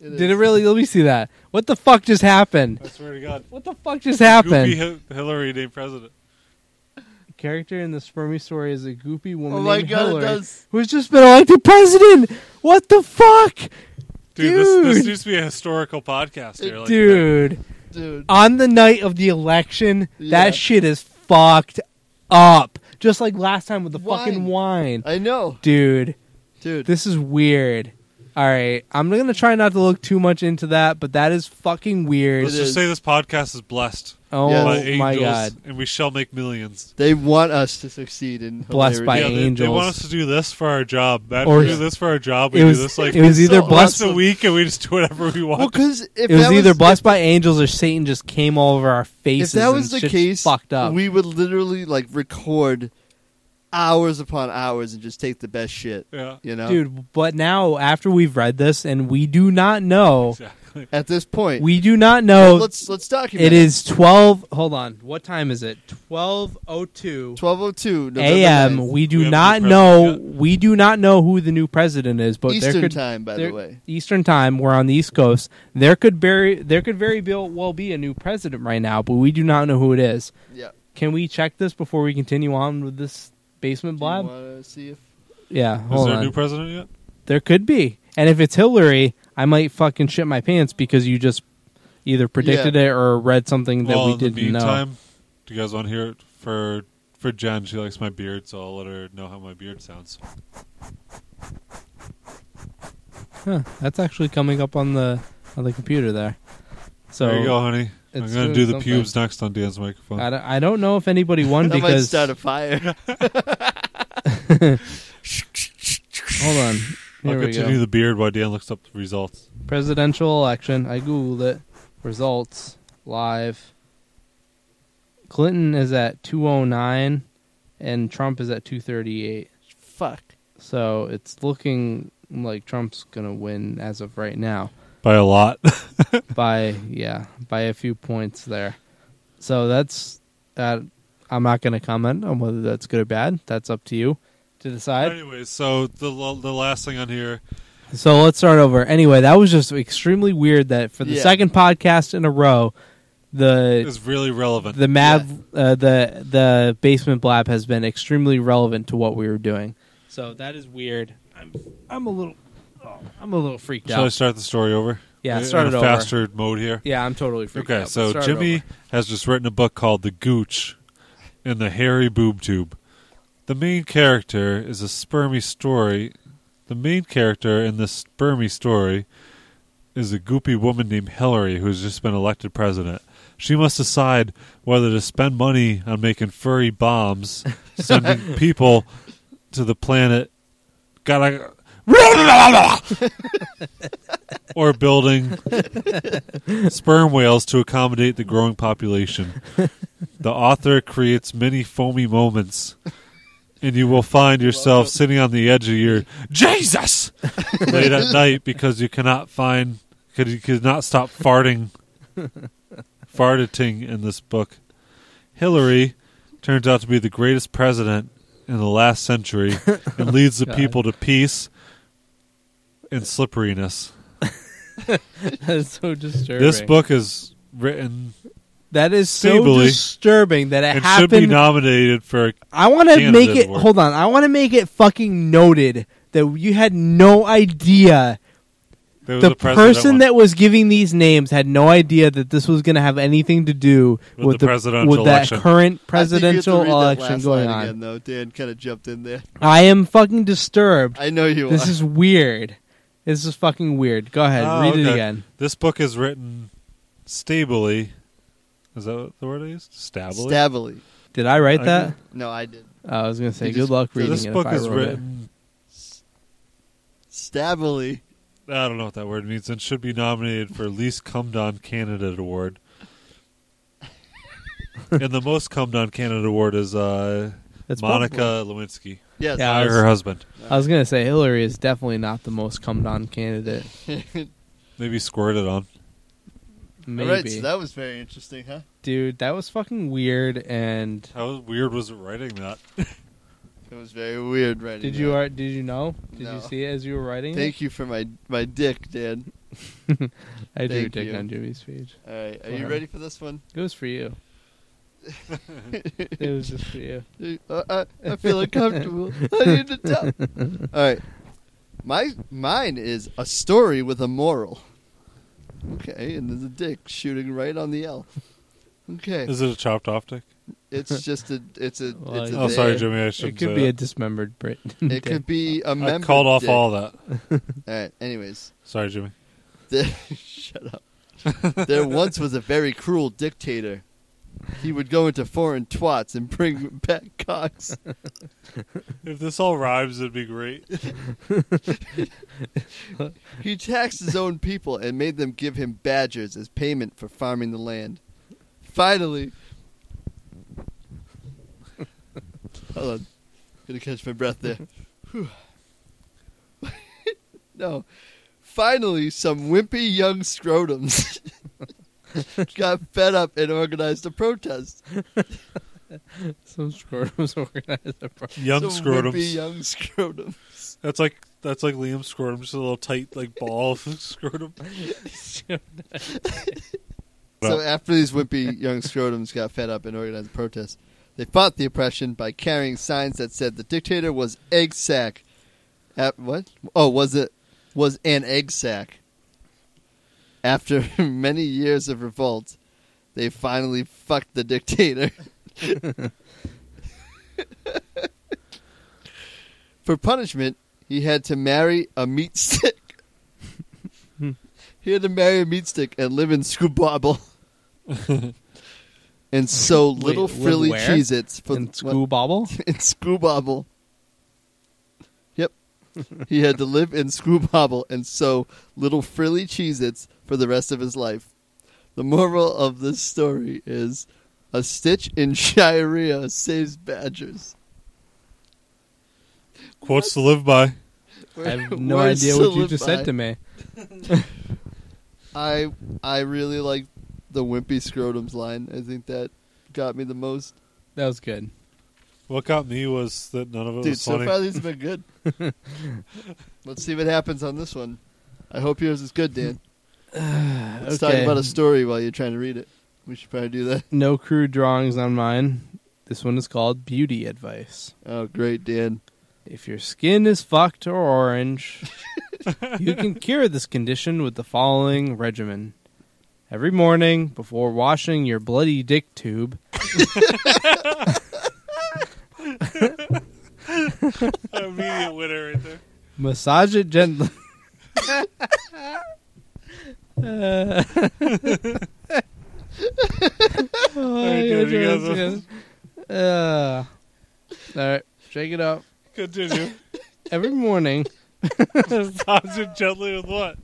S2: is.
S3: Did it really? Let me see that. What the fuck just happened?
S1: I swear to God,
S3: What the fuck just happened?
S1: goopy Hi- Hillary named president.
S3: Character in the spermy story is a goopy woman
S2: Oh my
S3: named
S2: god, it
S3: Hillary
S2: does.
S3: who's just been elected president. What the fuck,
S1: Dude, This,
S3: Dude.
S1: this used to be a historical podcast. here, like-
S3: dude?
S2: Dude.
S3: On the night of the election,
S2: Yeah.
S3: that shit is fucked up. Just like last time with the
S2: Wine.
S3: fucking wine,
S2: I know.
S3: dude.
S2: Dude.
S3: This is weird. All right, I'm gonna try not to look too much into that, but that is fucking weird.
S1: Let's
S2: It
S1: just
S2: is.
S1: say this podcast is blessed
S3: Oh
S2: Yes.
S1: by
S2: Oh
S3: my
S1: angels,
S3: god.
S1: and we shall make millions.
S2: They want us to succeed in
S3: Blessed
S2: hilarious-
S3: by
S1: yeah, they, they
S3: angels.
S1: want us to do this for our job. Matt,
S3: Or-
S1: we do this for our job. We
S3: It was,
S1: do this like
S3: it was either
S2: so
S3: blessed
S1: once a week, and we just do whatever we want.
S2: Well, because if
S3: it was
S2: that
S3: either
S2: was,
S3: blessed by angels or Satan just came all over our
S2: if
S3: faces.
S2: that
S3: and
S2: was the
S3: shit's
S2: case,
S3: fucked up.
S2: we would literally like record hours upon hours and just take the best shit.
S1: yeah,
S2: You know,
S3: Dude, but now after we've read this and we do not know,
S1: exactly.
S2: At this point,
S3: we do not
S2: Well,
S3: know.
S2: let's let's document
S3: It is twelve. Hold on, what time is it? Twelve oh two
S2: twelve oh two
S3: a.m. We
S1: We
S3: do
S1: have a
S3: not
S1: new
S3: know.
S1: president
S3: We do not know who the new president is, but there
S2: Eastern
S3: could
S2: time, by
S3: there-
S2: the way.
S3: Eastern time. We're on the East Coast. There could very there could very be- well be a new president right now, but we do not know who it is.
S2: Yeah.
S3: Can we check this before we continue on with this basement
S2: Do you
S3: blab?
S2: want to see if
S3: Yeah,
S1: Is
S3: hold
S1: there
S3: on.
S1: a new president yet?
S3: There could be. And if it's Hillary, I might fucking shit my pants because you just either predicted it or read something that
S1: well,
S3: we
S1: in
S3: didn't
S1: the
S3: know.
S1: meantime, do you guys want to hear it for for Jen? She likes my beard, so I'll let her know how my beard sounds.
S3: Huh, that's actually coming up on the on the computer there. So
S1: there you go, honey. I'm
S3: it's
S1: gonna
S3: doing
S1: do the
S3: something.
S1: pubes next on Dan's microphone.
S3: I don't, I don't know if anybody
S2: [LAUGHS]
S3: won
S2: that might
S3: because
S2: start a fire?
S1: [LAUGHS]
S3: hold on.
S1: I'll
S3: Here we
S1: continue
S3: go.
S1: the beard while Dan looks up the results.
S3: Presidential election. I googled it. Results live. Clinton is at 209 and Trump is at 238.
S2: Fuck.
S3: So it's looking like Trump's going to win as of right now
S1: By a lot.
S3: by yeah, by a few points there. So that's uh, I'm not going to comment on whether that's good or bad. That's up to you
S1: [LAUGHS]
S3: to decide.
S1: Anyways, so the l- the last thing on here,
S3: So let's start over. Anyway, that was just extremely weird that for the
S2: Yeah.
S3: second podcast in a row the
S1: is really relevant.
S3: the mad uh, the the basement blab has been extremely relevant to what we were doing. So that is weird. I'm I'm a little oh, I'm a little freaked
S1: Shall I
S3: out.
S1: start the story over?
S3: Yeah,
S1: In-
S3: start
S1: Uh, in
S3: it
S1: a
S3: over.
S1: faster mode here.
S3: Yeah, I'm totally freaked
S1: okay,
S3: out.
S1: so
S3: Start
S1: Jimmy
S3: over.
S1: has just written a book called The Gooch and the Hairy Boob Tube. The main character is a spermy story. The main character in this spermy story is a goopy woman named Hillary who's just been elected president. She must decide whether to spend money on making furry bombs,
S3: [LAUGHS]
S1: sending people to the planet. Gotta. [LAUGHS] or building sperm whales to accommodate the growing population. The author creates many foamy moments, and you will find yourself sitting on the edge of your Jesus late at night because you cannot find, because you cannot stop farting, farting in this book. Hillary turns out to be the greatest president in the last century and leads the people to peace and slipperiness.
S3: [LAUGHS] That's so disturbing.
S1: This book is written
S3: That is so
S1: Feebly.
S3: disturbing that it
S1: and should be
S3: happened.
S1: nominated for.
S3: I want to
S1: Canada's
S3: make it.
S1: award.
S3: Hold on. I want to make it fucking noted that you had no idea.
S1: There was
S3: The
S1: a president
S3: person
S1: one.
S3: that was giving these names had no idea that this was going to have anything to do
S1: With
S3: with,
S1: the presidential
S3: with that
S1: election.
S3: current
S2: I think you have to
S3: presidential
S2: read that
S3: election
S2: last
S3: going
S2: line
S3: on.
S2: Again, though Dan kind of jumped in there.
S3: I am fucking disturbed.
S2: I know you.
S3: This
S2: are.
S3: is weird. This is fucking weird. Go ahead,
S1: Oh,
S3: read it
S1: okay.
S3: again.
S1: This book is written stably. Is that the word I used? Stably.
S2: [LAUGHS] Stabily.
S3: Did I write
S1: I
S3: that?
S2: No, I did.
S3: I was gonna say,
S2: You
S3: good
S2: just-
S3: luck
S2: so
S3: reading
S1: this
S3: it.
S1: book
S3: if I
S1: is
S3: wrote it.
S1: written.
S2: Stabily.
S1: I don't know what that word means. And should be nominated for least cummed on candidate
S3: [LAUGHS]
S1: award. and the most cummed on candidate award is uh,
S3: That's
S1: Monica Lewinsky,
S2: Yes.
S3: Yeah,
S1: By
S3: I was-
S2: [LAUGHS]
S1: her husband.
S3: I was gonna say Hillary is definitely not the most cummed on candidate.
S1: Maybe squirted on.
S3: Maybe,
S2: All right, so that was very interesting, huh?
S3: dude, that was fucking weird. And
S1: How weird was it writing that?
S2: It was very weird, right?
S3: did you ar- did you know? Did
S2: No.
S3: you see it as you were writing? [LAUGHS]
S2: Thank you for my my dick, Dan.
S3: you. I drew
S2: Thank
S3: dick
S2: you.
S3: on Jimmy's speech.
S2: All right, are
S3: Go
S2: you
S3: ahead.
S2: ready for
S1: [LAUGHS]
S2: this one? [LAUGHS]
S3: It was for you. It was just for you.
S2: Uh, I, I feel
S3: [LAUGHS]
S2: uncomfortable. [LAUGHS] I need to tell. All right, my mine is a story with a moral. Okay, and there's a dick shooting right on the L. Okay,
S1: Is it a chopped off dick?
S2: it's just a it's a
S3: [LAUGHS] Well,
S2: it's a
S1: Oh, sorry,
S2: dick.
S1: Jimmy. I
S3: It
S1: shouldn't
S3: could
S1: say
S3: be a
S1: that.
S3: dismembered Brit.
S2: It could be a
S1: I
S2: member.
S1: called off
S2: dick.
S1: all that.
S2: All right. Anyways,
S1: Sorry, Jimmy.
S2: There, [LAUGHS] shut up. There once was a very cruel dictator. He would go into foreign twats and bring [LAUGHS] back cocks.
S1: If this all rhymes, it'd be
S2: [LAUGHS]
S1: great.
S2: He taxed his own people and made them give him badgers as payment for farming the land. Finally, hold on, gonna catch my breath there. Whew. [LAUGHS] no, finally, some wimpy young scrotums [LAUGHS] got fed up and organized a protest.
S3: [LAUGHS] Some scrotums organized
S2: [LAUGHS]
S3: a pro-
S1: Young
S2: Some wimpy
S1: scrotums.
S2: young scrotum.
S1: That's like that's like Liam's scrotum, just a little tight like ball [LAUGHS] of scrotum.
S2: So
S1: Well-
S2: after these wimpy young scrotums got fed up and organized protests, they fought the oppression by carrying signs that said the dictator was egg sack. At what? Oh, was it was an egg sack. After [LAUGHS] many years of revolt, they finally fucked the dictator. [LAUGHS] For punishment, he had to marry a meat stick. He had to marry a meat stick and live in Scoobobble. and so little
S3: live
S2: frilly
S3: where?
S2: Cheez Its for
S3: and
S2: what-
S3: Scoo Bobble.
S2: [LAUGHS] in Screwbobble. Yep. he had to live in Screwbobble and sew little frilly Cheez Its for the rest of his life. The moral of this story is a stitch in [LAUGHS] Shirea saves badgers.
S1: Quotes to live by.
S2: We're-
S3: I
S2: [LAUGHS]
S3: have no
S2: we're
S3: idea what you just
S2: solidified.
S3: said to me.
S2: I I really like the wimpy scrotums line. I think that got me the most.
S3: That was good.
S1: What got me was that none of it
S2: Dude,
S1: was
S2: so
S1: funny.
S2: far these have been good. Let's see what happens on this one. I hope yours is good, Dan. Let's talk about a story while you're trying to read it. We should probably do that.
S3: No crude drawings on mine. This one is called Beauty Advice.
S2: Oh, great, Dan.
S3: If your skin is fucked or orange, you can cure this condition with the following regimen. Every morning, before washing your bloody dick tube,
S1: [LAUGHS] Immediate winner right there.
S3: massage it gently. [LAUGHS] Uh, Oh,
S1: Alright,
S3: yeah, [LAUGHS]
S1: dude, you
S3: yeah,
S1: guys-
S3: yeah. Uh, all right, shake it up.
S1: Continue.
S2: [LAUGHS]
S3: Every morning.
S1: Massage it gently with what?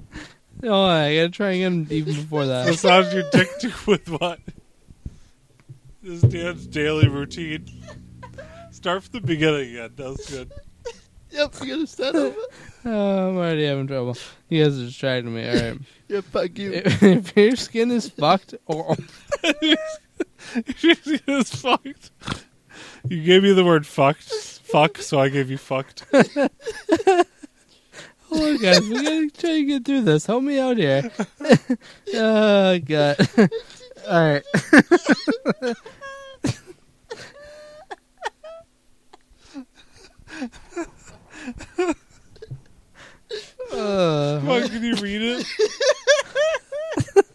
S3: Oh, I gotta try again even
S1: [LAUGHS]
S3: before that.
S1: Massage your dick to with what? This is Dan's daily routine. Start from the beginning again. That was good. [LAUGHS]
S2: Yep, you gotta start over.
S3: Oh, I'm already having trouble. You guys are distracting me. All right.
S2: [LAUGHS] Yeah, fuck you.
S3: if, [LAUGHS] if your skin is fucked or
S1: It is fucked. You gave me the word fucked. Fuck, so I gave you fucked.
S3: oh guys, [LAUGHS] we gotta try to get through this. Help me out here. oh god. [LAUGHS]
S5: All right.
S3: Oh.
S1: Come on, can you read it? [LAUGHS]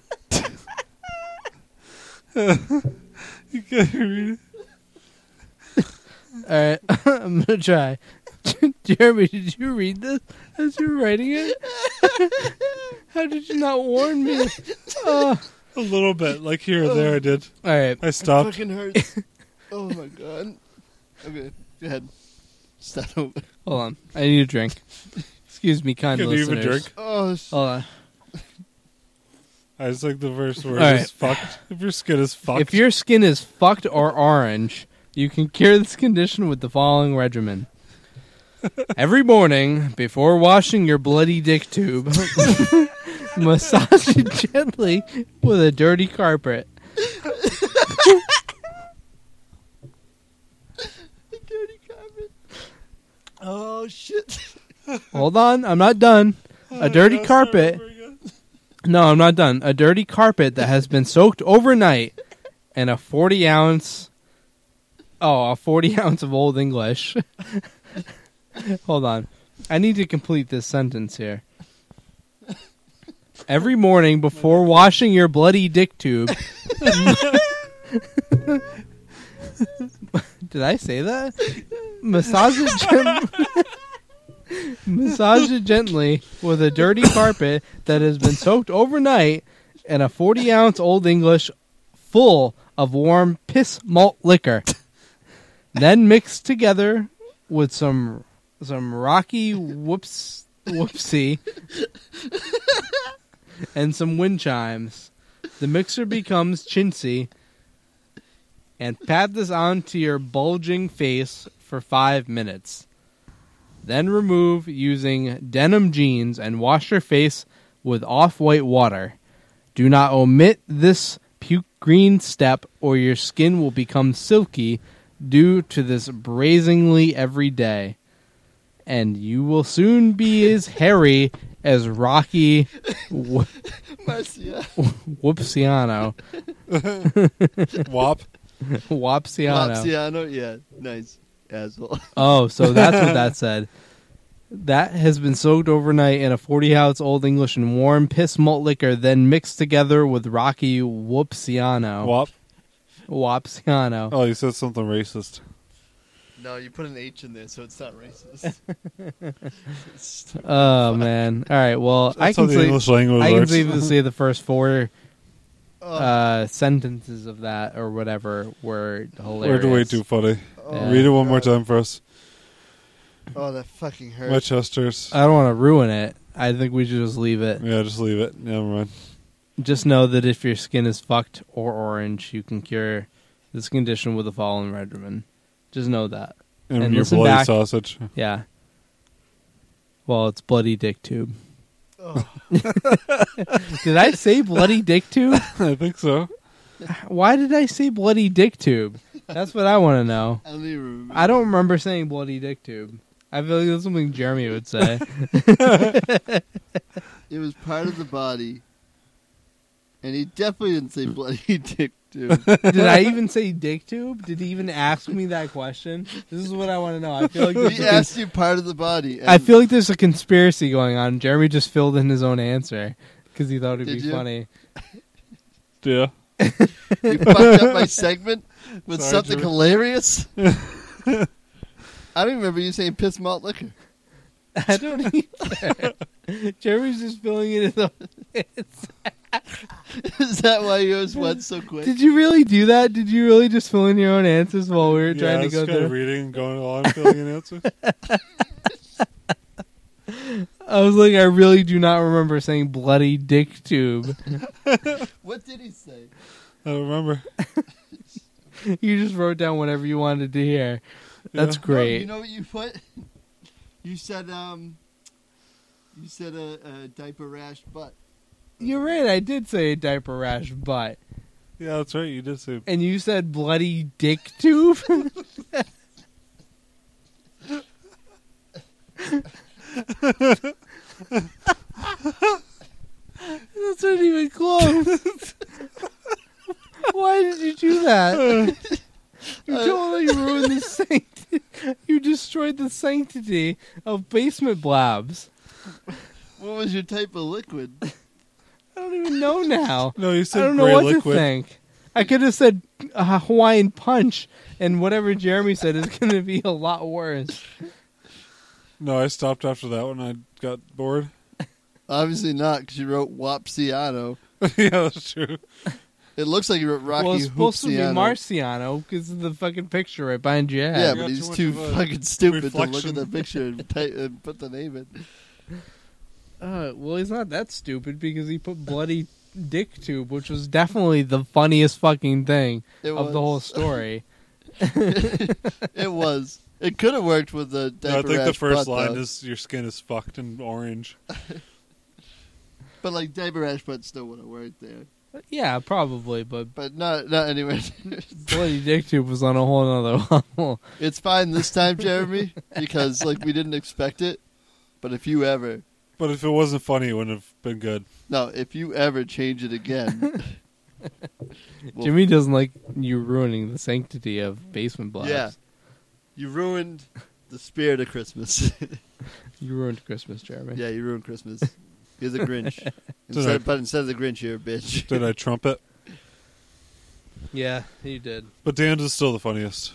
S1: you gotta read it.
S3: All right, [LAUGHS] I'm gonna try. [LAUGHS] Jeremy, did you read this as you were writing it? [LAUGHS] How did you not warn me? Uh,
S1: A little bit, like here and there I did.
S3: all right,
S1: I stopped.
S2: Fucking
S3: [LAUGHS]
S2: hurts. oh my god. Okay, go ahead. Start over.
S3: hold on. I need a drink. Excuse me, kind
S1: Can you
S3: listeners.
S1: even drink?
S2: Oh, sh-
S3: Hold on.
S1: I just like the first word
S3: All
S1: is fucked. If your skin is fucked.
S3: If your skin is fucked or orange, you can cure this condition with the following regimen. Every morning, before washing your bloody dick tube, massage it gently with a dirty carpet.
S2: dirty carpet. Oh shit. Oh,
S3: Hold on, I'm not done. A dirty carpet. No, I'm not done. A dirty carpet that has been soaked overnight and a 40 ounce. Oh, a 40 [LAUGHS] ounce of Old English. [LAUGHS] Hold on. I need to complete this sentence here. Every morning before washing your bloody dick tube. [LAUGHS] Did I say that? Massage it gently. Massage it gently with a dirty carpet that has been soaked overnight and a 40 ounce Old English full of warm piss malt liquor. Then mix together with some some rocky whoops whoopsie and some wind chimes. The mixer becomes chintzy and pat this onto your bulging face for five minutes. Then remove using denim jeans and wash your face with off white water. Do not omit this puke green step or your skin will become silky due to this brazenly every day. And you will soon be as hairy as Rocky Wh-
S2: Marcia.
S3: Whoopsiano.
S1: [LAUGHS] Wop.
S3: Whopsiano.
S2: Marciano, yeah. Nice. Asshole. [LAUGHS]
S3: Oh, so that's
S1: [LAUGHS]
S3: what that said. That has been soaked overnight in a 40 ounce Old English and warm piss malt liquor, then mixed together with Rocky Whoopsiano.
S1: Wop.
S3: Whopsiano.
S1: Oh, you said something racist.
S2: No, you put an H in there, so it's not
S3: [LAUGHS]
S2: racist. It's-
S3: Oh, man. All right, well,
S1: That's
S3: I
S1: how
S3: can,
S1: the
S3: see,
S1: English language
S3: I can
S1: works.
S3: see, see the first four
S2: oh,
S3: uh, sentences of that or whatever were
S1: [LAUGHS] We're
S3: hilarious.
S1: way too funny.
S2: oh,
S1: Read it one more
S2: God.
S1: time for us.
S2: Oh, that fucking hurts.
S1: Westchesters.
S3: I don't want to ruin it. I think we should just leave it.
S1: yeah, just leave it. Never mind.
S3: Just know that if your skin is fucked or orange, you can cure this condition with the following regimen. Just know that.
S1: And,
S3: And
S1: your
S3: listen
S1: bloody
S3: back.
S1: sausage. [LAUGHS]
S3: Yeah. Well, it's bloody dick tube.
S2: Oh.
S3: [LAUGHS] Did I say bloody dick tube? [LAUGHS]
S1: I think so.
S3: Why did I say bloody dick tube? That's what I want to know.
S2: I don't even remember.
S3: I don't remember saying bloody dick tube. I feel like that's something Jeremy would say.
S2: It was part of the body. And he definitely didn't say bloody [LAUGHS] dick, dude.
S3: Did I even say dick tube? Did he even ask me that question? This is what I want to know. I feel
S2: [LAUGHS]
S3: like there's
S2: we
S3: a,
S2: asked you part of the body. And
S3: I feel like there's a conspiracy going on. Jeremy just filled in his own answer because he thought it'd
S2: Did
S3: be
S2: you?
S3: funny.
S1: Yeah.
S2: you fucked up
S3: [LAUGHS]
S2: my segment with
S1: Sorry,
S2: something
S1: Drew.
S2: hilarious. I don't remember you saying piss malt liquor.
S3: [LAUGHS]
S2: [LAUGHS]
S3: I [LAUGHS] don't either. Jeremy's just filling in his own
S2: Is that why yours went so quick?
S3: Did you really do that? Did you really just fill in your own answers while we were trying
S1: yeah,
S3: to
S1: it's
S3: go
S1: kind
S3: through?
S1: of reading and going along filling in
S3: [LAUGHS]
S1: answers.
S3: I was like, I really do not remember saying bloody dick tube. [LAUGHS]
S2: what did he say?
S1: I don't remember.
S3: you just wrote down whatever you wanted to hear. That's
S1: Yeah.
S2: No,
S3: great.
S2: Oh, you know what you put? You said um. You said a, a diaper rash butt.
S3: You're right. I did say a diaper rash butt,
S1: Yeah, that's right. You did say.
S3: and you said bloody dick tube. [LAUGHS] That's not even close. that? you
S2: Uh,
S3: totally ruined the sanctity. You destroyed the sanctity of basement blobs.
S2: What was your type of liquid?
S3: [LAUGHS] I don't even know now.
S1: No, you
S3: I
S1: said
S3: don't know
S1: gray
S3: what
S1: liquid.
S3: to think. I could have said uh, Hawaiian punch, and whatever Jeremy said is [LAUGHS] going to be a lot worse.
S1: No, I stopped after that when I got bored. [LAUGHS]
S2: Obviously not, because you wrote Wapsiano.
S1: yeah, that's true.
S2: It looks like you wrote Rocky
S3: well, it's supposed to be
S2: Hoopsiano.
S3: Marciano because of the fucking picture right behind your
S2: Yeah,
S3: head.
S1: you
S2: but
S1: got too
S2: he's
S1: much
S2: too
S1: of a
S2: fucking stupid to look
S1: reflection.
S2: at the picture and, type, and put the name in.
S3: Uh, well, he's not that stupid because he put bloody dick tube, which was definitely the funniest fucking thing
S2: It
S3: of
S2: was,
S3: the whole story. [LAUGHS]
S2: It was. It could have worked with the diaper
S1: No, I think the
S2: rash
S1: first
S2: butt,
S1: line
S2: though.
S1: is your skin is fucked and orange.
S2: But like diaper rash butt still would have worked there.
S3: yeah, probably, but [LAUGHS]
S2: But not not anywhere. near-
S3: bloody dick tube was on a whole nother [LAUGHS] level.
S2: [LAUGHS] it's fine this time, Jeremy, because like we didn't expect it. But if you ever
S1: But if it wasn't funny, it wouldn't have been good.
S2: no, if you ever change it
S3: [LAUGHS]
S2: again, Well- [LAUGHS]
S3: Jimmy doesn't like you ruining the sanctity of basement blocks.
S2: Yeah. you ruined the spirit of Christmas. [LAUGHS]
S3: You ruined Christmas, Jeremy.
S2: yeah, you ruined Christmas. You're the
S3: [LAUGHS]
S2: Grinch.
S1: I-
S2: Instead, but instead of the Grinch, you're a bitch.
S1: Did I trump it?
S3: yeah, you did.
S1: But Dan's is still the funniest.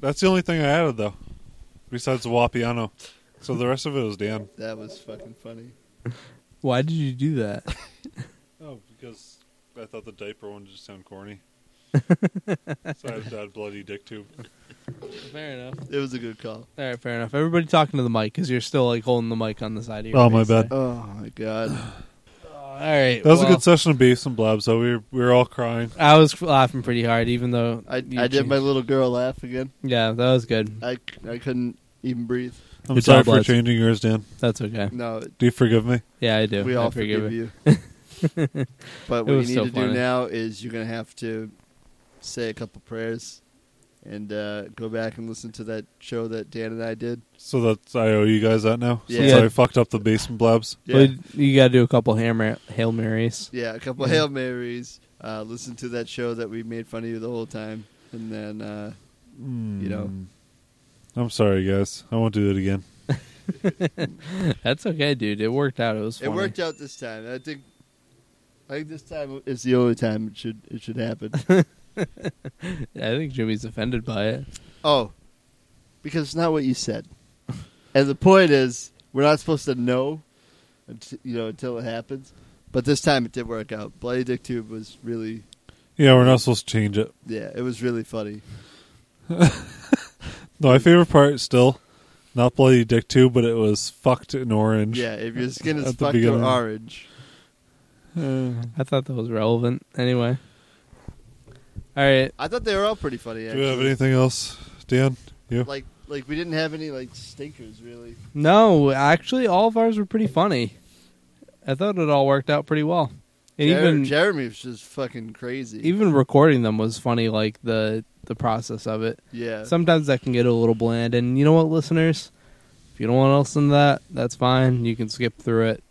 S1: That's the only thing I added, though, besides the Wapiano. So the rest of it was Dan.
S2: [LAUGHS] That was fucking funny.
S3: Why did you do that?
S1: Oh, because I thought the diaper one just sounded
S2: [LAUGHS]
S1: corny. so I had that bloody dick tube.
S3: [LAUGHS] fair enough.
S2: It was a good call.
S3: All right, fair enough. Everybody talking to the mic because you're still like holding the mic on the side of your.
S1: Oh, my
S3: face
S1: bad.
S3: there.
S2: Oh my god.
S3: All right,
S1: That was a
S3: well,
S1: good session of beefs and blabs, though. We were, we were all crying.
S3: I was laughing pretty hard, even though [SIGHS]
S2: I,
S3: you
S2: I did
S3: changed-
S2: my little girl laugh again.
S3: Yeah, that was good.
S2: I, I couldn't even breathe.
S1: I'm
S3: It's all
S1: sorry for
S3: blabs.
S1: changing yours, Dan.
S3: That's okay.
S2: No,
S1: Do you forgive me?
S3: Yeah, I do.
S2: we
S3: I
S2: all
S3: forgive
S2: forgive
S3: it.
S2: you. [LAUGHS] but
S3: [LAUGHS]
S2: what
S3: It
S2: you
S3: was
S2: need
S3: so
S2: to do
S3: funny.
S2: now is you're gonna have to say a couple prayers and uh, go back and listen to that show that Dan and I did.
S1: So that's I owe you guys that now. So
S2: Yeah.
S1: that's how I fucked up the basement blabs.
S2: Yeah,
S3: Well, you got to do a couple hammer hail marys.
S2: yeah a couple hail marys. Uh, listen to that show that we made fun of you the whole time, and then uh, you know
S1: Hmm. I'm sorry, guys. I won't do it again.
S3: [LAUGHS] That's okay, dude. It worked out. It was.
S2: it worked out this time. I think. I think this time is the only time it should it should happen.
S3: [LAUGHS] I think Jimmy's offended by it.
S2: Oh, because it's not what you said. and the point is, we're not supposed to know, until, you know, until it happens. But this time it did work out. Bloody Dick Tube was really,
S1: Yeah, we're not supposed to change it.
S2: yeah, it was really funny.
S1: No, my favorite part still, not bloody dick too, but it was fucked in orange.
S2: Yeah, if your skin is
S1: [LAUGHS] At the
S2: fucked or
S1: beginning.
S2: orange,
S1: Uh,
S3: I thought that was relevant. Anyway. All right.
S2: I thought they were all pretty funny.
S1: do
S2: Actually.
S1: we have anything else, Dan? You?
S2: Like, like we didn't have any like stinkers really.
S3: No, actually, all of ours were pretty funny. I thought it all worked out pretty well. And
S2: Jer-
S3: even
S2: Jeremy was just fucking crazy.
S3: even recording them was funny. Like the the process of it.
S2: yeah,
S3: Sometimes that can get a little bland. And you know what, listeners, if you don't want to listen to that, that's fine. You can skip through it.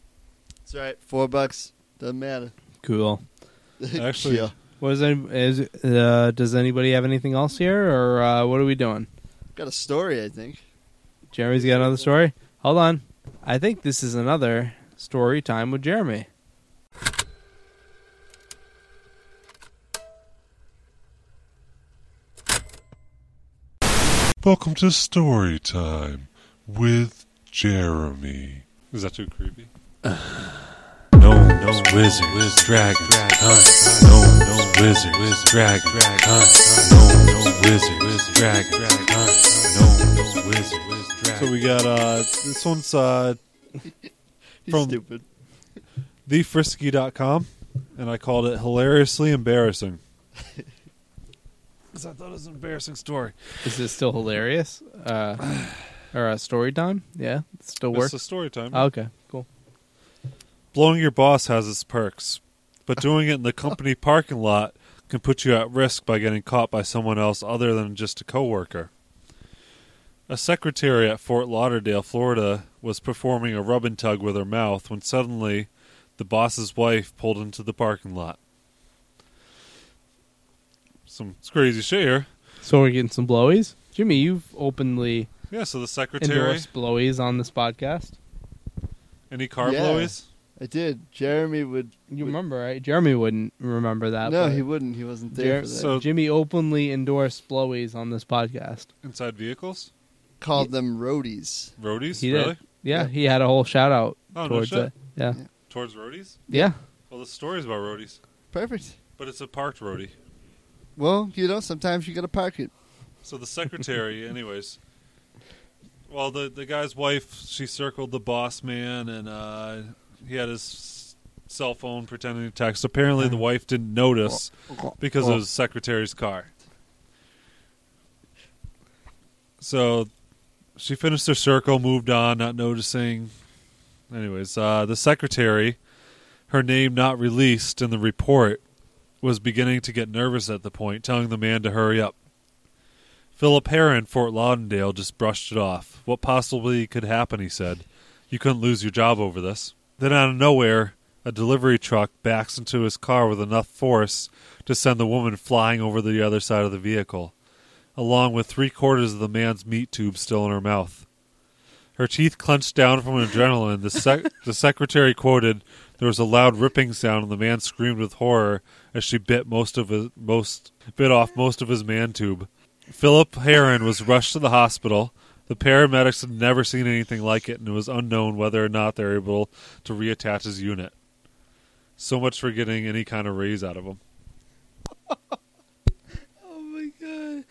S2: it's all right. Four bucks doesn't matter. [LAUGHS]
S3: Cool.
S1: Actually-
S2: Yeah.
S3: What is, any- is uh, does anybody have anything else here, or uh, what are we doing?
S2: got a story. I think.
S3: Jeremy's got another story. Hold on, I think this is another story time with Jeremy.
S4: Welcome to story time with Jeremy.
S1: Is that too creepy?
S4: No, no wizard, wizard, dragon, hunt. No, no wizard, wizard, dragon, hunt. No, no wizard, wizard, dragon, hunt. No, no wizard, wizard, dragon.
S1: So we got uh this one's uh
S2: He's
S1: From-
S2: stupid.
S1: thefrisky.com and I called it hilariously [LAUGHS] embarrassing. Cuz I thought it was an embarrassing story.
S3: Is this still hilarious? Uh, or uh, story time? Yeah, it Oh, still
S1: It's
S3: works.
S1: a story time.
S3: okay, cool.
S1: Blowing your boss has its perks, but doing it in the company parking lot can put you at risk by getting caught by someone else other than just a coworker. A secretary at Fort Lauderdale, Florida, was performing a rub and tug with her mouth when suddenly the boss's wife pulled into the parking lot. some crazy shit here.
S3: So we're getting some blowies. Jimmy, you've openly
S1: Yeah, so the secretary,
S3: endorsed blowies on this podcast.
S1: any car
S2: Yeah.
S1: blowies?
S2: I did. Jeremy would.
S3: You
S2: would-
S3: remember, right? Jeremy wouldn't remember that.
S2: No,
S3: but
S2: he wouldn't. He wasn't there for
S3: Jer-
S2: that.
S1: so-
S3: Jimmy openly endorsed blowies on this podcast.
S1: Inside vehicles?
S2: Called them roadies.
S1: Roadies?
S3: He did.
S1: really?
S3: Yeah,
S2: Yeah.
S3: he had a whole shout out
S1: Oh, no
S3: towards
S1: shit.
S3: it. Yeah.
S2: Yeah.
S1: Towards roadies?
S3: yeah, [LAUGHS]
S1: Well, the story's about roadies,
S2: Perfect.
S1: but it's a parked roadie.
S2: Well, you know, sometimes you gotta park it.
S1: So the secretary, anyways. Well, the the guy's wife, she circled the boss man, and uh, he had his cell phone pretending to text. Apparently, the wife didn't notice because
S3: Oh.
S1: it was secretary's car. So she finished her circle, moved on, not noticing. Anyways, uh, the secretary, her name not released in the report, was beginning to get nervous at the point, telling the man to hurry up. Philip Hare in Fort Lauderdale just brushed it off. What possibly could happen, he said. You couldn't lose your job over this. Then out of nowhere, a delivery truck backs into his car with enough force to send the woman flying over the other side of the vehicle, along with three quarters of the man's meat tube still in her mouth. Her teeth clenched down from adrenaline. The, sec- the secretary quoted, "There was a loud ripping sound, and the man screamed with horror as she bit most of his most bit off most of his man tube." Philip Heron was rushed to the hospital. The paramedics had never seen anything like it, and it was unknown whether or not they were able to reattach his unit. So much for getting any kind of raise out of him.
S3: Oh my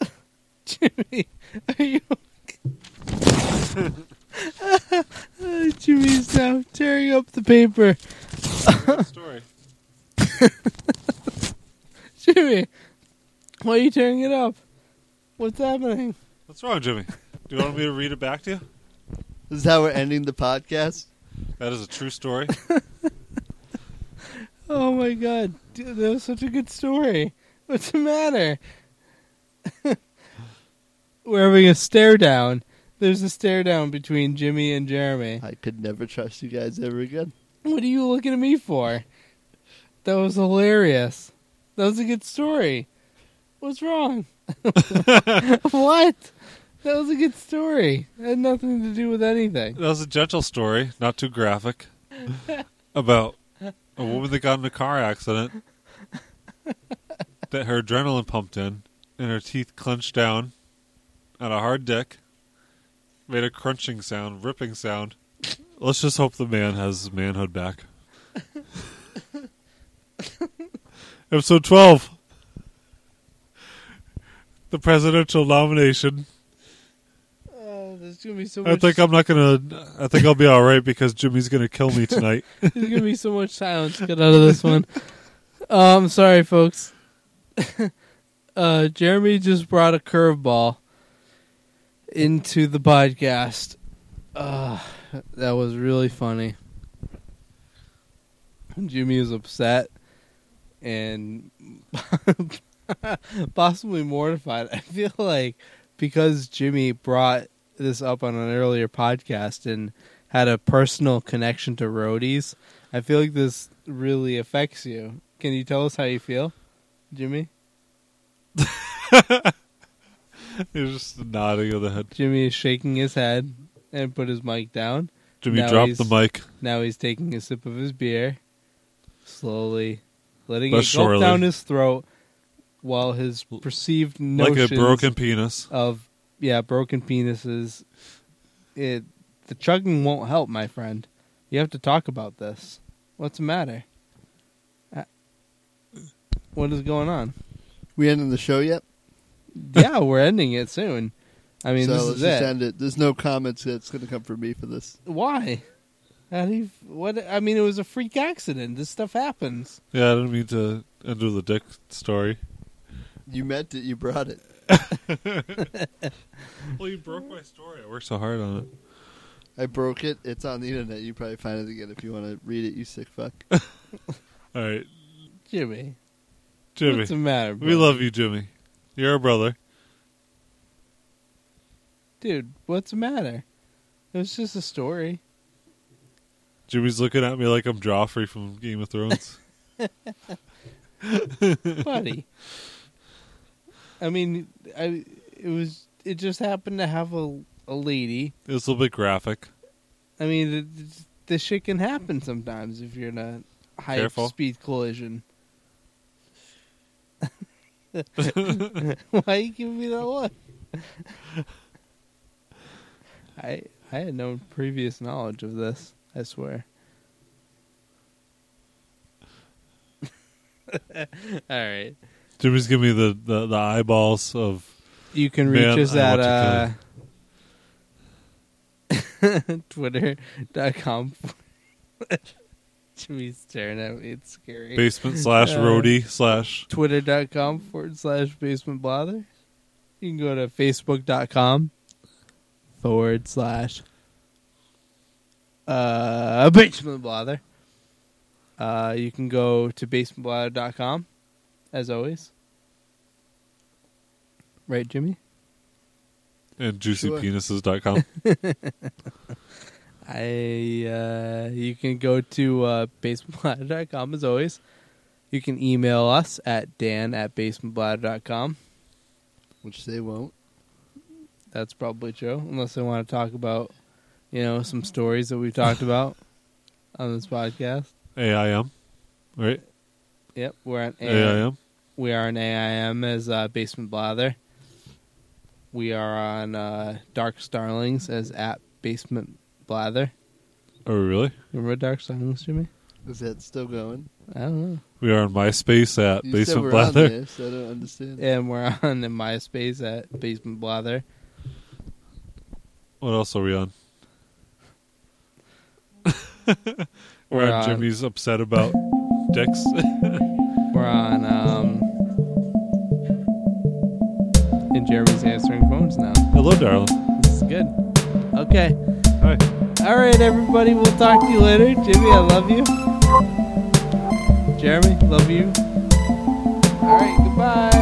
S3: god, Jimmy, are
S1: [LAUGHS]
S3: you? [LAUGHS] okay? Uh, Jimmy's now tearing up the paper.
S1: story.
S3: Jimmy, why are you tearing it up? What's happening?
S1: What's wrong, Jimmy? Do you want me to read it back to you?
S2: Is that how we're ending the podcast?
S1: That is a true story.
S3: Oh my god, Dude, that was such a good story. What's the matter? [LAUGHS] We're having a stare down. There's a stare down between Jimmy and Jeremy.
S2: I could never trust you guys ever again.
S3: What are you looking at me for? That was hilarious. That was a good story. What's [LAUGHS] wrong? what? That was a good story. It had nothing to do with anything.
S1: That was a gentle story, not too graphic, about a woman that got in a car accident that her adrenaline pumped in and her teeth clenched down on a hard dick, made a crunching sound, ripping sound. Let's just hope the man has his manhood back. [LAUGHS] Episode 12 The presidential nomination.
S3: Oh, there's gonna be so much.
S1: I think I'm not gonna. I think I'll be all right because Jimmy's gonna kill me
S3: [LAUGHS]
S1: tonight.
S3: There's gonna be so much silence. Get out of this one. Um, sorry, folks. [LAUGHS] uh, Jeremy just brought a curveball into the podcast. Uh, that was really funny. Jimmy is upset and [LAUGHS] possibly mortified. I feel like because Jimmy brought this up on an earlier podcast and had a personal connection to roadies. I feel like this really affects you. Can you tell us how you feel, Jimmy?
S1: He's just nodding of the head.
S3: Jimmy is shaking his head and put his mic down.
S1: Jimmy,
S3: Now
S1: drop
S3: he's-
S1: the mic.
S3: Now he's taking a sip of his beer, slowly letting
S1: But
S3: it
S1: surely.
S3: gulp down his throat while his perceived
S1: Like
S3: notions
S1: a broken penis.
S3: of yeah broken penises. It the chugging won't help, my friend. You have to talk about this. What's the matter? Uh, What is going on?
S2: We ending the show yet?
S3: yeah, we're ending it soon. I mean,
S2: so
S3: this
S2: let's
S3: is
S2: just
S3: it.
S2: end it. There's no comments that's gonna come from me for this.
S3: Why? How do you, what? I mean, it was a freak accident. This stuff happens.
S1: Yeah, I didn't mean to end with a dick story.
S2: You meant it. You brought it.
S1: Well, you broke my story. I worked so hard on it.
S2: I broke it. It's on the internet. You probably find it again if you want to read it. You sick
S3: [LAUGHS]
S2: fuck.
S1: All right,
S3: Jimmy,
S1: Jimmy.
S3: what's the matter? Bro?
S1: We love you, Jimmy. You're our brother.
S3: dude. What's the matter? It was just a
S1: [LAUGHS]
S3: story. [LAUGHS]
S1: Jimmy's looking at me like I'm Joffrey from Game of Thrones.
S3: buddy. I mean, I it was it just happened to have a a lady.
S1: It was a little bit graphic.
S3: I mean, th- th- this shit can happen sometimes if you're in a high
S1: Careful.
S3: speed collision. [LAUGHS] Why are you giving me that look? I I had no previous knowledge of this. I swear. [LAUGHS] All right.
S1: Jimmy's giving me the, the, the eyeballs of
S3: You can reach
S1: Man,
S3: us
S1: I
S3: at
S1: want
S3: uh,
S1: to
S3: [LAUGHS] twitter.com. Jimmy's staring at me. It's scary.
S1: basement slash
S3: [LAUGHS] Uh,
S1: roadie slash.
S3: Twitter.com forward slash basement blather. You can go to facebook.com forward slash uh, basement blather. Uh, you can go to basementblather.com as always. Right, Jimmy?
S1: and
S2: Sure.
S3: [LAUGHS]
S1: juicypenises.com.
S3: I uh, you can go to uh, basementbladder.com as always. You can email us at dan at basementbladder.com.
S2: Which they won't.
S3: That's probably true, unless they want to talk about you know some stories that we've talked about on this podcast.
S1: AIM. Right?
S3: Yep, we're at
S1: AIM.
S3: we are on AIM as uh, Basement Blather. We are on uh, Dark Starlings as at Basement Blather.
S1: Oh, really?
S3: Remember Dark Starlings, Jimmy?
S2: Is that still going?
S3: I don't know.
S1: We are on MySpace at
S2: You said
S1: Basement
S2: we're on
S1: Blather.
S2: there, so I don't understand.
S3: And we're [LAUGHS] on in MySpace at Basement Blather.
S1: What else are we on? [LAUGHS] we're
S3: We're
S1: on
S3: on-
S1: Jimmy's upset about dicks.
S3: We're on, um, and Jeremy's answering phones now.
S1: [LAUGHS] Hello, darling.
S3: This is good. Okay.
S1: Hi.
S3: All right, everybody. We'll talk to you later. Jimmy, I love you. Jeremy, love you. All right. Goodbye.